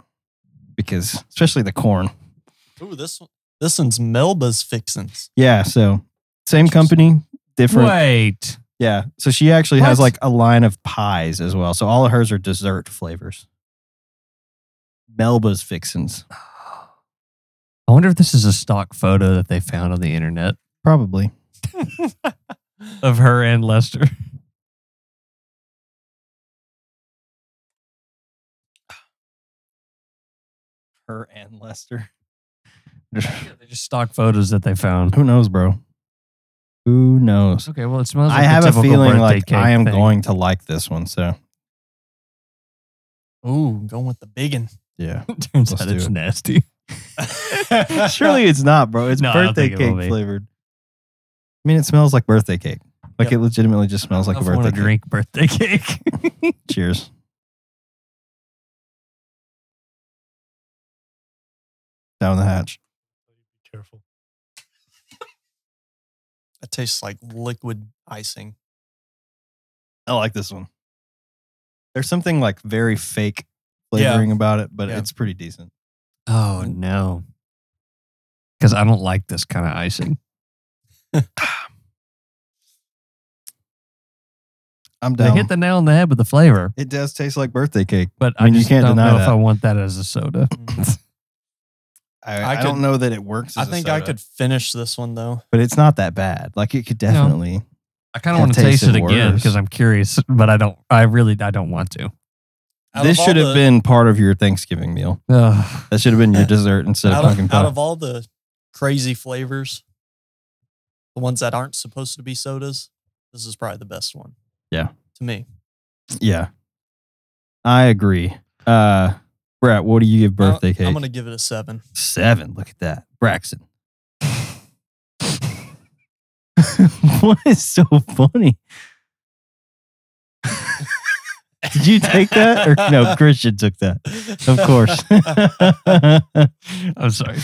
[SPEAKER 1] because especially the corn.
[SPEAKER 2] Ooh, this one. This one's Melba's Fixins.
[SPEAKER 1] Yeah, so same company, different.
[SPEAKER 4] Wait.
[SPEAKER 1] Yeah, so she actually has
[SPEAKER 4] What?
[SPEAKER 1] like a line of pies as well. So all of hers are dessert flavors. Melba's fixins,
[SPEAKER 4] I wonder if this is a stock photo that they found on the internet
[SPEAKER 1] probably.
[SPEAKER 4] of her and Lester.
[SPEAKER 1] Her and Lester.
[SPEAKER 4] They're just stock photos that they found.
[SPEAKER 1] Who knows, bro? Who knows?
[SPEAKER 4] Okay, well, it smells like
[SPEAKER 1] I have a
[SPEAKER 4] typical
[SPEAKER 1] feeling
[SPEAKER 4] birthday
[SPEAKER 1] like
[SPEAKER 4] cake
[SPEAKER 1] I am
[SPEAKER 4] thing.
[SPEAKER 1] going to like this one. So
[SPEAKER 2] Ooh, going with the biggin.
[SPEAKER 1] yeah,
[SPEAKER 4] Turns
[SPEAKER 1] Let's
[SPEAKER 4] out
[SPEAKER 1] do
[SPEAKER 4] it's
[SPEAKER 1] it.
[SPEAKER 4] nasty.
[SPEAKER 1] surely it's not, bro. It's
[SPEAKER 4] No, I don't
[SPEAKER 1] birthday
[SPEAKER 4] think it will
[SPEAKER 1] cake
[SPEAKER 4] be.
[SPEAKER 1] flavored. I mean, it smells like birthday cake. Like
[SPEAKER 2] Yep.
[SPEAKER 1] it legitimately just smells like
[SPEAKER 4] I
[SPEAKER 1] a
[SPEAKER 4] want
[SPEAKER 1] birthday
[SPEAKER 4] to
[SPEAKER 1] cake.
[SPEAKER 4] drink birthday cake.
[SPEAKER 1] Cheers. Down the hatch.
[SPEAKER 3] Careful.
[SPEAKER 2] It tastes like liquid icing.
[SPEAKER 1] I like this one. There's something like very fake flavoring about it, but
[SPEAKER 2] Yeah.
[SPEAKER 1] it's pretty decent.
[SPEAKER 4] oh no, because I don't like this kind of icing.
[SPEAKER 1] I'm
[SPEAKER 4] They
[SPEAKER 1] down.
[SPEAKER 4] hit the nail on the head with the flavor,
[SPEAKER 1] it does taste like birthday cake.
[SPEAKER 4] but
[SPEAKER 1] I
[SPEAKER 4] I,
[SPEAKER 1] mean, you
[SPEAKER 4] just
[SPEAKER 1] can't
[SPEAKER 4] don't
[SPEAKER 1] deny
[SPEAKER 4] know if
[SPEAKER 1] that.
[SPEAKER 4] I want that as a soda.
[SPEAKER 1] I,
[SPEAKER 2] I
[SPEAKER 1] I, don't
[SPEAKER 2] could-
[SPEAKER 1] know that it works.
[SPEAKER 2] Mm-hmm. I
[SPEAKER 1] as a
[SPEAKER 2] think I
[SPEAKER 1] soda,
[SPEAKER 2] could finish this one though.
[SPEAKER 1] but it's not that bad. Like it could
[SPEAKER 4] No.
[SPEAKER 1] definitely.
[SPEAKER 4] I kind
[SPEAKER 1] That
[SPEAKER 4] of want to taste it
[SPEAKER 1] tasted
[SPEAKER 4] again
[SPEAKER 1] worse.
[SPEAKER 4] because I'm curious, but I don't. I really I don't want to.
[SPEAKER 2] Out
[SPEAKER 1] This
[SPEAKER 2] of all
[SPEAKER 1] should have
[SPEAKER 2] the-
[SPEAKER 1] been part of your Thanksgiving meal.
[SPEAKER 4] Ugh.
[SPEAKER 1] That should have been your dessert instead of
[SPEAKER 2] out of,
[SPEAKER 1] pumpkin pie.
[SPEAKER 2] out of all the crazy flavors, the ones that aren't supposed to be sodas, this is probably the best one.
[SPEAKER 1] Yeah.
[SPEAKER 2] To me.
[SPEAKER 1] yeah, I agree. Uh, Brett, what do you give birthday
[SPEAKER 2] I'm-
[SPEAKER 1] cake?
[SPEAKER 2] I'm gonna give it a seven.
[SPEAKER 1] Seven. Look at that. Braxton. what is so funny? Did you take that? Or no, Christian took that. Of course. Oh,
[SPEAKER 4] I'm sorry.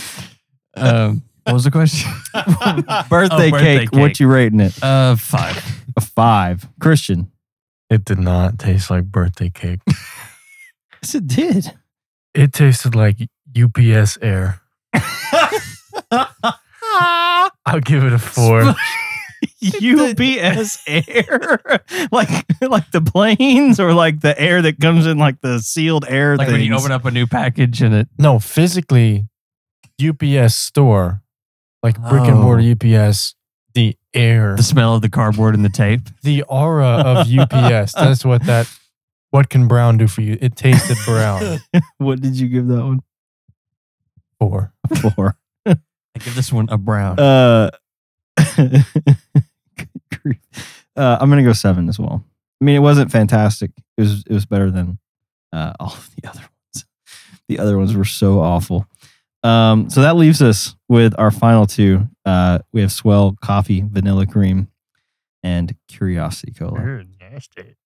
[SPEAKER 4] Um, what was the question?
[SPEAKER 1] birthday,
[SPEAKER 4] birthday
[SPEAKER 1] cake,
[SPEAKER 4] cake.
[SPEAKER 1] What you rating it?
[SPEAKER 4] Uh, five.
[SPEAKER 1] A five. Christian.
[SPEAKER 3] It did not taste like birthday cake.
[SPEAKER 1] Yes, it did.
[SPEAKER 3] It tasted like UPS air. I'll give it a four.
[SPEAKER 1] UPS air, like like the planes, or like the air that comes in, like the sealed air.
[SPEAKER 4] like when you open up a new package and it
[SPEAKER 3] No, physically, UPS store, like brick and mortar UPS, the air,
[SPEAKER 4] the smell of the cardboard and the tape.
[SPEAKER 3] the aura of UPS. That's what that. What can brown do for you? It tasted brown.
[SPEAKER 1] What did you give that one?
[SPEAKER 3] Four.
[SPEAKER 1] for.
[SPEAKER 4] I give this one a brown.
[SPEAKER 1] Uh, good grief. Uh, I'm gonna go seven as well. I mean, it wasn't fantastic. It was it was better than uh, all of the other ones. The other ones were so awful. Um, so that leaves us with our final two. Uh, we have Swell Coffee Vanilla Cream and Curiosity Cola.
[SPEAKER 3] nasty.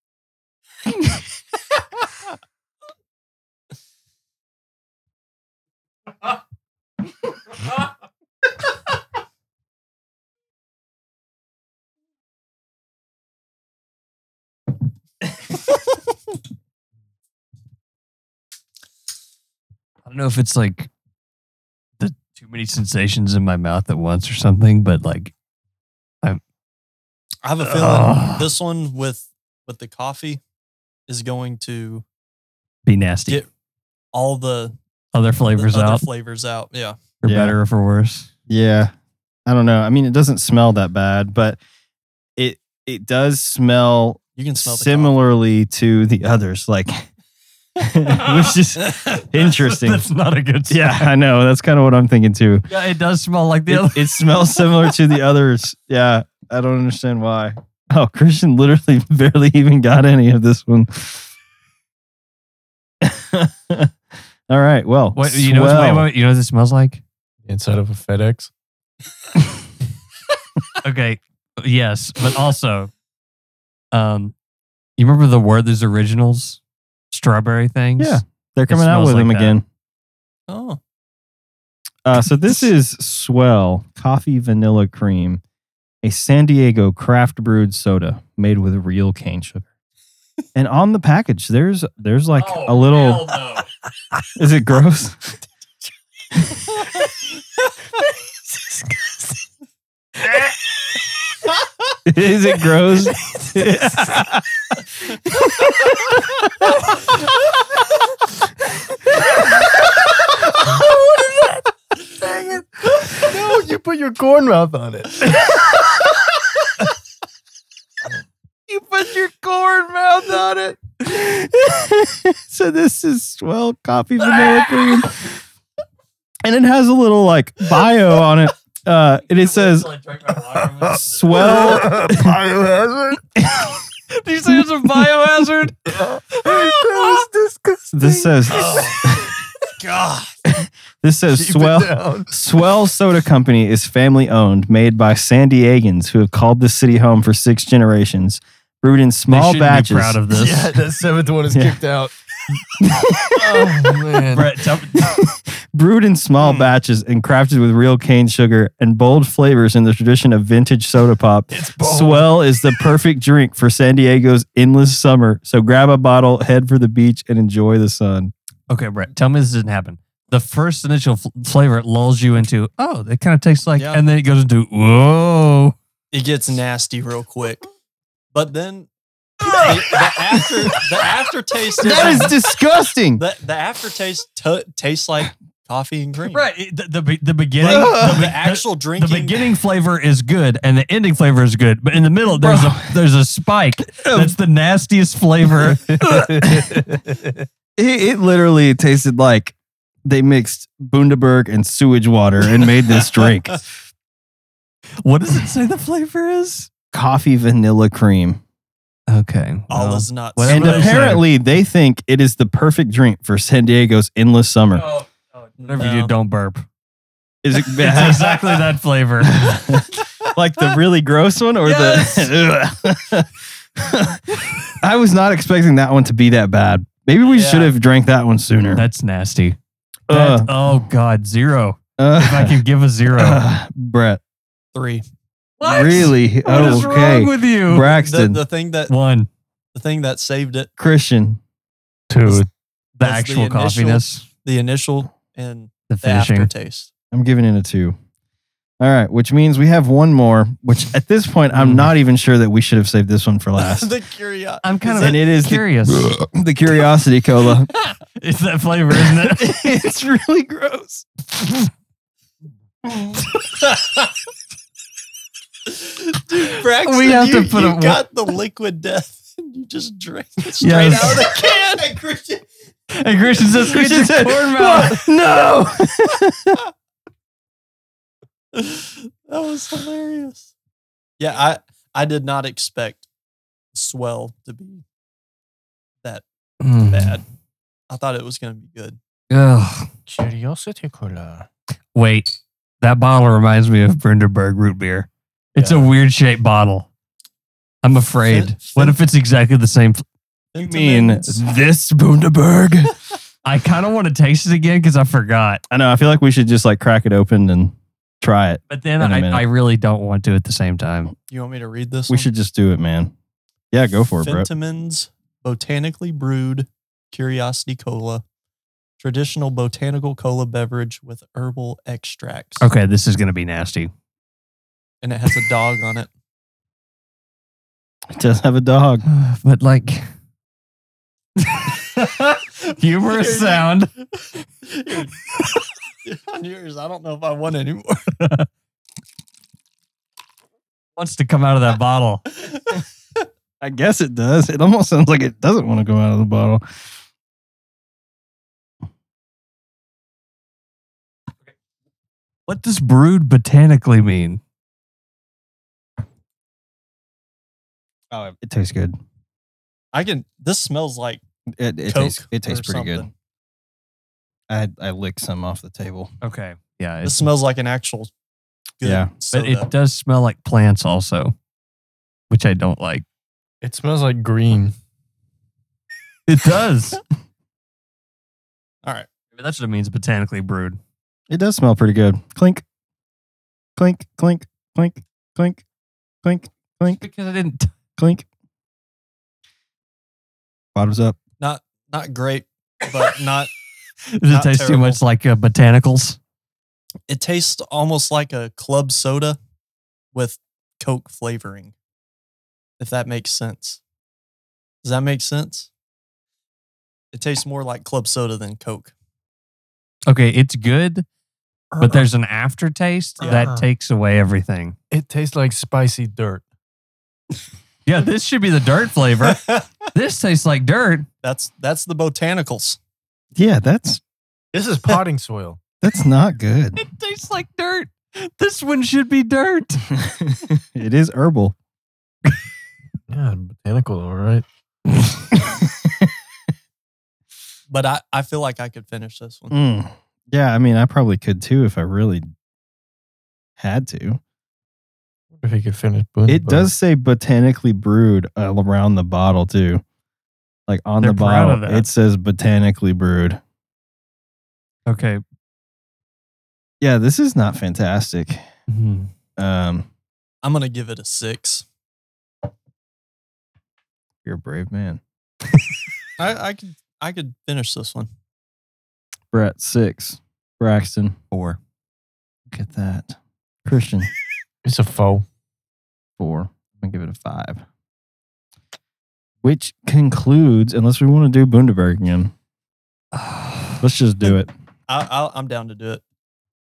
[SPEAKER 4] I don't know if it's like the too many sensations in my mouth at once or something, but like
[SPEAKER 2] I have a feeling
[SPEAKER 4] Ugh.
[SPEAKER 2] this one with with the coffee is going to
[SPEAKER 4] be nasty.
[SPEAKER 2] Get all the,
[SPEAKER 4] other
[SPEAKER 2] the
[SPEAKER 4] flavors
[SPEAKER 2] other
[SPEAKER 4] out
[SPEAKER 2] flavors out. Yeah.
[SPEAKER 4] for
[SPEAKER 1] Yeah.
[SPEAKER 4] better or for worse.
[SPEAKER 1] Yeah, I don't know. I mean, it doesn't smell that bad, but it it does smell
[SPEAKER 2] You can smell the
[SPEAKER 1] similarly to the others, like which is
[SPEAKER 2] coffee.
[SPEAKER 1] interesting.
[SPEAKER 4] That's not a good smell.
[SPEAKER 1] yeah, I know. That's kind of what I'm thinking too.
[SPEAKER 4] Yeah, it does smell like the other.
[SPEAKER 1] It, it smells similar to the others. Yeah, I don't understand why. Oh, Christian literally barely even got any of this one. All right. Well,
[SPEAKER 4] What, you, know, what's- wait,
[SPEAKER 1] swell.
[SPEAKER 4] wait, wait, you know what it smells like?
[SPEAKER 3] Inside of a FedEx.
[SPEAKER 4] okay. Yes, but also, um, you remember the Werther's originals, strawberry things?
[SPEAKER 1] Yeah. they're coming out
[SPEAKER 4] smells
[SPEAKER 1] with them
[SPEAKER 4] like that.
[SPEAKER 1] again.
[SPEAKER 2] oh,
[SPEAKER 1] Uh, so this is Swell Coffee Vanilla Cream, a San Diego craft brewed soda made with real cane sugar. And on the package, there's there's like a little. Is it gross? is it gross?
[SPEAKER 3] no, you put your corn mouth on it. you put your corn mouth on it.
[SPEAKER 1] so this is swell coffee vanilla cream. And it has a little like bio on it. Uh, and it says swell
[SPEAKER 3] Biohazard.
[SPEAKER 4] Do you say it's a biohazard?
[SPEAKER 3] that was disgusting.
[SPEAKER 1] this says
[SPEAKER 2] God.
[SPEAKER 1] this says
[SPEAKER 3] Keep it
[SPEAKER 1] swell
[SPEAKER 3] down.
[SPEAKER 1] Swell Soda Company is family owned, made by San Diegans who have called the city home for six generations, brewed in
[SPEAKER 4] They
[SPEAKER 1] small
[SPEAKER 4] should
[SPEAKER 1] batches.
[SPEAKER 4] Be proud of this.
[SPEAKER 3] Yeah, that seventh one is
[SPEAKER 1] Yeah.
[SPEAKER 3] kicked out. oh man.
[SPEAKER 4] Brett, tell me-
[SPEAKER 1] brewed in small
[SPEAKER 3] Hmm.
[SPEAKER 2] Mm.
[SPEAKER 1] batches and crafted with real cane sugar and bold flavors in the tradition of vintage soda pop.
[SPEAKER 3] It's bold.
[SPEAKER 1] Swell is the perfect drink for San Diego's endless summer. So grab a bottle, head for the beach, and enjoy the sun.
[SPEAKER 4] okay, Brett, tell me this didn't happen. The first initial fl- flavor lulls you into, oh, it kind of tastes like,
[SPEAKER 2] Yeah.
[SPEAKER 4] and then it goes into, whoa.
[SPEAKER 2] It gets nasty real quick. But then the, the after the aftertaste
[SPEAKER 1] That is disgusting.
[SPEAKER 2] the, the aftertaste t- tastes like coffee and cream.
[SPEAKER 4] Right. it- The, the, be- the beginning,
[SPEAKER 2] But
[SPEAKER 4] the,
[SPEAKER 2] the,
[SPEAKER 4] be-
[SPEAKER 2] actual
[SPEAKER 4] the
[SPEAKER 2] drinking
[SPEAKER 4] beginning flavor is good and the ending flavor is good, but in the middle there's
[SPEAKER 1] Bro. Oh.
[SPEAKER 4] a there's a spike that's the nastiest flavor.
[SPEAKER 1] It, it literally tasted like they mixed Bundaberg and sewage water and made this drink.
[SPEAKER 4] what does it say the flavor is?
[SPEAKER 1] Coffee vanilla cream.
[SPEAKER 4] Okay,
[SPEAKER 2] all
[SPEAKER 4] well,
[SPEAKER 2] is not
[SPEAKER 4] Well,
[SPEAKER 2] sweet.
[SPEAKER 1] And
[SPEAKER 4] That's what they
[SPEAKER 1] apparently, they think it is the perfect drink for San Diego's endless summer.
[SPEAKER 4] Oh, oh, whatever you
[SPEAKER 2] No.
[SPEAKER 4] do, don't burp.
[SPEAKER 1] Is it, it
[SPEAKER 4] It's
[SPEAKER 1] has-
[SPEAKER 4] exactly that flavor.
[SPEAKER 1] like the really gross one or the I was not expecting that one to be that bad. Maybe we
[SPEAKER 2] Yeah.
[SPEAKER 1] should have drank that one sooner.
[SPEAKER 4] That's nasty.
[SPEAKER 1] Uh,
[SPEAKER 4] That- oh God, zero.
[SPEAKER 1] uh,
[SPEAKER 4] If I could give a zero.
[SPEAKER 1] uh, Brett.
[SPEAKER 2] three.
[SPEAKER 1] Really?
[SPEAKER 4] What is wrong
[SPEAKER 1] okay.
[SPEAKER 4] with you?
[SPEAKER 2] The,
[SPEAKER 1] Braxton,
[SPEAKER 2] the thing that
[SPEAKER 4] One,
[SPEAKER 2] the thing that saved it,
[SPEAKER 1] Christian.
[SPEAKER 3] Two.
[SPEAKER 4] the
[SPEAKER 2] That's the
[SPEAKER 4] actual
[SPEAKER 2] initial-
[SPEAKER 4] coffiness,
[SPEAKER 2] the initial and
[SPEAKER 4] the
[SPEAKER 2] the
[SPEAKER 4] finishing.
[SPEAKER 2] aftertaste.
[SPEAKER 1] I'm giving it a two. All right, which means we have one more, which at this point, I'm
[SPEAKER 4] Mm.
[SPEAKER 1] not even sure that we should have saved this one for last.
[SPEAKER 2] Hmm. the curiosity.
[SPEAKER 4] I'm kind
[SPEAKER 1] and
[SPEAKER 4] of
[SPEAKER 1] it is the,
[SPEAKER 4] curious.
[SPEAKER 1] the Curiosity Cola.
[SPEAKER 4] it's that flavor, isn't it?
[SPEAKER 1] it's really gross.
[SPEAKER 2] Dude, Braxton,
[SPEAKER 4] We have
[SPEAKER 2] you,
[SPEAKER 4] to put
[SPEAKER 2] you
[SPEAKER 4] a-
[SPEAKER 2] got the liquid death. and You just drank it straight
[SPEAKER 4] Yes.
[SPEAKER 2] out of the can. And Christian,
[SPEAKER 4] And Christian says,
[SPEAKER 1] Christian
[SPEAKER 4] "Get your
[SPEAKER 1] said,
[SPEAKER 4] corn mouth."
[SPEAKER 1] No.
[SPEAKER 2] that was hilarious. Yeah, I I did not expect Swell to be
[SPEAKER 4] Mm.
[SPEAKER 2] bad. I thought it was going to be good.
[SPEAKER 4] Ugh.
[SPEAKER 3] Curiosity cola.
[SPEAKER 4] Wait, that bottle reminds me of Brinderberg root beer. It's a weird shaped bottle. I'm afraid.
[SPEAKER 2] Fin-
[SPEAKER 4] what if it's exactly the same? fl-
[SPEAKER 1] You mean
[SPEAKER 2] Fentimans.
[SPEAKER 1] this Bundaberg?
[SPEAKER 4] I kind of want to taste it again because I forgot.
[SPEAKER 1] I know. I feel like we should just like crack it open and try it.
[SPEAKER 4] But then
[SPEAKER 1] In a
[SPEAKER 4] I,
[SPEAKER 1] minute.
[SPEAKER 4] I really don't want to at the same time.
[SPEAKER 2] you want me to read this?
[SPEAKER 1] We
[SPEAKER 2] one?
[SPEAKER 1] should just do it, man. Yeah, go for it, bro.
[SPEAKER 2] Fentimans botanically brewed curiosity cola, traditional botanical cola beverage with herbal extracts,
[SPEAKER 4] Okay, this is going to be nasty.
[SPEAKER 2] and it has a dog on it.
[SPEAKER 1] It does have a dog.
[SPEAKER 4] but like. Humorous
[SPEAKER 2] Dude.
[SPEAKER 4] sound.
[SPEAKER 2] Dude, on yours, I don't know if I want anymore.
[SPEAKER 4] Wants to come out of that bottle.
[SPEAKER 1] I guess it does. It almost sounds like it doesn't want to go out of the bottle.
[SPEAKER 4] What does brewed botanically mean?
[SPEAKER 1] Oh, it tastes good.
[SPEAKER 2] I can. This smells like
[SPEAKER 1] It, it
[SPEAKER 2] Coke
[SPEAKER 1] tastes it tastes
[SPEAKER 2] or
[SPEAKER 1] pretty good.
[SPEAKER 2] something.
[SPEAKER 1] I had- I licked some off the table.
[SPEAKER 4] Okay. Yeah.
[SPEAKER 2] This smells like an actual. Good
[SPEAKER 1] Yeah.
[SPEAKER 4] But
[SPEAKER 2] soda.
[SPEAKER 4] it does smell like plants also, which I don't like.
[SPEAKER 3] It smells like green.
[SPEAKER 4] It does.
[SPEAKER 2] All right.
[SPEAKER 4] That's what it means botanically brewed.
[SPEAKER 1] It does smell pretty good. Clink, clink, clink, clink, clink, clink,
[SPEAKER 4] Just
[SPEAKER 1] clink,
[SPEAKER 4] because I didn't. T-
[SPEAKER 1] clink. Bottoms up.
[SPEAKER 2] Not not great, but not.
[SPEAKER 4] Does it
[SPEAKER 2] Not
[SPEAKER 4] taste too
[SPEAKER 2] terrible.
[SPEAKER 4] much like uh, botanicals?
[SPEAKER 2] It tastes almost like a club soda with Coke flavoring. If that makes sense. Does that make sense? It tastes more like club soda than Coke.
[SPEAKER 4] Okay, it's good, but there's an aftertaste
[SPEAKER 3] Yeah.
[SPEAKER 4] that takes away everything.
[SPEAKER 3] It tastes like spicy dirt.
[SPEAKER 4] Yeah, this should be the dirt flavor. this tastes like dirt.
[SPEAKER 2] that's that's the botanicals.
[SPEAKER 1] Yeah, that's
[SPEAKER 3] This is potting soil.
[SPEAKER 1] that's not good.
[SPEAKER 4] It tastes like dirt. This one should be dirt.
[SPEAKER 1] it is herbal.
[SPEAKER 3] Yeah, botanical, all right.
[SPEAKER 2] But I, I feel like I could finish this one.
[SPEAKER 1] Mm. Yeah, I mean, I probably could too if I really had to.
[SPEAKER 3] If he could finish Boone.
[SPEAKER 4] Uh-huh.
[SPEAKER 1] It does say botanically brewed uh, around the bottle too. Like on
[SPEAKER 4] They're
[SPEAKER 1] the
[SPEAKER 4] proud of
[SPEAKER 1] bottle,
[SPEAKER 4] that.
[SPEAKER 1] it says botanically brewed.
[SPEAKER 4] Okay.
[SPEAKER 1] Yeah, this is not fantastic.
[SPEAKER 3] Mm-hmm.
[SPEAKER 4] Mhm.
[SPEAKER 1] Um,
[SPEAKER 2] I'm gonna give it a six.
[SPEAKER 1] you're a brave man.
[SPEAKER 3] Mm.
[SPEAKER 2] I, I could I could finish this one.
[SPEAKER 1] Brett six, Braxton four. Look at that, Christian
[SPEAKER 3] It's a foe.
[SPEAKER 1] four. I'm gonna give it a five. Which concludes, unless we want to do Bundaberg again. Let's just do it.
[SPEAKER 2] I, I I'm down to do it.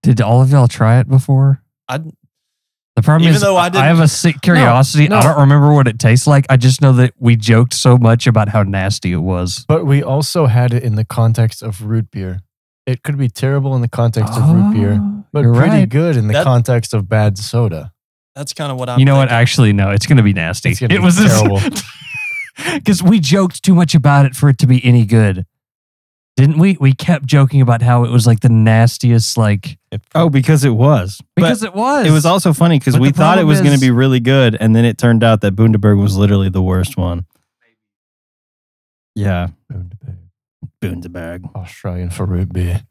[SPEAKER 4] Did all of y'all try it before?
[SPEAKER 2] I
[SPEAKER 4] The problem
[SPEAKER 2] Even
[SPEAKER 4] is,
[SPEAKER 2] though I
[SPEAKER 4] I,
[SPEAKER 2] didn't-
[SPEAKER 4] have a sick curiosity.
[SPEAKER 3] no.
[SPEAKER 4] I don't remember what it tastes like. I just know that we joked so much about how nasty it was.
[SPEAKER 3] But we also had it in the context of root beer. It could be terrible in the context of root beer,
[SPEAKER 4] Oh,
[SPEAKER 3] but
[SPEAKER 4] you're
[SPEAKER 3] pretty
[SPEAKER 4] right.
[SPEAKER 3] good in the
[SPEAKER 2] Ah, That-
[SPEAKER 3] context of bad soda.
[SPEAKER 2] that's kind of what I'm.
[SPEAKER 4] you know what?
[SPEAKER 2] thinking.
[SPEAKER 4] Actually, no, it's going to be nasty.
[SPEAKER 3] It's gonna
[SPEAKER 4] it
[SPEAKER 3] be
[SPEAKER 4] was
[SPEAKER 3] terrible.
[SPEAKER 4] Because we joked too much about it for it to be any good. Didn't we? We kept joking about how it was like the nastiest, like,
[SPEAKER 1] Oh, because it was.
[SPEAKER 4] because it was.
[SPEAKER 1] It was also funny because
[SPEAKER 4] But
[SPEAKER 1] we
[SPEAKER 4] the
[SPEAKER 1] thought it
[SPEAKER 4] problem
[SPEAKER 1] was going
[SPEAKER 4] is-
[SPEAKER 1] to be really good, and then it turned out that Bundaberg was literally the worst one. Yeah, Bundaberg.
[SPEAKER 3] Australian for root beer.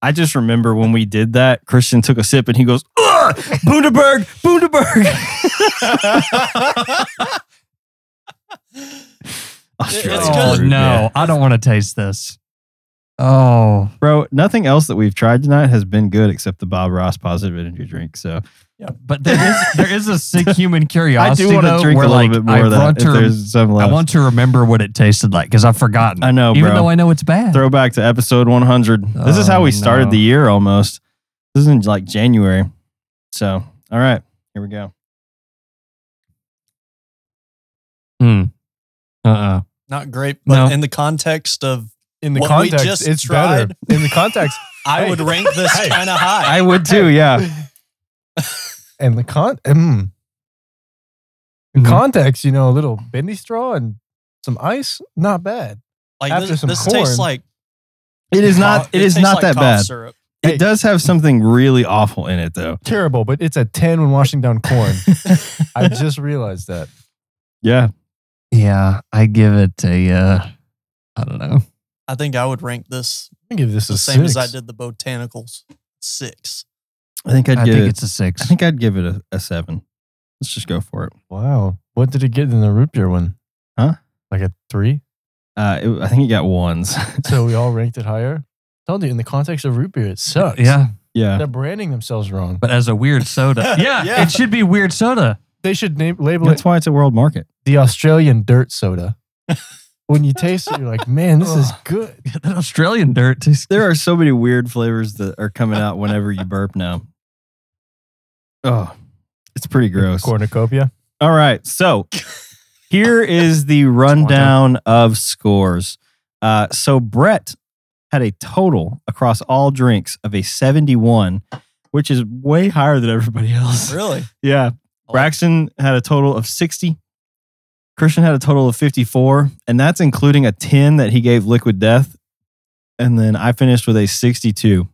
[SPEAKER 1] I just remember when we did that, Christian took a sip and he goes, Ugh, Bundaberg, Bundaberg. Australian
[SPEAKER 2] It's
[SPEAKER 4] oh,
[SPEAKER 2] good.
[SPEAKER 1] fruit, yeah.
[SPEAKER 4] no. I don't want to taste this. Oh.
[SPEAKER 1] Bro, nothing else that we've tried tonight has been good except the Bob Ross positive energy drink. So
[SPEAKER 4] But there is there is a sick human
[SPEAKER 1] I
[SPEAKER 4] curiosity.
[SPEAKER 1] do want to
[SPEAKER 4] though,
[SPEAKER 1] drink a
[SPEAKER 4] where,
[SPEAKER 1] little
[SPEAKER 4] like,
[SPEAKER 1] bit more
[SPEAKER 4] I
[SPEAKER 1] of that
[SPEAKER 4] want
[SPEAKER 1] if
[SPEAKER 4] to rem-
[SPEAKER 1] there's some
[SPEAKER 4] I
[SPEAKER 1] left.
[SPEAKER 4] want to remember what it tasted like because I've forgotten.
[SPEAKER 1] I know,
[SPEAKER 4] even
[SPEAKER 1] bro.
[SPEAKER 4] though I know it's bad.
[SPEAKER 1] Throw back to episode 100. this is how
[SPEAKER 4] Oh,
[SPEAKER 1] we started
[SPEAKER 4] no.
[SPEAKER 1] the year almost. This is in like January. So, all right, here we go.
[SPEAKER 4] Hmm. Uh-uh.
[SPEAKER 2] Not great, but
[SPEAKER 4] No.
[SPEAKER 2] in the context of,
[SPEAKER 3] In the
[SPEAKER 2] What we
[SPEAKER 3] context,
[SPEAKER 2] just
[SPEAKER 3] it's
[SPEAKER 2] tried.
[SPEAKER 3] better. In the context,
[SPEAKER 2] I
[SPEAKER 3] Hey.
[SPEAKER 2] would rank this
[SPEAKER 3] Hey.
[SPEAKER 2] kind of high.
[SPEAKER 1] I would too, yeah.
[SPEAKER 3] and the con, mm. In
[SPEAKER 2] Mm-hmm.
[SPEAKER 4] Mhm.
[SPEAKER 3] context, you know, a little bendy straw and some ice, not bad.
[SPEAKER 2] like
[SPEAKER 3] after
[SPEAKER 2] this,
[SPEAKER 3] some
[SPEAKER 2] this
[SPEAKER 3] corn.
[SPEAKER 2] tastes like
[SPEAKER 1] It is not
[SPEAKER 2] cough-
[SPEAKER 1] it is
[SPEAKER 2] tastes
[SPEAKER 1] not
[SPEAKER 2] like
[SPEAKER 1] that
[SPEAKER 2] cough
[SPEAKER 1] bad.
[SPEAKER 2] Syrup.
[SPEAKER 1] It does have something really awful in it though.
[SPEAKER 3] Terrible, but it's a ten when washing down corn. I just realized that.
[SPEAKER 1] Yeah.
[SPEAKER 4] Yeah, I give it a. Uh, I don't know.
[SPEAKER 2] I think I would rank this
[SPEAKER 3] I give this
[SPEAKER 2] the
[SPEAKER 3] a
[SPEAKER 2] same as
[SPEAKER 3] six.
[SPEAKER 2] I did the botanicals. Six.
[SPEAKER 1] I think I'd
[SPEAKER 4] I
[SPEAKER 1] give
[SPEAKER 4] think
[SPEAKER 1] it,
[SPEAKER 4] it's a six.
[SPEAKER 1] I think I'd give it a, a 7. Let's just go for it.
[SPEAKER 3] Wow. What did it get in the root beer one?
[SPEAKER 1] Huh?
[SPEAKER 3] Like a three?
[SPEAKER 1] Uh, it I think it got ones.
[SPEAKER 3] So we all ranked it higher? Told you, in the context of root beer, it sucks.
[SPEAKER 4] yeah,
[SPEAKER 1] yeah.
[SPEAKER 3] They're branding themselves wrong. But
[SPEAKER 4] but as a weird soda. yeah,
[SPEAKER 2] Yeah.
[SPEAKER 4] it should be weird soda.
[SPEAKER 3] they should name, label
[SPEAKER 1] That's
[SPEAKER 3] it
[SPEAKER 1] why it's a world market.
[SPEAKER 3] the Australian dirt soda. when you taste it, you're like, man, this is good.
[SPEAKER 4] that Australian dirt tastes.
[SPEAKER 1] There are so many weird flavors that are coming out whenever you burp now. Oh, it's pretty gross.
[SPEAKER 3] Cornucopia.
[SPEAKER 1] All right. So here is the rundown of scores. Uh, so Brett had a total across all drinks of a 71, which is way higher than everybody else.
[SPEAKER 2] Really?
[SPEAKER 1] Yeah. Braxton had a total of 60. Christian had a total of 54, and that's including a 10 that he gave Liquid Death. And then I finished with a 62.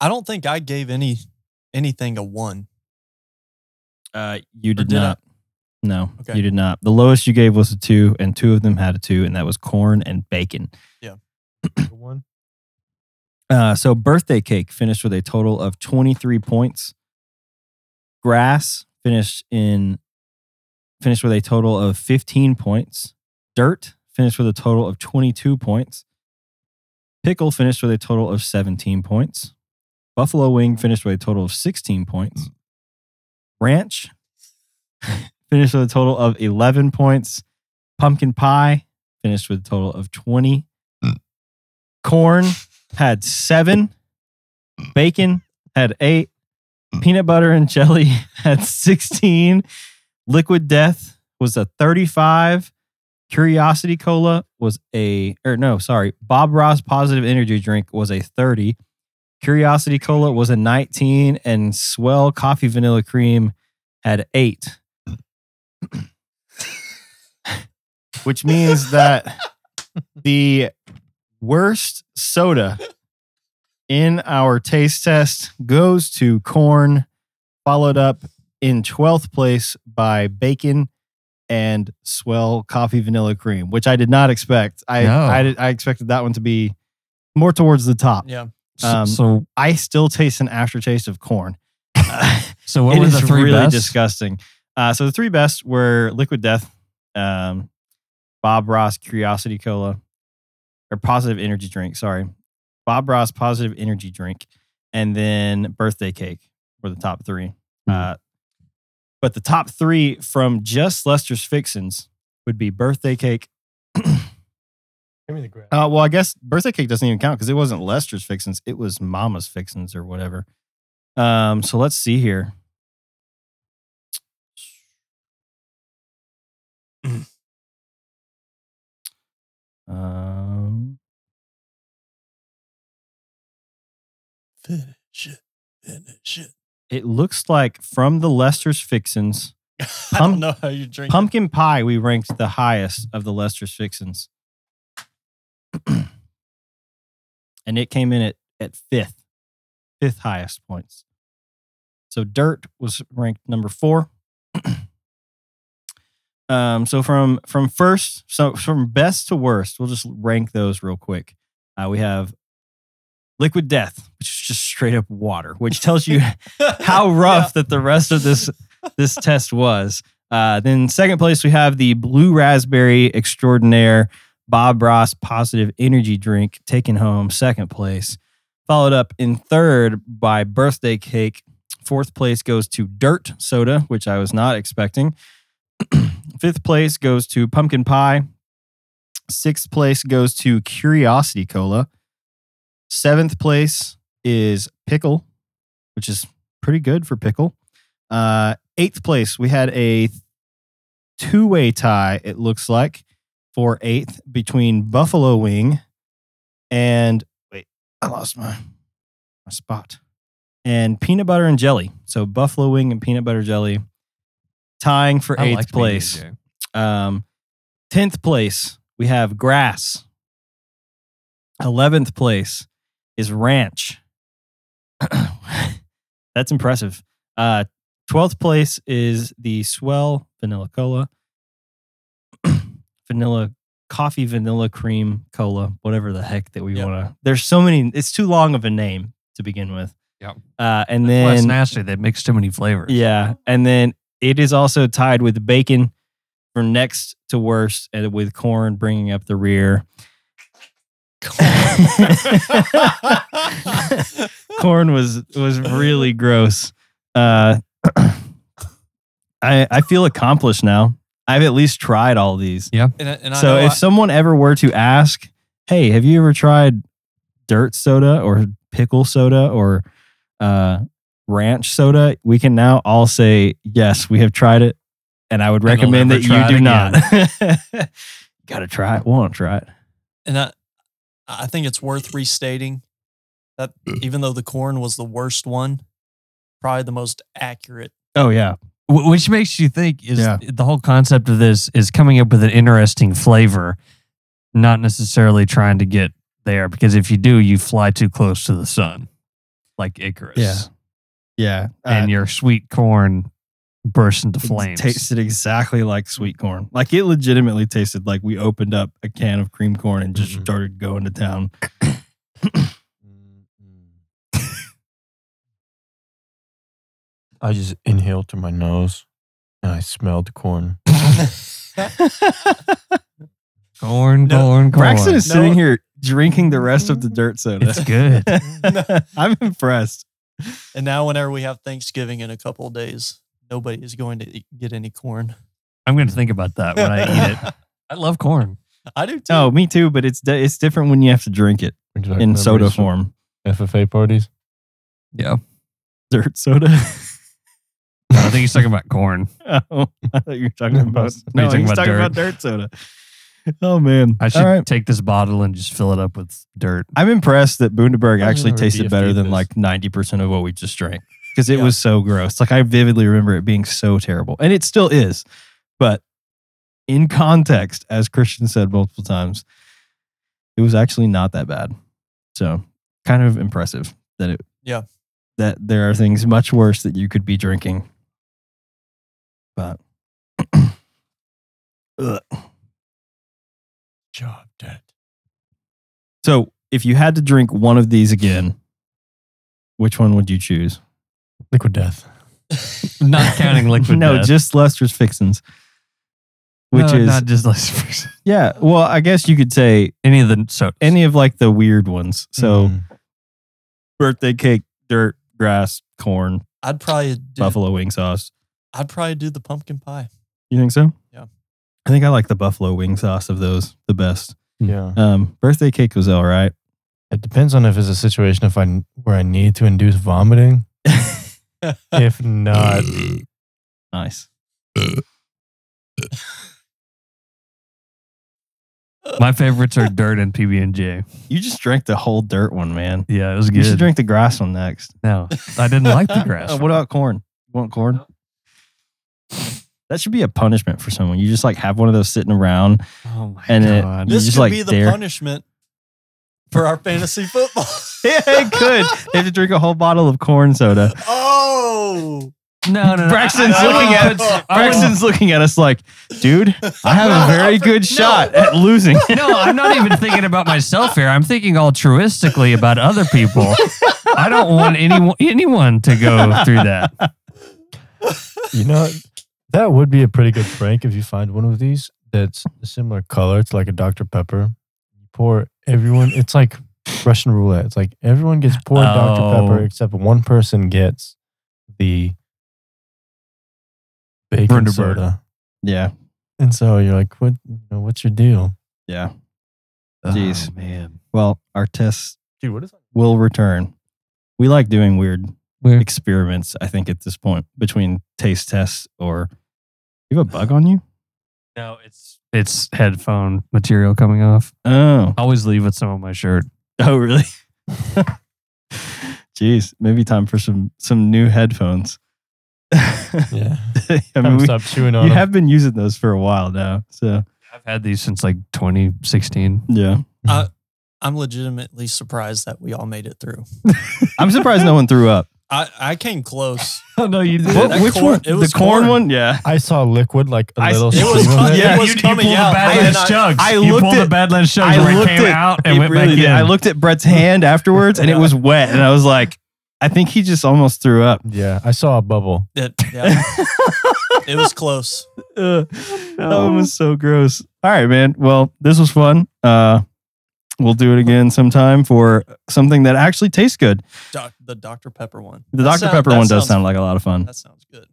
[SPEAKER 2] I don't think I gave any anything a one.
[SPEAKER 1] Uh, you
[SPEAKER 2] did
[SPEAKER 1] did not. No,
[SPEAKER 2] Okay.
[SPEAKER 1] you did not. The lowest you gave was a two, and two of them had a two, and that was corn and bacon.
[SPEAKER 3] One.
[SPEAKER 1] Uh, so birthday cake finished with a total of 23 points. Grass finished in finished with a total of 15 points. Dirt finished with a total of 22 points. Pickle finished with a total of 17 points. Buffalo Wing finished with a total of 16 points. Ranch finished with a total of 11 points. Pumpkin Pie finished with a total of 20. Corn had seven. Bacon had eight. Peanut butter and jelly had 16. Liquid Death was a 35. Curiosity Cola was a, or no, sorry, Bob Ross Positive Energy Drink was a 30. Curiosity Cola was a 19. And Swell Coffee Vanilla Cream had eight. Which means that the worst soda in our taste test goes to corn, followed up in 12th place by bacon and swell coffee vanilla cream, which I did not expect. I,
[SPEAKER 3] No.
[SPEAKER 1] I, did- I expected that one to be more towards the top.
[SPEAKER 2] Yeah.
[SPEAKER 4] So,
[SPEAKER 1] Um,
[SPEAKER 4] so,
[SPEAKER 1] I still taste an aftertaste of corn.
[SPEAKER 4] so what
[SPEAKER 1] It
[SPEAKER 4] were the
[SPEAKER 1] is
[SPEAKER 4] three
[SPEAKER 1] really
[SPEAKER 4] best?
[SPEAKER 1] disgusting. Uh, so the three best were Liquid Death, um, Bob Ross Curiosity Cola, or Positive Energy Drink. Sorry, Bob Ross Positive Energy Drink, and then Birthday Cake were the top three.
[SPEAKER 4] Hmm.
[SPEAKER 1] Uh, but the top three from just Lester's Fixins would be Birthday Cake.
[SPEAKER 3] Give me the grass.
[SPEAKER 1] Uh, well, I guess Birthday Cake doesn't even count because it wasn't Lester's Fixins; it was Mama's Fixins or whatever. Um, so let's see here. Um,
[SPEAKER 2] Finish it. Finish it.
[SPEAKER 1] it looks like from the Lester's Fixins,
[SPEAKER 2] I
[SPEAKER 1] Pump-
[SPEAKER 2] don't know how you drink. it.
[SPEAKER 1] pumpkin pie we ranked the highest of the Lester's Fixins, and it came in at at fifth, fifth highest points. So dirt was ranked number four. um, so from from first, so from best to worst, we'll just rank those real quick. Uh, we have liquid death, which is just straight up water, which tells you how rough that the rest of this this test was. Uh, then second place we have the blue raspberry extraordinaire Bob Ross positive energy drink taking home second place, followed up in third by birthday cake. Fourth place goes to dirt soda, which I was not expecting. Fifth place goes to pumpkin pie. Sixth place goes to curiosity cola. Seventh place is pickle, which is pretty good for pickle. Uh, eighth place, we had a two way tie, it looks like, for eighth between Buffalo Wing and wait, I lost my my spot. And peanut butter and jelly. So Buffalo Wing and peanut butter jelly tying for
[SPEAKER 4] I
[SPEAKER 1] eighth
[SPEAKER 4] liked being
[SPEAKER 1] place.
[SPEAKER 4] DJ.
[SPEAKER 1] Um, 10th place, we have Grass. 11th place is Ranch. That's impressive. Uh, 12th place is the Swell Vanilla Cola, Vanilla Coffee Vanilla Cream Cola, whatever the heck that we
[SPEAKER 2] Yep.
[SPEAKER 1] want to. There's so many, it's too long of a name to begin with.
[SPEAKER 3] Yep.
[SPEAKER 1] Uh, and
[SPEAKER 4] Well, it's
[SPEAKER 1] then
[SPEAKER 4] nasty. They mix too many flavors.
[SPEAKER 1] yeah. And then it is also tied with bacon for next to worst, and with corn bringing up the rear. corn was was really gross. Uh, I I feel accomplished now. I've at least tried all these.
[SPEAKER 2] and, I- and I
[SPEAKER 1] So
[SPEAKER 2] know
[SPEAKER 1] if
[SPEAKER 2] I-
[SPEAKER 1] someone ever were to ask, "Hey, have you ever tried dirt soda or pickle soda or uh, ranch soda?" We can now all say, "Yes, we have tried it," and I would
[SPEAKER 4] And I'll
[SPEAKER 1] recommend
[SPEAKER 4] never
[SPEAKER 1] that
[SPEAKER 4] try it
[SPEAKER 1] you do not. Got to try it. Want to try it?
[SPEAKER 2] and I, I think it's worth restating that even though the corn was the worst one, probably the most accurate.
[SPEAKER 1] Oh yeah,
[SPEAKER 4] Wh- which makes you think is
[SPEAKER 1] Yeah.
[SPEAKER 4] the whole concept of this is coming up with an interesting flavor, not necessarily trying to get there because if you do, you fly too close to the sun, like Icarus.
[SPEAKER 1] Yeah. yeah. Uh,
[SPEAKER 4] and your sweet corn bursts into
[SPEAKER 1] it
[SPEAKER 4] flames.
[SPEAKER 1] tasted exactly like sweet corn. Like it legitimately tasted like we opened up a can of cream corn and just
[SPEAKER 3] Mhm.
[SPEAKER 1] started going to town.
[SPEAKER 3] Mm, I just inhaled through my nose and I smelled corn.
[SPEAKER 4] Corn,
[SPEAKER 2] No,
[SPEAKER 4] corn, corn.
[SPEAKER 1] Braxton is
[SPEAKER 2] No.
[SPEAKER 1] sitting here drinking the rest of the dirt soda.
[SPEAKER 4] It's good.
[SPEAKER 1] I'm impressed.
[SPEAKER 2] and now, whenever we have Thanksgiving in a couple of days, nobody is going to eat, get any corn.
[SPEAKER 4] I'm going to think about that when I eat it. I love corn.
[SPEAKER 2] I do too.
[SPEAKER 1] Oh, me too. But it's di- it's different when you have to drink it
[SPEAKER 3] Brings back
[SPEAKER 1] in
[SPEAKER 3] memories
[SPEAKER 1] soda
[SPEAKER 3] of
[SPEAKER 1] form.
[SPEAKER 3] FFA parties.
[SPEAKER 4] Yeah.
[SPEAKER 1] Dirt soda.
[SPEAKER 4] I think he's talking about corn.
[SPEAKER 1] oh, I thought you were talking about. No,
[SPEAKER 4] talking
[SPEAKER 1] he's
[SPEAKER 4] about
[SPEAKER 1] talking
[SPEAKER 4] dirt.
[SPEAKER 1] about dirt soda. Oh man!
[SPEAKER 4] I should
[SPEAKER 1] All right.
[SPEAKER 4] take this bottle and just fill it up with dirt.
[SPEAKER 1] I'm impressed that Bundaberg
[SPEAKER 3] I've
[SPEAKER 1] actually
[SPEAKER 3] never
[SPEAKER 1] tasted
[SPEAKER 3] DFD'd
[SPEAKER 1] better than
[SPEAKER 3] this.
[SPEAKER 1] like 90% of what we just drank because it
[SPEAKER 2] Yeah.
[SPEAKER 1] was so gross. Like I vividly remember it being so terrible and it still is. But in context, as Christian said multiple times, it was actually not that bad. So kind of impressive that it,
[SPEAKER 2] Yeah.
[SPEAKER 1] that there are things much worse that you could be drinking. But Ugh.
[SPEAKER 3] Job dead.
[SPEAKER 1] so if you had to drink one of these again, which one would you choose?
[SPEAKER 3] Liquid death.
[SPEAKER 4] Not counting liquid.
[SPEAKER 1] no,
[SPEAKER 4] death.
[SPEAKER 1] just Lester's fixins. Which
[SPEAKER 4] No,
[SPEAKER 1] is
[SPEAKER 4] not just less
[SPEAKER 1] yeah. Well, I guess you could say
[SPEAKER 4] any of the so
[SPEAKER 1] any of like the weird ones. So
[SPEAKER 4] Mm-hmm.
[SPEAKER 3] Mm.
[SPEAKER 1] birthday cake, dirt, grass, corn,
[SPEAKER 2] I'd probably do.
[SPEAKER 1] buffalo wing sauce.
[SPEAKER 2] I'd probably do the pumpkin pie.
[SPEAKER 1] You think so?
[SPEAKER 2] Yeah.
[SPEAKER 1] I think I like the buffalo wing sauce of those the best.
[SPEAKER 3] yeah.
[SPEAKER 1] Um, birthday cake was all right.
[SPEAKER 3] It depends on if it's a situation if I where I need to induce vomiting. if not,
[SPEAKER 1] Nice.
[SPEAKER 4] my favorites are dirt and PB and J.
[SPEAKER 1] You just drank the whole dirt one, man.
[SPEAKER 4] Yeah, it was
[SPEAKER 1] You
[SPEAKER 4] good.
[SPEAKER 1] should drink the grass one next.
[SPEAKER 4] no, I didn't like the grass.
[SPEAKER 1] Uh, what about corn? You want corn? That should be a punishment for someone. You just like have one of those sitting around
[SPEAKER 4] Oh my
[SPEAKER 1] and it,
[SPEAKER 4] god!
[SPEAKER 1] you
[SPEAKER 2] this
[SPEAKER 1] just
[SPEAKER 2] could
[SPEAKER 1] like
[SPEAKER 2] be the
[SPEAKER 1] dare-
[SPEAKER 2] punishment for our fantasy football.
[SPEAKER 1] yeah, it could. They have to drink a whole bottle of corn soda.
[SPEAKER 2] oh,
[SPEAKER 4] no, no, no.
[SPEAKER 1] Braxton's
[SPEAKER 4] I- I
[SPEAKER 1] looking
[SPEAKER 4] wouldn't
[SPEAKER 1] at-
[SPEAKER 4] put- I wouldn't-
[SPEAKER 1] Braxton's looking at us like, dude, I have a very good shot at losing.
[SPEAKER 4] No, I'm not even thinking about myself here. I'm thinking altruistically about other people. I don't want anyone anyone to go through that.
[SPEAKER 3] you know, that would be a pretty good prank if you find one of these that's a similar color. It's like a Dr. Pepper. You pour everyone, it's like Russian roulette. It's like everyone gets poured Dr.
[SPEAKER 4] Oh.
[SPEAKER 3] Pepper except one person gets the bacon
[SPEAKER 4] Bundaberg.
[SPEAKER 3] soda.
[SPEAKER 1] Yeah,
[SPEAKER 3] And so you're like, what, you know, what's your deal?
[SPEAKER 1] yeah. Jeez.
[SPEAKER 4] Oh, man.
[SPEAKER 1] Well, our tests
[SPEAKER 3] Dude, what is that?
[SPEAKER 1] will return. We like doing weird
[SPEAKER 4] Weird.
[SPEAKER 1] experiments. I think at this point between taste tests or you have a bug on you.
[SPEAKER 4] No, it's it's headphone material coming off.
[SPEAKER 1] Oh,
[SPEAKER 4] I always leave with some on my shirt.
[SPEAKER 1] oh, really? Jeez, maybe time for some some new headphones. I
[SPEAKER 3] Yeah.
[SPEAKER 1] mean, we-
[SPEAKER 3] stop chewing on
[SPEAKER 1] you
[SPEAKER 3] them.
[SPEAKER 1] have been using those for a while now. So
[SPEAKER 4] I've had these since like 2016.
[SPEAKER 1] yeah,
[SPEAKER 2] I'm legitimately surprised that we all made it through.
[SPEAKER 1] I'm surprised no one threw up.
[SPEAKER 2] I, I came close.
[SPEAKER 4] Oh no, you
[SPEAKER 2] did. That corn- it was
[SPEAKER 1] the corn,
[SPEAKER 2] corn.
[SPEAKER 1] one? Yeah.
[SPEAKER 3] I saw liquid like a
[SPEAKER 4] I-
[SPEAKER 3] little.
[SPEAKER 2] It was
[SPEAKER 3] stream of
[SPEAKER 2] fun.
[SPEAKER 3] it.
[SPEAKER 1] Yeah.
[SPEAKER 2] it was
[SPEAKER 4] you, you
[SPEAKER 2] coming
[SPEAKER 4] pulled
[SPEAKER 2] out.
[SPEAKER 4] the Badlands
[SPEAKER 2] and I-
[SPEAKER 4] chugs.
[SPEAKER 1] I
[SPEAKER 4] you
[SPEAKER 1] looked
[SPEAKER 4] pulled the
[SPEAKER 1] at-
[SPEAKER 4] Badlands chugs
[SPEAKER 1] I
[SPEAKER 4] where it
[SPEAKER 1] looked
[SPEAKER 4] came
[SPEAKER 1] at-
[SPEAKER 4] out and
[SPEAKER 1] It
[SPEAKER 4] went
[SPEAKER 1] really
[SPEAKER 4] back
[SPEAKER 1] did.
[SPEAKER 4] in.
[SPEAKER 1] I looked at Brett's hand afterwards, and it was wet, and I was like, I think he just almost threw up.
[SPEAKER 3] Yeah, I saw a bubble.
[SPEAKER 2] It, yeah, it was close.
[SPEAKER 4] Oh,
[SPEAKER 1] Ugh, That one was so gross. All right, man. Well, this was fun. Uh, we'll do it again sometime for something that actually tastes good.
[SPEAKER 2] Doc, the Dr Pepper one.
[SPEAKER 1] The
[SPEAKER 2] That
[SPEAKER 1] Dr
[SPEAKER 2] sound-
[SPEAKER 1] Pepper
[SPEAKER 2] that
[SPEAKER 1] one does
[SPEAKER 2] sounds-
[SPEAKER 1] sound like a lot of fun.
[SPEAKER 2] That sounds good.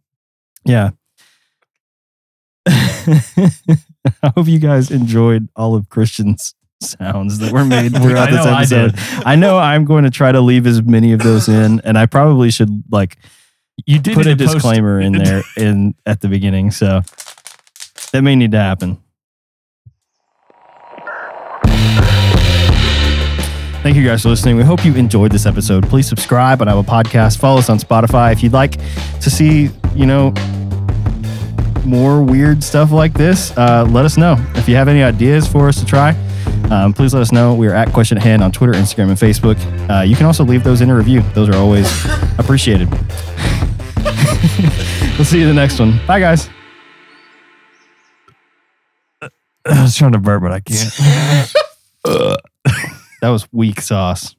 [SPEAKER 1] Yeah. I hope you guys enjoyed all of Christian's sounds that were made throughout
[SPEAKER 4] I
[SPEAKER 1] this
[SPEAKER 4] know I
[SPEAKER 1] episode. I, know I'm going to try to leave as many of those in, and I probably should like
[SPEAKER 4] You did
[SPEAKER 1] put
[SPEAKER 4] need
[SPEAKER 1] a
[SPEAKER 4] to post-
[SPEAKER 1] disclaimer in there in at the beginning. So that may need to happen. Thank you guys for listening. We hope you enjoyed this episode. Please subscribe on our podcast. Follow us on Spotify if you'd like to see, you know, more weird stuff like this. Uh, let us know if you have any ideas for us to try. Um, please let us know. We are at Question at Hand on Twitter, Instagram, and Facebook. Uh, you can also leave those in a review. Those are always appreciated. we'll see you in the next one. Bye, guys.
[SPEAKER 4] I was trying to burp, but I can't.
[SPEAKER 1] That was weak sauce.